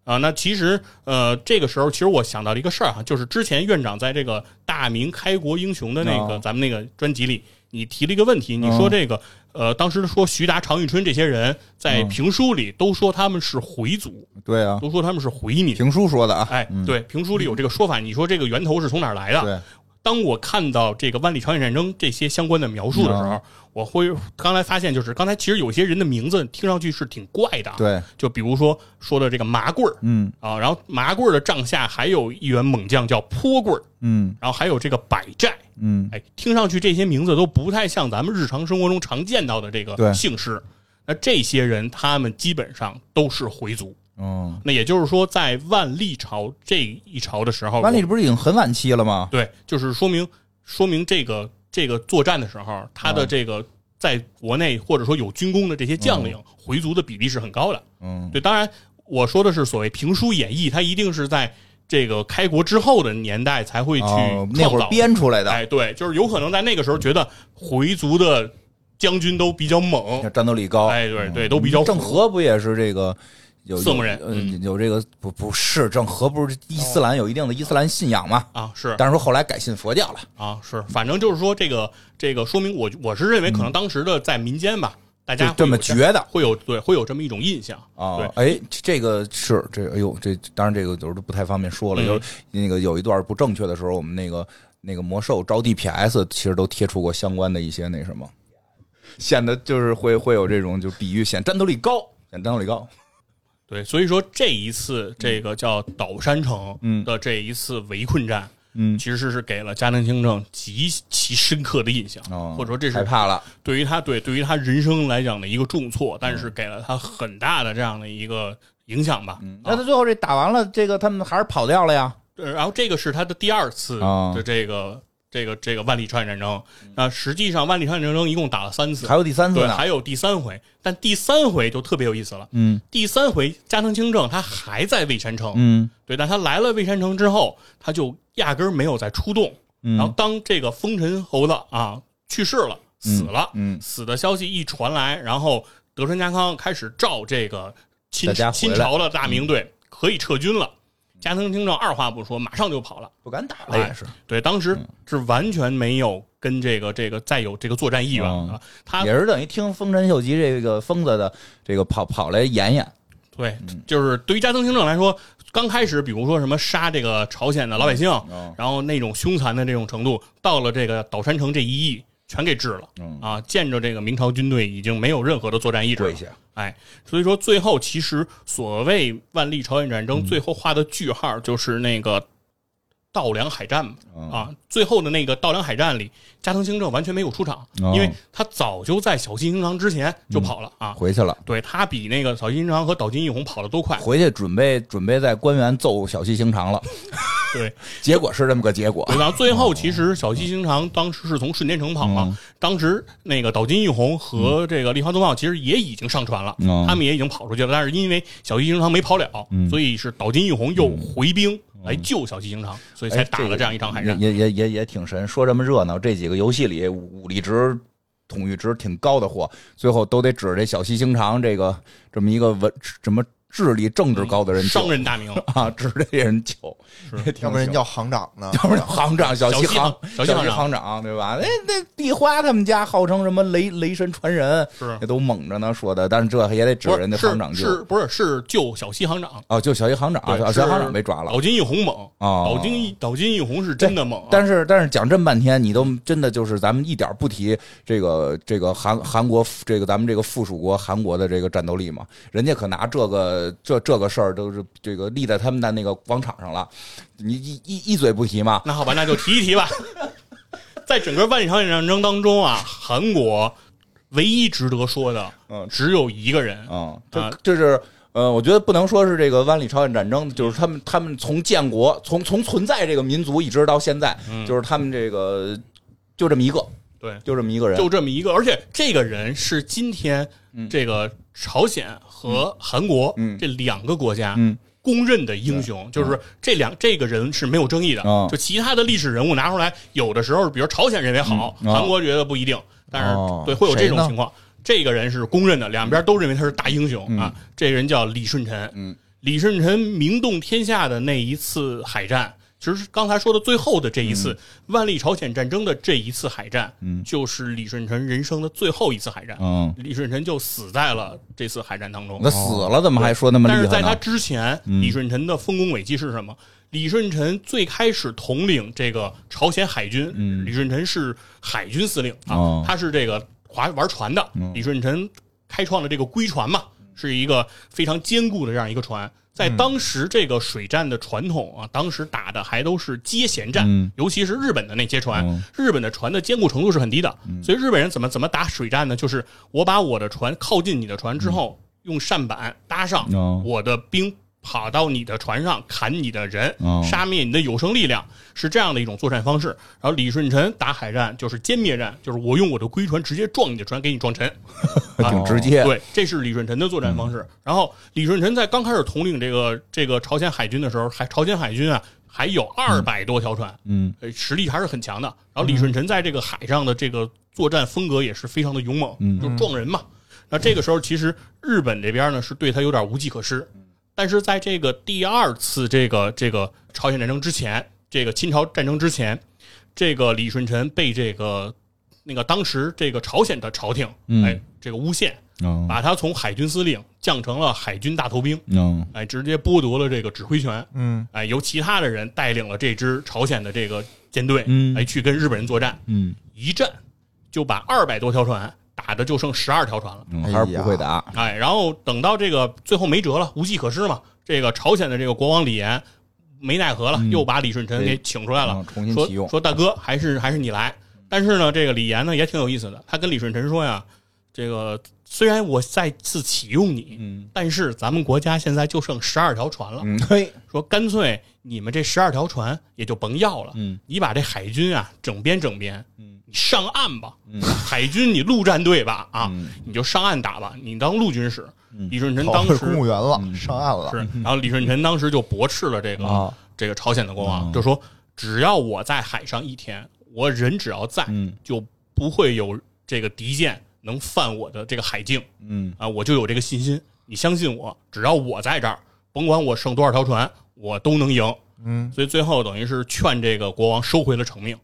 [SPEAKER 3] 啊，那其实，呃，这个时候，其实我想到了一个事儿哈，就是之前院长在这个《大明开国英雄》的那个、
[SPEAKER 2] 哦
[SPEAKER 3] 咱们那个专辑里，你提了一个问题，你
[SPEAKER 2] 嗯
[SPEAKER 3] 说这个，呃，当时说徐达、常遇春这些人在
[SPEAKER 2] 嗯
[SPEAKER 3] 评书里都说他们是回族，
[SPEAKER 2] 对啊，
[SPEAKER 3] 都说他们是回民。
[SPEAKER 2] 评书说的啊，
[SPEAKER 3] 哎，对，评书里有这个说法，你说这个源头是从哪儿来的？
[SPEAKER 2] 对，
[SPEAKER 3] 当我看到这个万历朝鲜战争这些相关的描述的时
[SPEAKER 2] 嗯
[SPEAKER 3] 候，我会刚才发现，就是刚才其实有些人的名字听上去是挺怪的，，啊
[SPEAKER 2] 对，
[SPEAKER 3] 就比如说说的这个麻棍儿
[SPEAKER 2] 嗯
[SPEAKER 3] 啊，然后麻棍儿的帐下还有一员猛将叫坡棍儿，
[SPEAKER 2] 嗯
[SPEAKER 3] 然后还有这个百寨，
[SPEAKER 2] 嗯，
[SPEAKER 3] 哎，听上去这些名字都不太像咱们日常生活中常见到的这
[SPEAKER 2] 对
[SPEAKER 3] 个姓氏。那这些人他们基本上都是回族，
[SPEAKER 2] 哦，
[SPEAKER 3] 那也就是说，在万历朝这一朝的时候，
[SPEAKER 2] 万历不是已经很晚期了吗？
[SPEAKER 3] 对，就是说明说明这个这个作战的时候，他
[SPEAKER 2] 嗯
[SPEAKER 3] 的这个在国内或者说有军功的这些将领，回族的比例是很高的。
[SPEAKER 2] 嗯，
[SPEAKER 3] 对，当然我说的是所谓评书演绎，它一定是在这个开国之后的年代才会去
[SPEAKER 2] 哦
[SPEAKER 3] 创，
[SPEAKER 2] 那会儿
[SPEAKER 3] 造
[SPEAKER 2] 编出来的，
[SPEAKER 3] 哎，对，就是有可能在那个时候觉得回族的将军都比较猛，
[SPEAKER 2] 战斗力高，嗯
[SPEAKER 3] 哎，对对，都比较
[SPEAKER 2] 郑
[SPEAKER 3] 虎
[SPEAKER 2] 和不也是这个有
[SPEAKER 3] 色目人
[SPEAKER 2] 有呃
[SPEAKER 3] 嗯
[SPEAKER 2] 有这个不不是郑和不是伊斯兰有一定的伊斯兰信仰嘛？
[SPEAKER 3] 啊，是
[SPEAKER 2] 但是说后来改信佛教了，
[SPEAKER 3] 啊，是，反正就是说这个这个说明我我是认为可能当时的在民间吧，大家
[SPEAKER 2] 就嗯
[SPEAKER 3] 会
[SPEAKER 2] 这么
[SPEAKER 3] 有
[SPEAKER 2] 觉得
[SPEAKER 3] 会有对会有这么一种印象
[SPEAKER 2] 啊
[SPEAKER 3] 对。
[SPEAKER 2] 哎，这个是这哎呦这当然这个就是不太方便说了，
[SPEAKER 3] 嗯
[SPEAKER 2] 有那个有一段不正确的时候，我们那个那个魔兽招 DPS 其实都贴出过相关的一些那什么，显得就是会会有这种就比喻显战斗力高，显战斗力高。
[SPEAKER 3] 对，所以说这一次这个叫岛山城的这一次围困战，
[SPEAKER 2] 嗯
[SPEAKER 3] 其实是给了家庭清正极其深刻的印象，
[SPEAKER 2] 哦，
[SPEAKER 3] 或者说这
[SPEAKER 2] 害
[SPEAKER 3] 是
[SPEAKER 2] 怕了，
[SPEAKER 3] 对于他对对于他人生来讲的一个重挫，但是给了他很大的这样的一个影响吧。
[SPEAKER 2] 嗯，
[SPEAKER 3] 啊
[SPEAKER 2] 那他最后这打完了，这个他们还是跑掉了呀。
[SPEAKER 3] 呃然后这个是他的第二次
[SPEAKER 2] 啊
[SPEAKER 3] 的这个、这个这个万里穿越战争。那实际上万里穿越战争一共打了三次
[SPEAKER 2] 还，有第三次
[SPEAKER 3] 对，
[SPEAKER 2] 呢。
[SPEAKER 3] 还有第三回，但第三回就特别有意思了。
[SPEAKER 2] 嗯
[SPEAKER 3] 第三回加藤清正他还在蔚山城，
[SPEAKER 2] 嗯
[SPEAKER 3] 对，但他来了蔚山城之后，他就压根儿没有再出动。然后
[SPEAKER 2] 嗯
[SPEAKER 3] 当这个风尘侯子啊去世了，死了，
[SPEAKER 2] 嗯
[SPEAKER 3] 死的消息一传来，然后德川家康开始召这个
[SPEAKER 2] 大
[SPEAKER 3] 新
[SPEAKER 2] 家回来
[SPEAKER 3] 新朝的大明队可以撤军了。加藤清正二话不说，马上就跑了。
[SPEAKER 2] 不敢打了也是，
[SPEAKER 3] 对，当时
[SPEAKER 2] 嗯
[SPEAKER 3] 是完全没有跟这个这个再有这个作战意愿
[SPEAKER 2] 嗯
[SPEAKER 3] 了。他
[SPEAKER 2] 也是等于听丰臣秀吉这个疯子的这个跑跑来演演。
[SPEAKER 3] 对，
[SPEAKER 2] 嗯
[SPEAKER 3] 就是对于加藤清正来说，刚开始比如说什么杀这个朝鲜的老百姓，
[SPEAKER 2] 嗯
[SPEAKER 3] 然后那种凶残的这种程度，到了这个岛山城这一役全给治了。
[SPEAKER 2] 嗯，
[SPEAKER 3] 啊，见着这个明朝军队已经没有任何的作战意志
[SPEAKER 2] 跪
[SPEAKER 3] 了，
[SPEAKER 2] 下。
[SPEAKER 3] 哎，所以说最后其实所谓万历朝鲜战
[SPEAKER 2] 嗯
[SPEAKER 3] 争最后画的句号就是那个稻粮海战嘛，
[SPEAKER 2] 嗯
[SPEAKER 3] 啊，最后的那个稻粮海战里，加藤清正完全没有出场，
[SPEAKER 2] 哦嗯
[SPEAKER 3] 因为他早就在小西行长之前就跑了啊，
[SPEAKER 2] 回去了，
[SPEAKER 3] 对他比那个小西行长和岛津义弘跑的都快，
[SPEAKER 2] 回去准备准备在官员揍小西行长了，
[SPEAKER 3] 对，
[SPEAKER 2] 结果是这么个结果
[SPEAKER 3] 对，。然后最后其
[SPEAKER 2] 哦
[SPEAKER 3] 实小西行长当时是从顺天城跑
[SPEAKER 2] 啊
[SPEAKER 3] 嘛，
[SPEAKER 2] 嗯
[SPEAKER 3] 当时那个岛津义弘和这个立花宗茂其实也已经上船了，
[SPEAKER 2] 嗯
[SPEAKER 3] 他们也已经跑出去了，但是因为小西行长没跑了，所以是岛津义弘又回兵来救小西行长，所以才打了这样一场海战。
[SPEAKER 2] 也也也也也挺神。说这么热闹，这几个游戏里武武力值、统御值挺高的货，最后都得指着这小西行长这个这么一个文什么智力政治高的人救
[SPEAKER 3] 商人大名，
[SPEAKER 2] 啊，指着这人救，也挺
[SPEAKER 4] 要不然
[SPEAKER 2] 行
[SPEAKER 4] 叫行长 呢？
[SPEAKER 2] 要不然行长小西行
[SPEAKER 3] 小西
[SPEAKER 2] 西
[SPEAKER 3] 行
[SPEAKER 2] 行长对吧？那那地花他们家号称什么雷雷神传人，
[SPEAKER 3] 是
[SPEAKER 2] 也都猛着呢说的，但是这也得指着
[SPEAKER 3] 不是
[SPEAKER 2] 人家行长
[SPEAKER 3] 是
[SPEAKER 2] 救
[SPEAKER 3] 是不是是救小西行长？
[SPEAKER 2] 哦，就小西行长，啊
[SPEAKER 3] 对
[SPEAKER 2] 小西
[SPEAKER 3] 是
[SPEAKER 2] 行长被抓了
[SPEAKER 3] 岛津义弘猛，
[SPEAKER 2] 哦
[SPEAKER 3] 岛津义岛津义弘是真的猛啊，
[SPEAKER 2] 但是但是讲这么半天，你都真的就是咱们一点不提这个这个韩韩国这个咱们这个附属国韩国的这个战斗力嘛？人家可拿这个这这个事儿都是这个立在他们的那个广场上了，你一一一嘴不提嘛？
[SPEAKER 3] 那好吧，那就提一提吧。在整个万里长野战争当中啊，韩国唯一值得说的
[SPEAKER 2] 嗯，
[SPEAKER 3] 只有一个人，
[SPEAKER 2] 啊，
[SPEAKER 3] 啊
[SPEAKER 2] 这这是呃，我觉得不能说是这个湾里朝鲜战争，就是他们他们从建国从从存在这个民族一直到现在，
[SPEAKER 3] 嗯
[SPEAKER 2] 就是他们这个就这么一个，
[SPEAKER 3] 对，
[SPEAKER 2] 就这么一个人，
[SPEAKER 3] 就这么一个，而且这个人是今天这个朝鲜和韩国
[SPEAKER 2] 嗯
[SPEAKER 3] 这两个国家
[SPEAKER 2] 嗯
[SPEAKER 3] 公认的英雄，就是这两这个人是没有争议的
[SPEAKER 2] 哦。
[SPEAKER 3] 就其他的历史人物拿出来，有的时候比如朝鲜认为好，
[SPEAKER 2] 嗯哦
[SPEAKER 3] 韩国觉得不一定，但
[SPEAKER 2] 哦
[SPEAKER 3] 是对会有这
[SPEAKER 4] 谁
[SPEAKER 3] 种
[SPEAKER 4] 呢
[SPEAKER 3] 情况。这个人是公认的，两边都认为他是大英雄啊。这个人叫李舜臣，
[SPEAKER 2] 嗯
[SPEAKER 3] 李舜臣名动天下的那一次海战，其实刚才说的最后的这一次、万历朝鲜战争的这一次海战，
[SPEAKER 2] 嗯
[SPEAKER 3] 就是李舜臣人生的最后一次海战。
[SPEAKER 2] 嗯，
[SPEAKER 3] 李舜臣就死在了这次海战当中
[SPEAKER 2] 那。死了怎么还说那么
[SPEAKER 3] 但
[SPEAKER 2] 厉
[SPEAKER 3] 是
[SPEAKER 2] 害
[SPEAKER 3] 在他
[SPEAKER 2] 呢？
[SPEAKER 3] 之前，
[SPEAKER 2] 嗯
[SPEAKER 3] 李舜臣的丰功伟绩是什么？李舜臣最开始统领这个朝鲜海军，
[SPEAKER 2] 嗯
[SPEAKER 3] 李舜臣是海军司令啊，
[SPEAKER 2] 哦
[SPEAKER 3] 他是这个划玩船的。
[SPEAKER 2] 嗯
[SPEAKER 3] 李舜臣开创了这个龟船嘛，是一个非常坚固的这样一
[SPEAKER 2] 嗯
[SPEAKER 3] 个船。在当时这个水战的传统啊，当时打的还都是接舷战，
[SPEAKER 2] 嗯
[SPEAKER 3] 尤其是日本的那些船，
[SPEAKER 2] 嗯
[SPEAKER 3] 日本的船的坚固程度是很低的，所以日本人怎么怎么打水战呢？就是我把我的船靠近你的船之
[SPEAKER 2] 嗯
[SPEAKER 3] 后，用扇板搭上
[SPEAKER 2] 哦
[SPEAKER 3] 我的兵。跑到你的船上砍你的人，
[SPEAKER 2] 哦
[SPEAKER 3] 杀灭你的有生力量，是这样的一种作战方式。然后李舜臣打海战就是歼灭战，就是我用我的龟船直接撞你的船，给你撞沉。
[SPEAKER 2] 挺直接，
[SPEAKER 3] 啊
[SPEAKER 2] 嗯
[SPEAKER 3] 哦对，这是李舜臣的作战方式。然后李舜臣在刚开始统领这个这个朝鲜海军的时候，还朝鲜海军啊还有二百多条船，
[SPEAKER 2] 嗯
[SPEAKER 3] 呃，实力还是很强的。然后李舜臣在这个海上的这个作战风格也是非常的勇猛，
[SPEAKER 2] 嗯
[SPEAKER 3] 就撞人嘛。那这个时候，其实日本这边呢是对他有点无计可施。
[SPEAKER 2] 嗯
[SPEAKER 3] 但是在这个第二次这个这个朝鲜战争之前，这个侵朝战争之前，这个李舜臣被这个那个当时这个朝鲜的朝廷，
[SPEAKER 2] 嗯
[SPEAKER 3] 哎，这个诬陷，
[SPEAKER 2] 嗯
[SPEAKER 3] 把他从海军司令降成了海军大头兵，
[SPEAKER 2] 嗯
[SPEAKER 3] 哎，直接剥夺了这个指挥权。
[SPEAKER 4] 嗯，
[SPEAKER 3] 哎，由其他的人带领了这支朝鲜的这个舰队，
[SPEAKER 2] 嗯
[SPEAKER 3] 哎，去跟日本人作战，
[SPEAKER 2] 嗯，
[SPEAKER 3] 一战就把二百多条船打的就剩十二条船了，
[SPEAKER 2] 嗯
[SPEAKER 4] 哎呀
[SPEAKER 2] 还是不会打，
[SPEAKER 3] 哎，然后等到这个最后没辙了，无计可施嘛，这个朝鲜的这个国王李岩没奈何了，又把李舜臣给请出来了
[SPEAKER 2] 嗯，重新启
[SPEAKER 3] 哎说
[SPEAKER 2] 用
[SPEAKER 3] 说大哥，还是还是你来。但是呢，这个李岩呢也挺有意思的，他跟李舜臣说呀，这个虽然我再次启用你，
[SPEAKER 2] 嗯
[SPEAKER 3] 但是咱们国家现在就剩十二条船了，
[SPEAKER 2] 嗯，嘿，
[SPEAKER 3] 说干脆你们这十二条船也就甭要了，
[SPEAKER 2] 嗯
[SPEAKER 3] 你把这海军啊整编整编，
[SPEAKER 2] 嗯
[SPEAKER 3] 你上岸吧，海军你陆战队吧啊，
[SPEAKER 2] 嗯
[SPEAKER 3] 你就上岸打吧，你当陆军使。
[SPEAKER 2] 嗯
[SPEAKER 3] 李舜臣
[SPEAKER 4] 跑
[SPEAKER 3] 当
[SPEAKER 4] 回
[SPEAKER 3] 时
[SPEAKER 4] 公务员了，上岸了。
[SPEAKER 3] 是，然后李舜臣当时就驳斥了这个、
[SPEAKER 2] 啊
[SPEAKER 3] 这个朝鲜的国王，
[SPEAKER 2] 嗯
[SPEAKER 3] 就说只要我在海上一天，我人只要在，
[SPEAKER 2] 嗯
[SPEAKER 3] 就不会有这个敌舰能犯我的这个海境
[SPEAKER 2] 嗯
[SPEAKER 3] 啊，我就有这个信心。你相信我，只要我在这儿，甭管我剩多少条船，我都能赢。
[SPEAKER 4] 嗯，
[SPEAKER 3] 所以最后等于是劝这个国王收回了成命。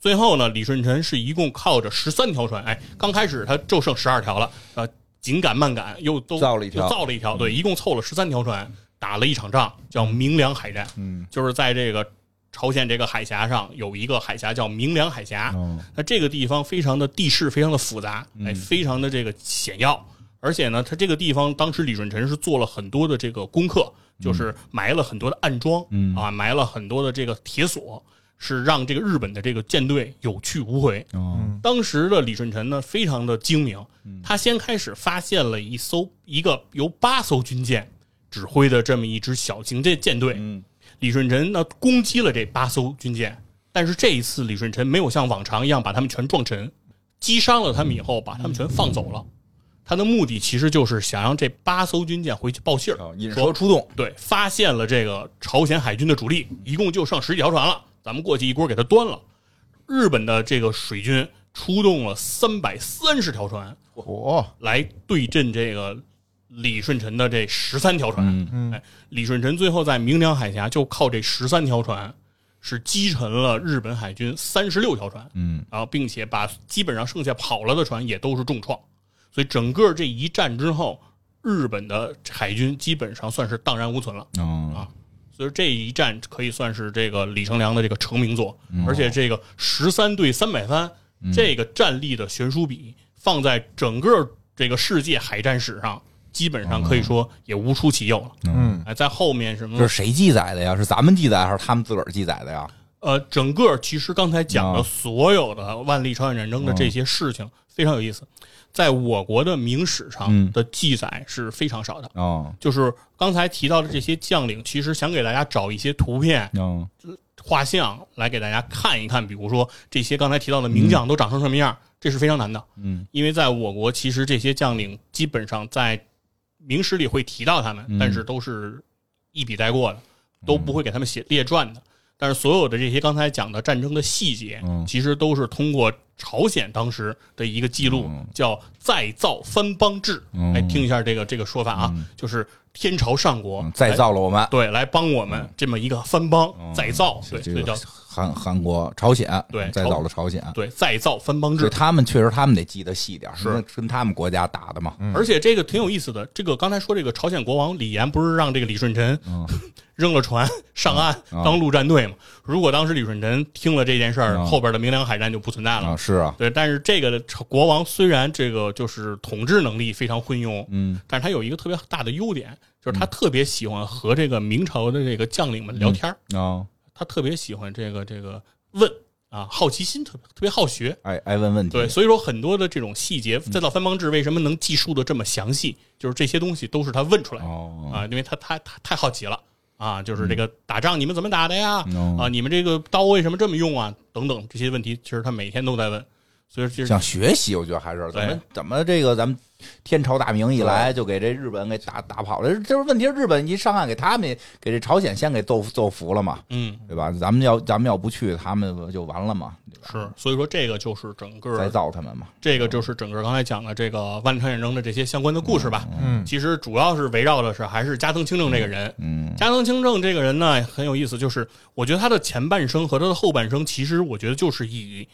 [SPEAKER 3] 最后呢，李舜臣是一共靠着十三条船，哎，刚开始他就剩十二条了，呃，紧赶慢赶又都
[SPEAKER 2] 造了一条嗯
[SPEAKER 3] 又造了一条，对，一共凑了十三条船，打了一场仗，叫明梁海战，
[SPEAKER 2] 嗯
[SPEAKER 3] 就是在这个朝鲜这个海峡上有一个海峡叫明梁海峡，
[SPEAKER 2] 哦
[SPEAKER 3] 那这个地方非常的地势非常的复杂，哎，非常的这个险要，而且呢，它这个地方当时李舜臣是做了很多的这个功课，就是埋了很多的暗桩，
[SPEAKER 2] 嗯
[SPEAKER 3] 啊，埋了很多的这个铁索，是让这个日本的这个舰队有去无回。
[SPEAKER 2] 哦
[SPEAKER 3] 当时的李舜臣呢，非常的精明，
[SPEAKER 2] 嗯
[SPEAKER 3] 他先开始发现了一艘一个由八艘军舰指挥的这么一支小型这舰队，
[SPEAKER 2] 嗯
[SPEAKER 3] 李舜臣呢攻击了这八艘军舰，但是这一次李舜臣没有像往常一样把他们全撞沉，击伤了他们以后把他们全放走
[SPEAKER 2] 嗯
[SPEAKER 3] 了。他的目的其实就是想让这八艘军舰回去报信儿，
[SPEAKER 2] 哦，引蛇出洞，
[SPEAKER 3] 对，发现了这个朝鲜海军的主力，一共就剩十几条船了，咱们过去一锅给他端了。日本的这个水军出动了三百三十条船
[SPEAKER 4] 哦，
[SPEAKER 3] 来对阵这个李舜臣的这十三条船。
[SPEAKER 2] 嗯
[SPEAKER 4] 嗯
[SPEAKER 3] 哎，李舜臣最后在明良海峡就靠这十三条船，是击沉了日本海军三十六条船，
[SPEAKER 2] 嗯
[SPEAKER 3] 然后并且把基本上剩下跑了的船也都是重创，所以整个这一战之后，日本的海军基本上算是荡然无存了。
[SPEAKER 2] 哦
[SPEAKER 3] 所以这一战可以算是这个李成梁的这个成名作，
[SPEAKER 2] 嗯
[SPEAKER 3] 而且这个十三对三百番这个战力的悬殊比，放在整个这个世界海战史上，基本上可以说也无出其右了。
[SPEAKER 4] 嗯，
[SPEAKER 3] 哎，在后面什么
[SPEAKER 2] 这是谁记载的呀？是咱们记载还是他们自个儿记载的呀？
[SPEAKER 3] 呃，整个其实刚才讲
[SPEAKER 2] 啊嗯
[SPEAKER 3] 的所有的万历朝鲜战争的这些事情非常有意思，在我国的明史
[SPEAKER 2] 嗯
[SPEAKER 3] 上的记载是非常少的。
[SPEAKER 2] 哦
[SPEAKER 3] 就是刚才提到的这些将领，其实想给大家找一些图片、
[SPEAKER 2] 哦
[SPEAKER 3] 画像来给大家看一看，比如说这些刚才提到的名将都长成什么样，这是非常难的。
[SPEAKER 2] 嗯
[SPEAKER 3] 因为在我国，其实这些将领基本上在明史里会提到他们，
[SPEAKER 2] 嗯
[SPEAKER 3] 但是都是一笔带过的，都不会给他们写列传的。但是所有的这些刚才讲的战争的细节，
[SPEAKER 2] 嗯
[SPEAKER 3] 其实都是通过朝鲜当时的一个记录，
[SPEAKER 2] 嗯
[SPEAKER 3] 叫“再造藩邦制”
[SPEAKER 2] 嗯
[SPEAKER 3] 来哎听一下这个这个说法啊，哎就是天朝上国、
[SPEAKER 2] 嗯再造了我们
[SPEAKER 3] 来，对，来帮我们这么一个藩邦、
[SPEAKER 2] 嗯
[SPEAKER 3] 再造，对，
[SPEAKER 2] 这
[SPEAKER 3] 所以
[SPEAKER 2] 个
[SPEAKER 3] 叫
[SPEAKER 2] 韩韩国朝鲜
[SPEAKER 3] 对
[SPEAKER 2] 再造了朝鲜，
[SPEAKER 3] 对再造藩邦
[SPEAKER 2] 所
[SPEAKER 3] 制
[SPEAKER 2] 以。他们确实他们得记得细点儿，
[SPEAKER 3] 是
[SPEAKER 2] 因为跟他们国家打的嘛。
[SPEAKER 3] 而且这个挺有意思的，这个刚才说这个朝鲜国王李岩不是让这个李舜臣
[SPEAKER 2] 嗯
[SPEAKER 3] 扔了船上岸
[SPEAKER 2] 嗯
[SPEAKER 3] 当陆战队嘛？如果当时李舜臣听了这件事儿，
[SPEAKER 2] 嗯
[SPEAKER 3] 后边的明良海战就不存在
[SPEAKER 2] 啊，
[SPEAKER 3] 了。
[SPEAKER 2] 是啊，
[SPEAKER 3] 对，但是这个国王虽然这个就是统治能力非常昏庸，
[SPEAKER 2] 嗯
[SPEAKER 3] 但是他有一个特别大的优点，就是他特别喜欢和这个明朝的这个将领们聊天儿，
[SPEAKER 2] 哦，
[SPEAKER 3] 他特别喜欢这个这个问啊，好奇心特别特别好学，
[SPEAKER 2] 爱爱问问题，
[SPEAKER 3] 对，所以说很多的这种细节，再到藩邦制为什么能记述的这么详细，就是这些东西都是他问出来的
[SPEAKER 2] 哦，嗯
[SPEAKER 3] 啊，因为他他他太好奇了啊，就是这个打仗你们怎么打的呀？
[SPEAKER 2] 哦
[SPEAKER 3] 啊，你们这个刀为什么这么用啊？等等这些问题，其实他每天都在问，所以就是
[SPEAKER 2] 想学习，我觉得还是怎么
[SPEAKER 3] 对
[SPEAKER 2] 怎么这个咱们天朝大明一来就给这日本给打打跑了，这就是问题是日本一上岸给他们也给这朝鲜先给揍揍服了嘛，
[SPEAKER 3] 嗯
[SPEAKER 2] 对吧？咱们要咱们要不去，他们就完了嘛，对吧
[SPEAKER 3] 是，所以说这个就是整
[SPEAKER 2] 再
[SPEAKER 3] 个
[SPEAKER 2] 造他们嘛，
[SPEAKER 3] 这个就是整个刚才讲的这个万历朝鲜争的这些相关的故事吧。
[SPEAKER 4] 嗯
[SPEAKER 3] 其实主要是围绕的是还是加藤清正这个人，
[SPEAKER 2] 嗯
[SPEAKER 3] 加藤清正这个人呢很有意思，就是我觉得他的前半生和他的后半生，其实我觉得就是以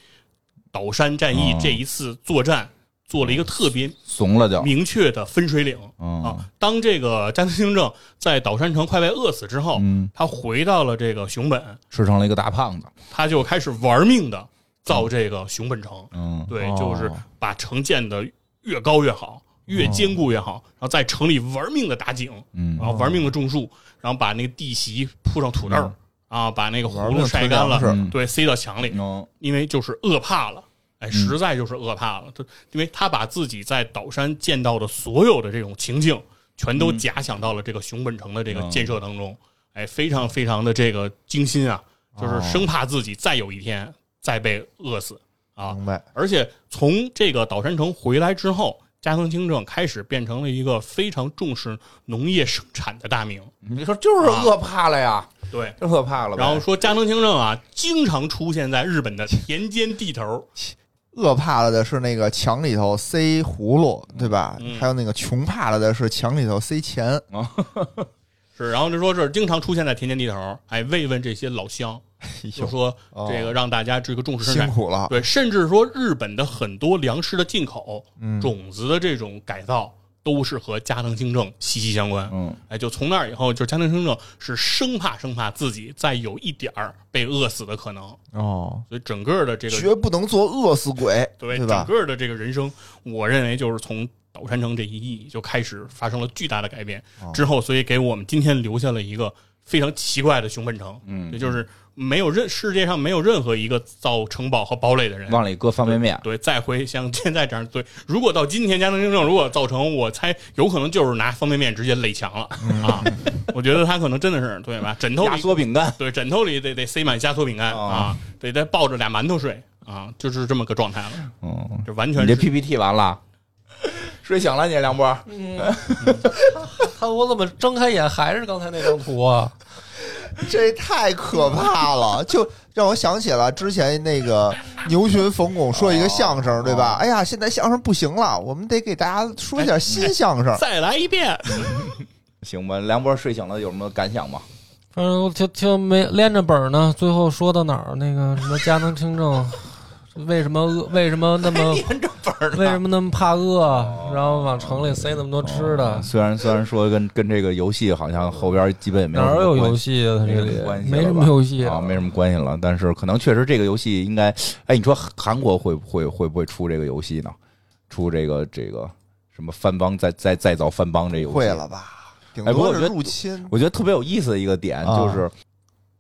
[SPEAKER 3] 岛山战役
[SPEAKER 2] 哦
[SPEAKER 3] 这一次作战做了一个特别
[SPEAKER 2] 怂了就，
[SPEAKER 3] 明确的分水岭
[SPEAKER 2] 嗯
[SPEAKER 3] 啊。当这个加藤清正在岛山城快被饿死之后，
[SPEAKER 2] 嗯，
[SPEAKER 3] 他回到了这个熊本，
[SPEAKER 2] 吃成了一个大胖子，
[SPEAKER 3] 他就开始玩命的造这个熊本城。
[SPEAKER 2] 嗯
[SPEAKER 3] 对，
[SPEAKER 4] 哦
[SPEAKER 3] 就是把城建的越高越好，越坚固越好，然后在城里玩命的打井，
[SPEAKER 2] 嗯
[SPEAKER 3] 然后玩命的种树，然后把那个地席铺上土豆儿啊，把那个葫芦晒干
[SPEAKER 4] 嗯玩命
[SPEAKER 3] 了
[SPEAKER 4] 推粮
[SPEAKER 2] 食，
[SPEAKER 3] 对，塞到墙里，
[SPEAKER 2] 嗯
[SPEAKER 3] 因为就是饿怕了。
[SPEAKER 4] 嗯
[SPEAKER 3] 哎，实在就是饿怕了。他因为他把自己在岛山见到的所有的这种情境，全都假想到了这个熊本城的这个
[SPEAKER 4] 嗯
[SPEAKER 3] 建设当中。哎，非常非常的这个精心啊，
[SPEAKER 4] 哦
[SPEAKER 3] 就是生怕自己再有一天再被饿死啊。
[SPEAKER 4] 明白？
[SPEAKER 3] 而且从这个岛山城回来之后，加藤清正开始变成了一个非常重视农业生产的大名。
[SPEAKER 2] 你说就是饿怕了呀，
[SPEAKER 3] 对，
[SPEAKER 2] 真饿怕了呗。
[SPEAKER 3] 啊然后说加藤清正啊，经常出现在日本的田间地头。
[SPEAKER 4] 饿怕了的是那个墙里头塞葫芦，对吧？
[SPEAKER 3] 嗯
[SPEAKER 4] 还有那个穷怕了的是墙里头塞钱，
[SPEAKER 3] 是，然后就说是经常出现在田间地头，哎，慰问这些老乡，就说哎这个让大家这个重视生
[SPEAKER 4] 哦辛
[SPEAKER 3] 产，
[SPEAKER 4] 苦了。
[SPEAKER 3] 对，甚至说日本的很多粮食的进口、
[SPEAKER 4] 嗯
[SPEAKER 3] 种子的这种改造，都是和加藤清正息息相关。
[SPEAKER 2] 嗯，
[SPEAKER 3] 哎，就从那儿以后，就是加藤清正是生怕生怕自己再有一点儿被饿死的可能，
[SPEAKER 4] 哦，
[SPEAKER 3] 所以整个的这个
[SPEAKER 4] 绝不能做饿死鬼，
[SPEAKER 3] 对整
[SPEAKER 4] 吧？
[SPEAKER 3] 个的这个人生，我认为就是从岛山城这一役就开始发生了巨大的改变，之后所以给我们今天留下了一个非常奇怪的熊本城，嗯，也就是没有任世界上没有任何一个造城堡和堡垒的人。
[SPEAKER 2] 往里搁方便面，
[SPEAKER 3] 对，再回像现在这样，对，如果到今天加藤清正如果造成，我猜有可能就是拿方便面直接垒墙了
[SPEAKER 2] 嗯
[SPEAKER 3] 啊！我觉得他可能真的是对吧？枕头
[SPEAKER 2] 压
[SPEAKER 3] 里
[SPEAKER 2] 缩饼干，
[SPEAKER 3] 对枕头里得得塞满压缩饼
[SPEAKER 2] 哦
[SPEAKER 3] 干、啊，得再抱着俩馒头睡啊，就是这么个状态了。
[SPEAKER 2] 嗯，
[SPEAKER 3] 这完
[SPEAKER 2] 你
[SPEAKER 3] 全
[SPEAKER 2] 这
[SPEAKER 3] 是
[SPEAKER 2] PPT 完 了，睡醒了你梁波，
[SPEAKER 1] 他我怎么睁开眼还是刚才那张图啊？
[SPEAKER 4] 这太可怕了，就让我想起了之前那个牛群冯巩说一个相声，对吧？哎呀，现在相声不行了，我们得给大家说一点新相声。
[SPEAKER 3] 再来 一遍。
[SPEAKER 2] 行吧？梁波睡醒了有什么感想吗？
[SPEAKER 1] 反正我听听没连着本儿呢，最后说到哪儿？那个什么加藤清正，为什么饿为什么那么
[SPEAKER 2] 连着本儿
[SPEAKER 1] 为什么那么怕饿？然后往城里塞那么多吃的，
[SPEAKER 2] 啊虽然虽然说跟跟这个游戏好像后边基本也没
[SPEAKER 1] 哪儿有
[SPEAKER 2] 有
[SPEAKER 1] 游戏啊？他
[SPEAKER 2] 没
[SPEAKER 1] 这
[SPEAKER 2] 什
[SPEAKER 1] 里
[SPEAKER 2] 么关系了吧，
[SPEAKER 1] 没什么游戏
[SPEAKER 2] 啊，没什么关系了。但是可能确实这个游戏应该，哎，你说韩国会不会会不会出这个游戏呢？出这个这个什么番邦再再再造番邦这游戏
[SPEAKER 4] 会了，吧？顶
[SPEAKER 2] 哎不过我
[SPEAKER 4] 多是
[SPEAKER 2] 觉得
[SPEAKER 4] 入侵。
[SPEAKER 2] 我觉得特别有意思的一个点
[SPEAKER 4] 啊
[SPEAKER 2] 就是。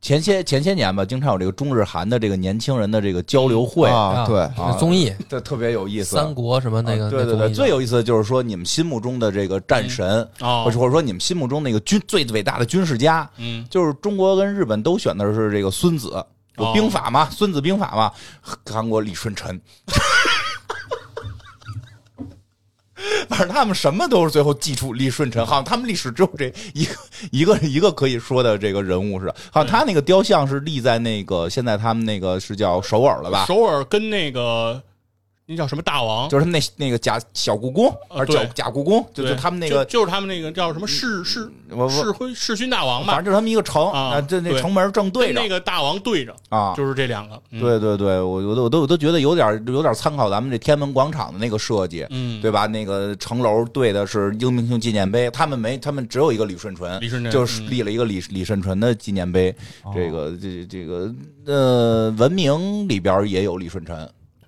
[SPEAKER 2] 前些前些年吧，经常有这个中日韩的这个年轻人的这个交流会，
[SPEAKER 4] 啊，对，
[SPEAKER 2] 啊
[SPEAKER 1] 综艺
[SPEAKER 2] 这特别有意思。
[SPEAKER 1] 三国什么那个
[SPEAKER 2] 啊对对
[SPEAKER 1] 那综
[SPEAKER 2] 对，
[SPEAKER 1] 艺
[SPEAKER 2] 最有意思的就是说你们心目中的这个战神，
[SPEAKER 1] 嗯
[SPEAKER 3] 哦
[SPEAKER 2] 或者或者说你们心目中那个军最伟大的军事家，
[SPEAKER 3] 嗯，
[SPEAKER 2] 就是中国跟日本都选的是这个孙子，有
[SPEAKER 3] 哦
[SPEAKER 2] 兵法嘛，孙子兵法嘛，韩国李舜臣。 反正他们什么都是最后记住李舜臣，好像他们历史只有这一个一个一个可以说的这个人物似的。好像他那个雕像是立在那个现在他们那个是叫首尔了吧？
[SPEAKER 3] 首尔跟那个那叫什么大王，
[SPEAKER 2] 就是他们那那个假小故宫，
[SPEAKER 3] 啊
[SPEAKER 2] 而
[SPEAKER 3] 对
[SPEAKER 2] 假假故宫，就
[SPEAKER 3] 对
[SPEAKER 2] 就他们那个，嗯
[SPEAKER 3] 就就是他们那个叫什么世世
[SPEAKER 2] 我我
[SPEAKER 3] 世勋世勋大王
[SPEAKER 2] 反
[SPEAKER 3] 吧，
[SPEAKER 2] 正就是他们一个城
[SPEAKER 3] 啊
[SPEAKER 2] 这那
[SPEAKER 3] 对
[SPEAKER 2] 城门正对
[SPEAKER 3] 跟
[SPEAKER 2] 着
[SPEAKER 3] 那个大王对着，
[SPEAKER 2] 啊，
[SPEAKER 3] 就是这两个。嗯，
[SPEAKER 2] 对对对，我我都我都我都觉得有点有点参考咱们这天安门广场的那个设计，
[SPEAKER 3] 嗯，
[SPEAKER 2] 对吧？那个城楼对的是英明星纪念碑，他们没，他们只有一个李舜臣
[SPEAKER 3] 李，舜臣
[SPEAKER 2] 就是
[SPEAKER 3] 嗯
[SPEAKER 2] 立了一个李李舜臣的纪念碑。这个这这个呃，文明里边也有李舜臣，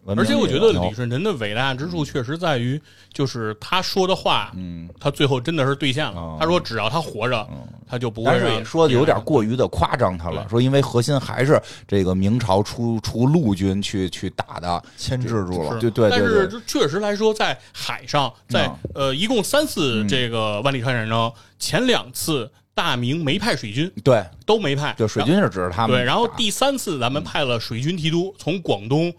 [SPEAKER 2] 文明
[SPEAKER 3] 而且我
[SPEAKER 2] 里
[SPEAKER 3] 觉
[SPEAKER 2] 边
[SPEAKER 3] 得
[SPEAKER 2] 有
[SPEAKER 3] 李舜臣的伟大之处确实在于，就是他说的话，
[SPEAKER 2] 嗯，
[SPEAKER 3] 他最后真的是兑现
[SPEAKER 2] 哦
[SPEAKER 3] 了。他说只要他活着，他就不会
[SPEAKER 2] 但是
[SPEAKER 3] 让
[SPEAKER 2] 也说的有点过于的夸张他了，
[SPEAKER 3] 对
[SPEAKER 2] 说因为核心还是这个明朝出出陆军去去打的，
[SPEAKER 4] 牵制住了。
[SPEAKER 2] 对对
[SPEAKER 3] 但
[SPEAKER 2] 对对，
[SPEAKER 3] 是
[SPEAKER 2] 嗯
[SPEAKER 3] 这确实来说，在海上，在呃一共三次这个万历船战争，前两次大明没派水军，
[SPEAKER 2] 对
[SPEAKER 3] 都没派，
[SPEAKER 2] 对，水军是指嗯着他们
[SPEAKER 3] 对，然后
[SPEAKER 2] 打
[SPEAKER 3] 第三次咱们派了水军提督，从广东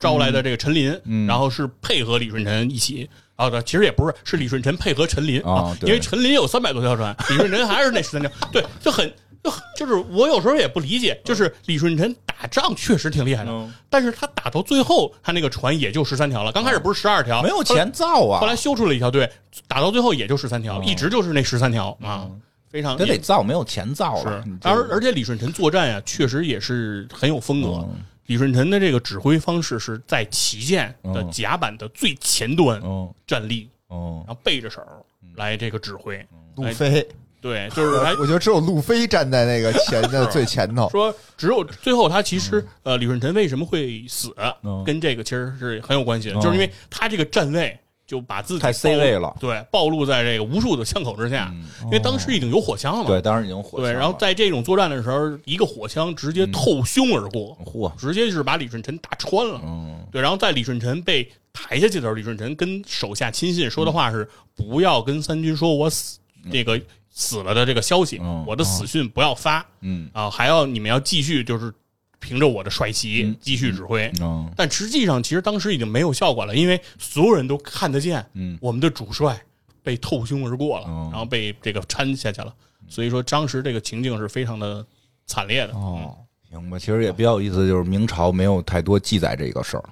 [SPEAKER 3] 招
[SPEAKER 2] 嗯
[SPEAKER 3] 来的这个陈林，然后是配合李舜臣一起。啊，对，其实也不是，是李舜臣配合陈林、
[SPEAKER 2] 哦
[SPEAKER 3] 啊，因
[SPEAKER 2] 对
[SPEAKER 3] 为陈林有三百多条船，李舜臣还是那十三条，对，就很就很就是我有时候也不理解，就是李舜臣打仗确实挺厉害的，
[SPEAKER 2] 嗯
[SPEAKER 3] 但是他打到最后，他那个船也就十三条了，刚开始不是十二条，
[SPEAKER 2] 没有
[SPEAKER 3] 后来
[SPEAKER 2] 钱造啊，
[SPEAKER 3] 后来修出了一条队，打到最后也就十三
[SPEAKER 2] 哦
[SPEAKER 3] 条，一直就是那十三条啊，
[SPEAKER 2] 嗯
[SPEAKER 3] 非常
[SPEAKER 2] 得得造，没有钱造了
[SPEAKER 3] 是。
[SPEAKER 2] 你，这
[SPEAKER 3] 而而且李舜臣作战呀、确实也是很有风格。
[SPEAKER 2] 嗯
[SPEAKER 3] 李舜臣的这个指挥方式是在旗舰的甲板的最前端
[SPEAKER 2] 嗯
[SPEAKER 3] 站立，
[SPEAKER 2] 嗯
[SPEAKER 3] 然后背着手来这个指挥。
[SPEAKER 4] 路
[SPEAKER 3] 哎
[SPEAKER 4] 飞，
[SPEAKER 3] 对，就是还
[SPEAKER 2] 嗯
[SPEAKER 4] 我觉得只有路飞站在那个前的最前 头。
[SPEAKER 3] 说只有最后他其实呃，
[SPEAKER 2] 嗯
[SPEAKER 3] 李舜臣为什么会死，跟这个其实是很有关系的，就是因为他这个站位就把自己
[SPEAKER 2] 太 C 位
[SPEAKER 3] 暴露
[SPEAKER 2] 了嗯哦
[SPEAKER 3] 对，暴露在这个无数的枪口之下，因为当时已经有火枪了嘛，
[SPEAKER 2] 对，当然已经火嗯
[SPEAKER 3] 对，然后在这种作战的时候，一个火枪直接透胸而过，
[SPEAKER 2] 嚯，
[SPEAKER 3] 直接就是把李舜臣打穿了。
[SPEAKER 2] 嗯，
[SPEAKER 3] 对，然后在李舜臣被抬下去的时候，李舜臣跟手下亲信说的话是：“不要跟三军说我死这个死了的这个消息
[SPEAKER 2] 嗯，
[SPEAKER 3] 我的死讯不要发
[SPEAKER 2] 嗯
[SPEAKER 3] 啊，还要你们要继续就是凭着我的帅旗
[SPEAKER 2] 嗯
[SPEAKER 3] 继续指挥。”
[SPEAKER 2] 嗯
[SPEAKER 3] 但实际上，其实当时已经没有效果了，因为所有人都看得见，
[SPEAKER 2] 嗯
[SPEAKER 3] 我们的主帅被透胸而过了，
[SPEAKER 2] 哦
[SPEAKER 3] 然后被这个搀下去了。所以说，当时这个情境是非常的惨烈的。
[SPEAKER 4] 哦，
[SPEAKER 2] 行吧，其实也比较有意思，就是明朝没有太多记载这个事儿，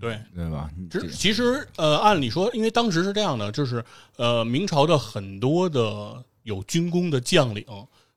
[SPEAKER 3] 对，
[SPEAKER 2] 对吧？
[SPEAKER 3] 其实其实呃，按理说，因为当时是这样的，就是呃，明朝的很多的有军功的将领，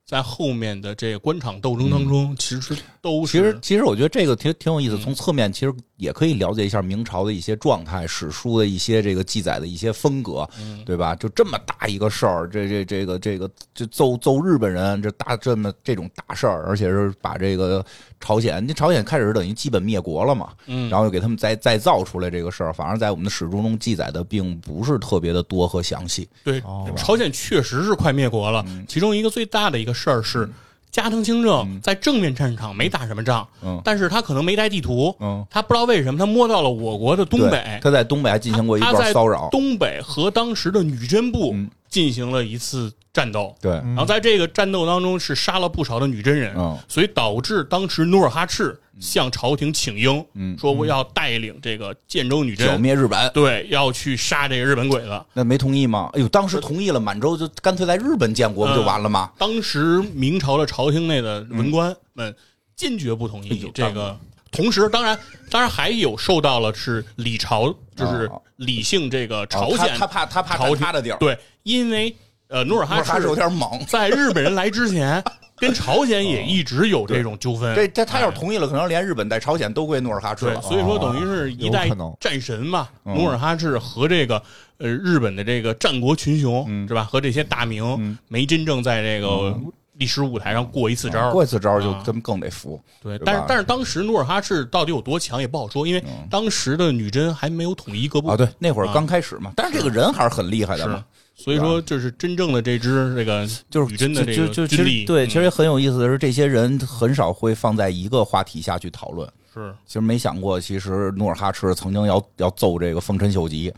[SPEAKER 3] 在后面的这个官场斗争当中，嗯其实都
[SPEAKER 2] 其实
[SPEAKER 3] 是，嗯
[SPEAKER 2] 其实我觉得这个挺挺有意思。从侧面，其实也可以了解一下明朝的一些状态，史书的一些这个记载的一些风格，
[SPEAKER 3] 嗯
[SPEAKER 2] 对吧？就这么大一个事儿，这这这个这个这揍揍日本人，这大这么这种大事儿，而且是把这个朝鲜，那朝鲜开始等于基本灭国了嘛，
[SPEAKER 3] 嗯
[SPEAKER 2] 然后又给他们再再造出来这个事儿，反而在我们的史书中记载的并不是特别的多和详细。
[SPEAKER 3] 对，
[SPEAKER 4] 哦
[SPEAKER 3] 朝鲜确实是快灭国了。其中一个最大的一个事儿是，加藤清正在正面战场没打什么仗，
[SPEAKER 2] 嗯
[SPEAKER 3] 但是他可能没带地图，
[SPEAKER 2] 嗯，
[SPEAKER 3] 他不知道为什么他摸到了我国的东
[SPEAKER 2] 对
[SPEAKER 3] 北，
[SPEAKER 2] 他在东北还进行过一
[SPEAKER 3] 他
[SPEAKER 2] 段
[SPEAKER 3] 在
[SPEAKER 2] 骚扰，
[SPEAKER 3] 东北和当时的女真部
[SPEAKER 2] 嗯
[SPEAKER 3] 进行了一次战斗，
[SPEAKER 2] 对，
[SPEAKER 3] 然后在这个战斗当中是杀了不少的女真人，
[SPEAKER 2] 嗯
[SPEAKER 3] 所以导致当时努尔哈赤向朝廷请缨，
[SPEAKER 2] 嗯
[SPEAKER 3] 说我要带领这个建州女
[SPEAKER 2] 剿
[SPEAKER 3] 真，
[SPEAKER 2] 灭日本。
[SPEAKER 3] 对，要去杀这个日本鬼子。
[SPEAKER 2] 那没同意吗？哎呦，当时同意了，满洲就干脆在日本建国不就完了吗？
[SPEAKER 3] 当时明朝的朝廷内的文官们坚决不同
[SPEAKER 2] 哎
[SPEAKER 3] 意
[SPEAKER 2] 呦
[SPEAKER 3] 这个。同时，当然，当然还有受到了是李朝，就是
[SPEAKER 2] 哦
[SPEAKER 3] 李姓这个
[SPEAKER 2] 哦
[SPEAKER 3] 嗯朝
[SPEAKER 2] 他
[SPEAKER 3] 鲜
[SPEAKER 2] 他怕他怕
[SPEAKER 3] 朝
[SPEAKER 2] 占
[SPEAKER 3] 廷
[SPEAKER 2] 他的地儿，，
[SPEAKER 3] 对，因为呃，努尔哈
[SPEAKER 2] 他
[SPEAKER 3] 赤
[SPEAKER 2] 是有点猛。
[SPEAKER 3] 在日本人来之前，跟朝鲜也一直有这种纠纷。
[SPEAKER 2] 这这哦他要是
[SPEAKER 3] 哎
[SPEAKER 2] 同意了，可能连日本带朝鲜都归努尔哈赤
[SPEAKER 3] 对，
[SPEAKER 2] 了。哦
[SPEAKER 3] 所以说等于是一代
[SPEAKER 4] 有可能
[SPEAKER 3] 战神嘛，
[SPEAKER 2] 嗯
[SPEAKER 3] 努尔哈赤和这个呃日本的这个战国群雄、
[SPEAKER 2] 嗯
[SPEAKER 3] 是吧？和这些大名、没真正在这个历史舞台上过一次招。
[SPEAKER 2] 嗯过一次招就
[SPEAKER 3] 啊
[SPEAKER 2] 咱们更得服。
[SPEAKER 3] 对，
[SPEAKER 2] 对
[SPEAKER 3] 但是
[SPEAKER 2] 吧嗯
[SPEAKER 3] 但是当时努尔哈赤到底有多强也不好说，因为当时的女真还没有统一各部
[SPEAKER 2] 啊，对，那会儿刚开始嘛，但是这个人还是很厉害的
[SPEAKER 3] 是
[SPEAKER 2] 嘛，。
[SPEAKER 3] 所以说，就是真正的这支这个
[SPEAKER 2] 就是
[SPEAKER 3] 女真的
[SPEAKER 2] 就
[SPEAKER 3] 这
[SPEAKER 2] 就
[SPEAKER 3] 个
[SPEAKER 2] 就其
[SPEAKER 3] 军
[SPEAKER 2] 实
[SPEAKER 3] 力，
[SPEAKER 2] 对，
[SPEAKER 3] 嗯
[SPEAKER 2] 其实很有意思的是，这些人很少会放在一个话题下去讨论。
[SPEAKER 3] 是
[SPEAKER 2] 其实没想过，其实努尔哈赤曾经要要揍这个丰臣秀吉，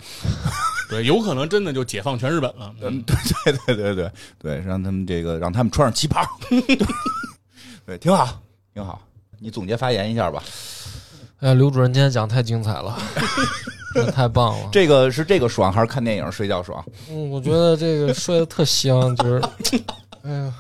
[SPEAKER 3] 对，有可能真的就解放全日本了。
[SPEAKER 2] 呃
[SPEAKER 3] 嗯
[SPEAKER 2] 对对对对对，让他们这个让他们穿上旗袍， 对，挺好挺好。你总结发言一下吧。
[SPEAKER 1] 哎呀，刘主任今天讲太精彩 了，真的太棒了。
[SPEAKER 2] 这个是这个爽还是看电影睡觉爽？
[SPEAKER 1] 嗯，我觉得这个睡得特香，就是， 哎呀，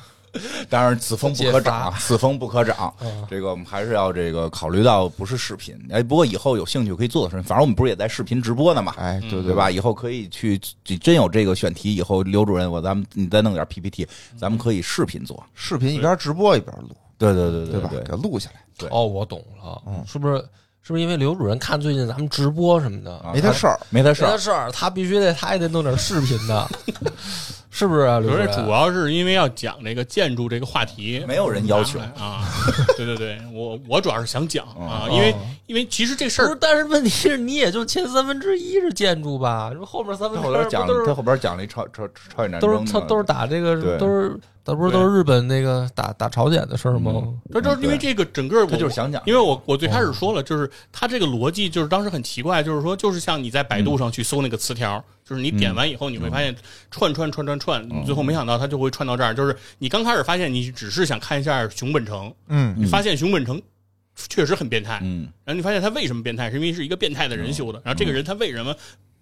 [SPEAKER 2] 当然此风不可长，啊此风不可长。
[SPEAKER 1] 啊
[SPEAKER 2] 这个我们还是要这个考虑到不是视频。哎，不过以后有兴趣可以做的事，反正我们不是也在视频直播呢嘛。
[SPEAKER 4] 哎，对
[SPEAKER 2] 对吧？？以后可以去，真有这个选题，以后刘主任，我咱们你再弄点 PPT，咱们可以视频做。
[SPEAKER 4] 视频一边直播一边录，
[SPEAKER 2] 对对对
[SPEAKER 4] 对吧？
[SPEAKER 2] 对
[SPEAKER 4] 给，录下来，
[SPEAKER 2] 对嗯
[SPEAKER 1] 哦，我懂了，是不是？是不是因为刘主任看最近咱们直播什么的，
[SPEAKER 2] 啊
[SPEAKER 4] 没他事儿。
[SPEAKER 2] 没他
[SPEAKER 1] 没
[SPEAKER 2] 事
[SPEAKER 1] 他
[SPEAKER 2] 儿。
[SPEAKER 1] 事儿，他必须得他也得弄点视频 的，是不是啊？
[SPEAKER 3] 我
[SPEAKER 1] 刘
[SPEAKER 3] 觉
[SPEAKER 1] 主
[SPEAKER 3] 得
[SPEAKER 1] 任
[SPEAKER 3] 主要是因为要讲这个建筑这个话题，
[SPEAKER 2] 没有人要求嗯
[SPEAKER 3] 拿出来啊。对对对，我我主要是想讲啊，因为
[SPEAKER 1] 哦
[SPEAKER 3] 因为其实这事
[SPEAKER 1] 不是
[SPEAKER 3] 儿，，
[SPEAKER 1] 但是问题是你也就前三分之一是建筑吧，这后面三
[SPEAKER 2] 他
[SPEAKER 1] 分之
[SPEAKER 2] 后
[SPEAKER 1] 二
[SPEAKER 2] 边
[SPEAKER 1] 不
[SPEAKER 2] 讲
[SPEAKER 1] 都
[SPEAKER 2] 了，他
[SPEAKER 1] 是
[SPEAKER 2] 后边讲了一朝朝朝鲜战
[SPEAKER 1] 都
[SPEAKER 2] 争
[SPEAKER 1] 是他
[SPEAKER 2] 呢
[SPEAKER 1] 都是打这个
[SPEAKER 2] 对
[SPEAKER 1] 都是，他不是都是日本那个打打朝鲜的事儿
[SPEAKER 2] 嗯
[SPEAKER 1] 吗？
[SPEAKER 3] 这就是因为这个整个我
[SPEAKER 2] 他就是想讲
[SPEAKER 3] 因为我我最开始说了，就是他这个逻辑，就是当时很奇怪，就是说，就是像你在百
[SPEAKER 2] 嗯
[SPEAKER 3] 度上去搜那个词条，就是你点完以后，你会发现串串串串串，
[SPEAKER 2] 嗯
[SPEAKER 3] 你最后没想到它就会串到这儿。就是你刚开始发现你只是想看一下熊本城，
[SPEAKER 4] 嗯，
[SPEAKER 3] 你发现熊本城确实很变态，
[SPEAKER 2] 嗯
[SPEAKER 3] 然后你发现他为什么变态，是因为是一个变态的人修的。然后这个人他为什么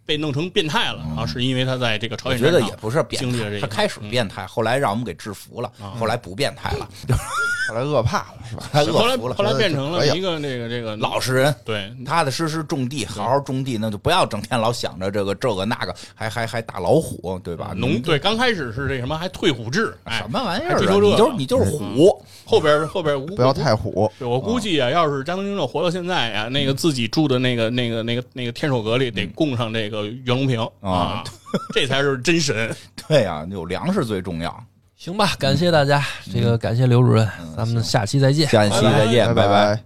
[SPEAKER 3] 被弄成变态了？啊，是因为他在这个朝
[SPEAKER 2] 嗯我
[SPEAKER 3] 鲜
[SPEAKER 2] 觉
[SPEAKER 3] 战
[SPEAKER 2] 得
[SPEAKER 3] 场
[SPEAKER 2] 也不是变
[SPEAKER 3] 经历了这
[SPEAKER 2] 态，
[SPEAKER 3] 一
[SPEAKER 2] 他
[SPEAKER 3] 套
[SPEAKER 2] 开始变态，后来让我们给制服了，后来不变态了，
[SPEAKER 4] 后来饿怕了是吧？
[SPEAKER 2] 他
[SPEAKER 3] 哎后来
[SPEAKER 2] 饿服了哎
[SPEAKER 3] 后，来变成
[SPEAKER 4] 可
[SPEAKER 3] 了
[SPEAKER 4] 以了
[SPEAKER 3] 一个那个这个
[SPEAKER 2] 老实人。
[SPEAKER 3] 对
[SPEAKER 2] 踏踏实实种地，好好种地，那就不要整天老想着这个这个那个，还还还打老虎，对吧？
[SPEAKER 3] 农
[SPEAKER 2] 你
[SPEAKER 3] 对刚开还是这什么还退虎制，哎
[SPEAKER 2] 什么玩意
[SPEAKER 3] 还
[SPEAKER 2] 儿啊？
[SPEAKER 3] 追求这
[SPEAKER 2] 你就是
[SPEAKER 3] 个嗯
[SPEAKER 2] 你就是虎，
[SPEAKER 3] 后边后边不
[SPEAKER 4] 不要太虎，
[SPEAKER 3] 对，我估计啊，要是张东正活到现在啊，
[SPEAKER 2] 嗯
[SPEAKER 3] 那个自己住的那个、那个、那个、那个天守阁里，得供上这个袁隆平
[SPEAKER 2] 啊，
[SPEAKER 3] 这才是真神。
[SPEAKER 2] 对呀，有粮食最重要。
[SPEAKER 1] 行吧，感谢大家，这个感谢刘主任，咱们下期再见。
[SPEAKER 2] 下一期再见，
[SPEAKER 4] 拜
[SPEAKER 2] 拜。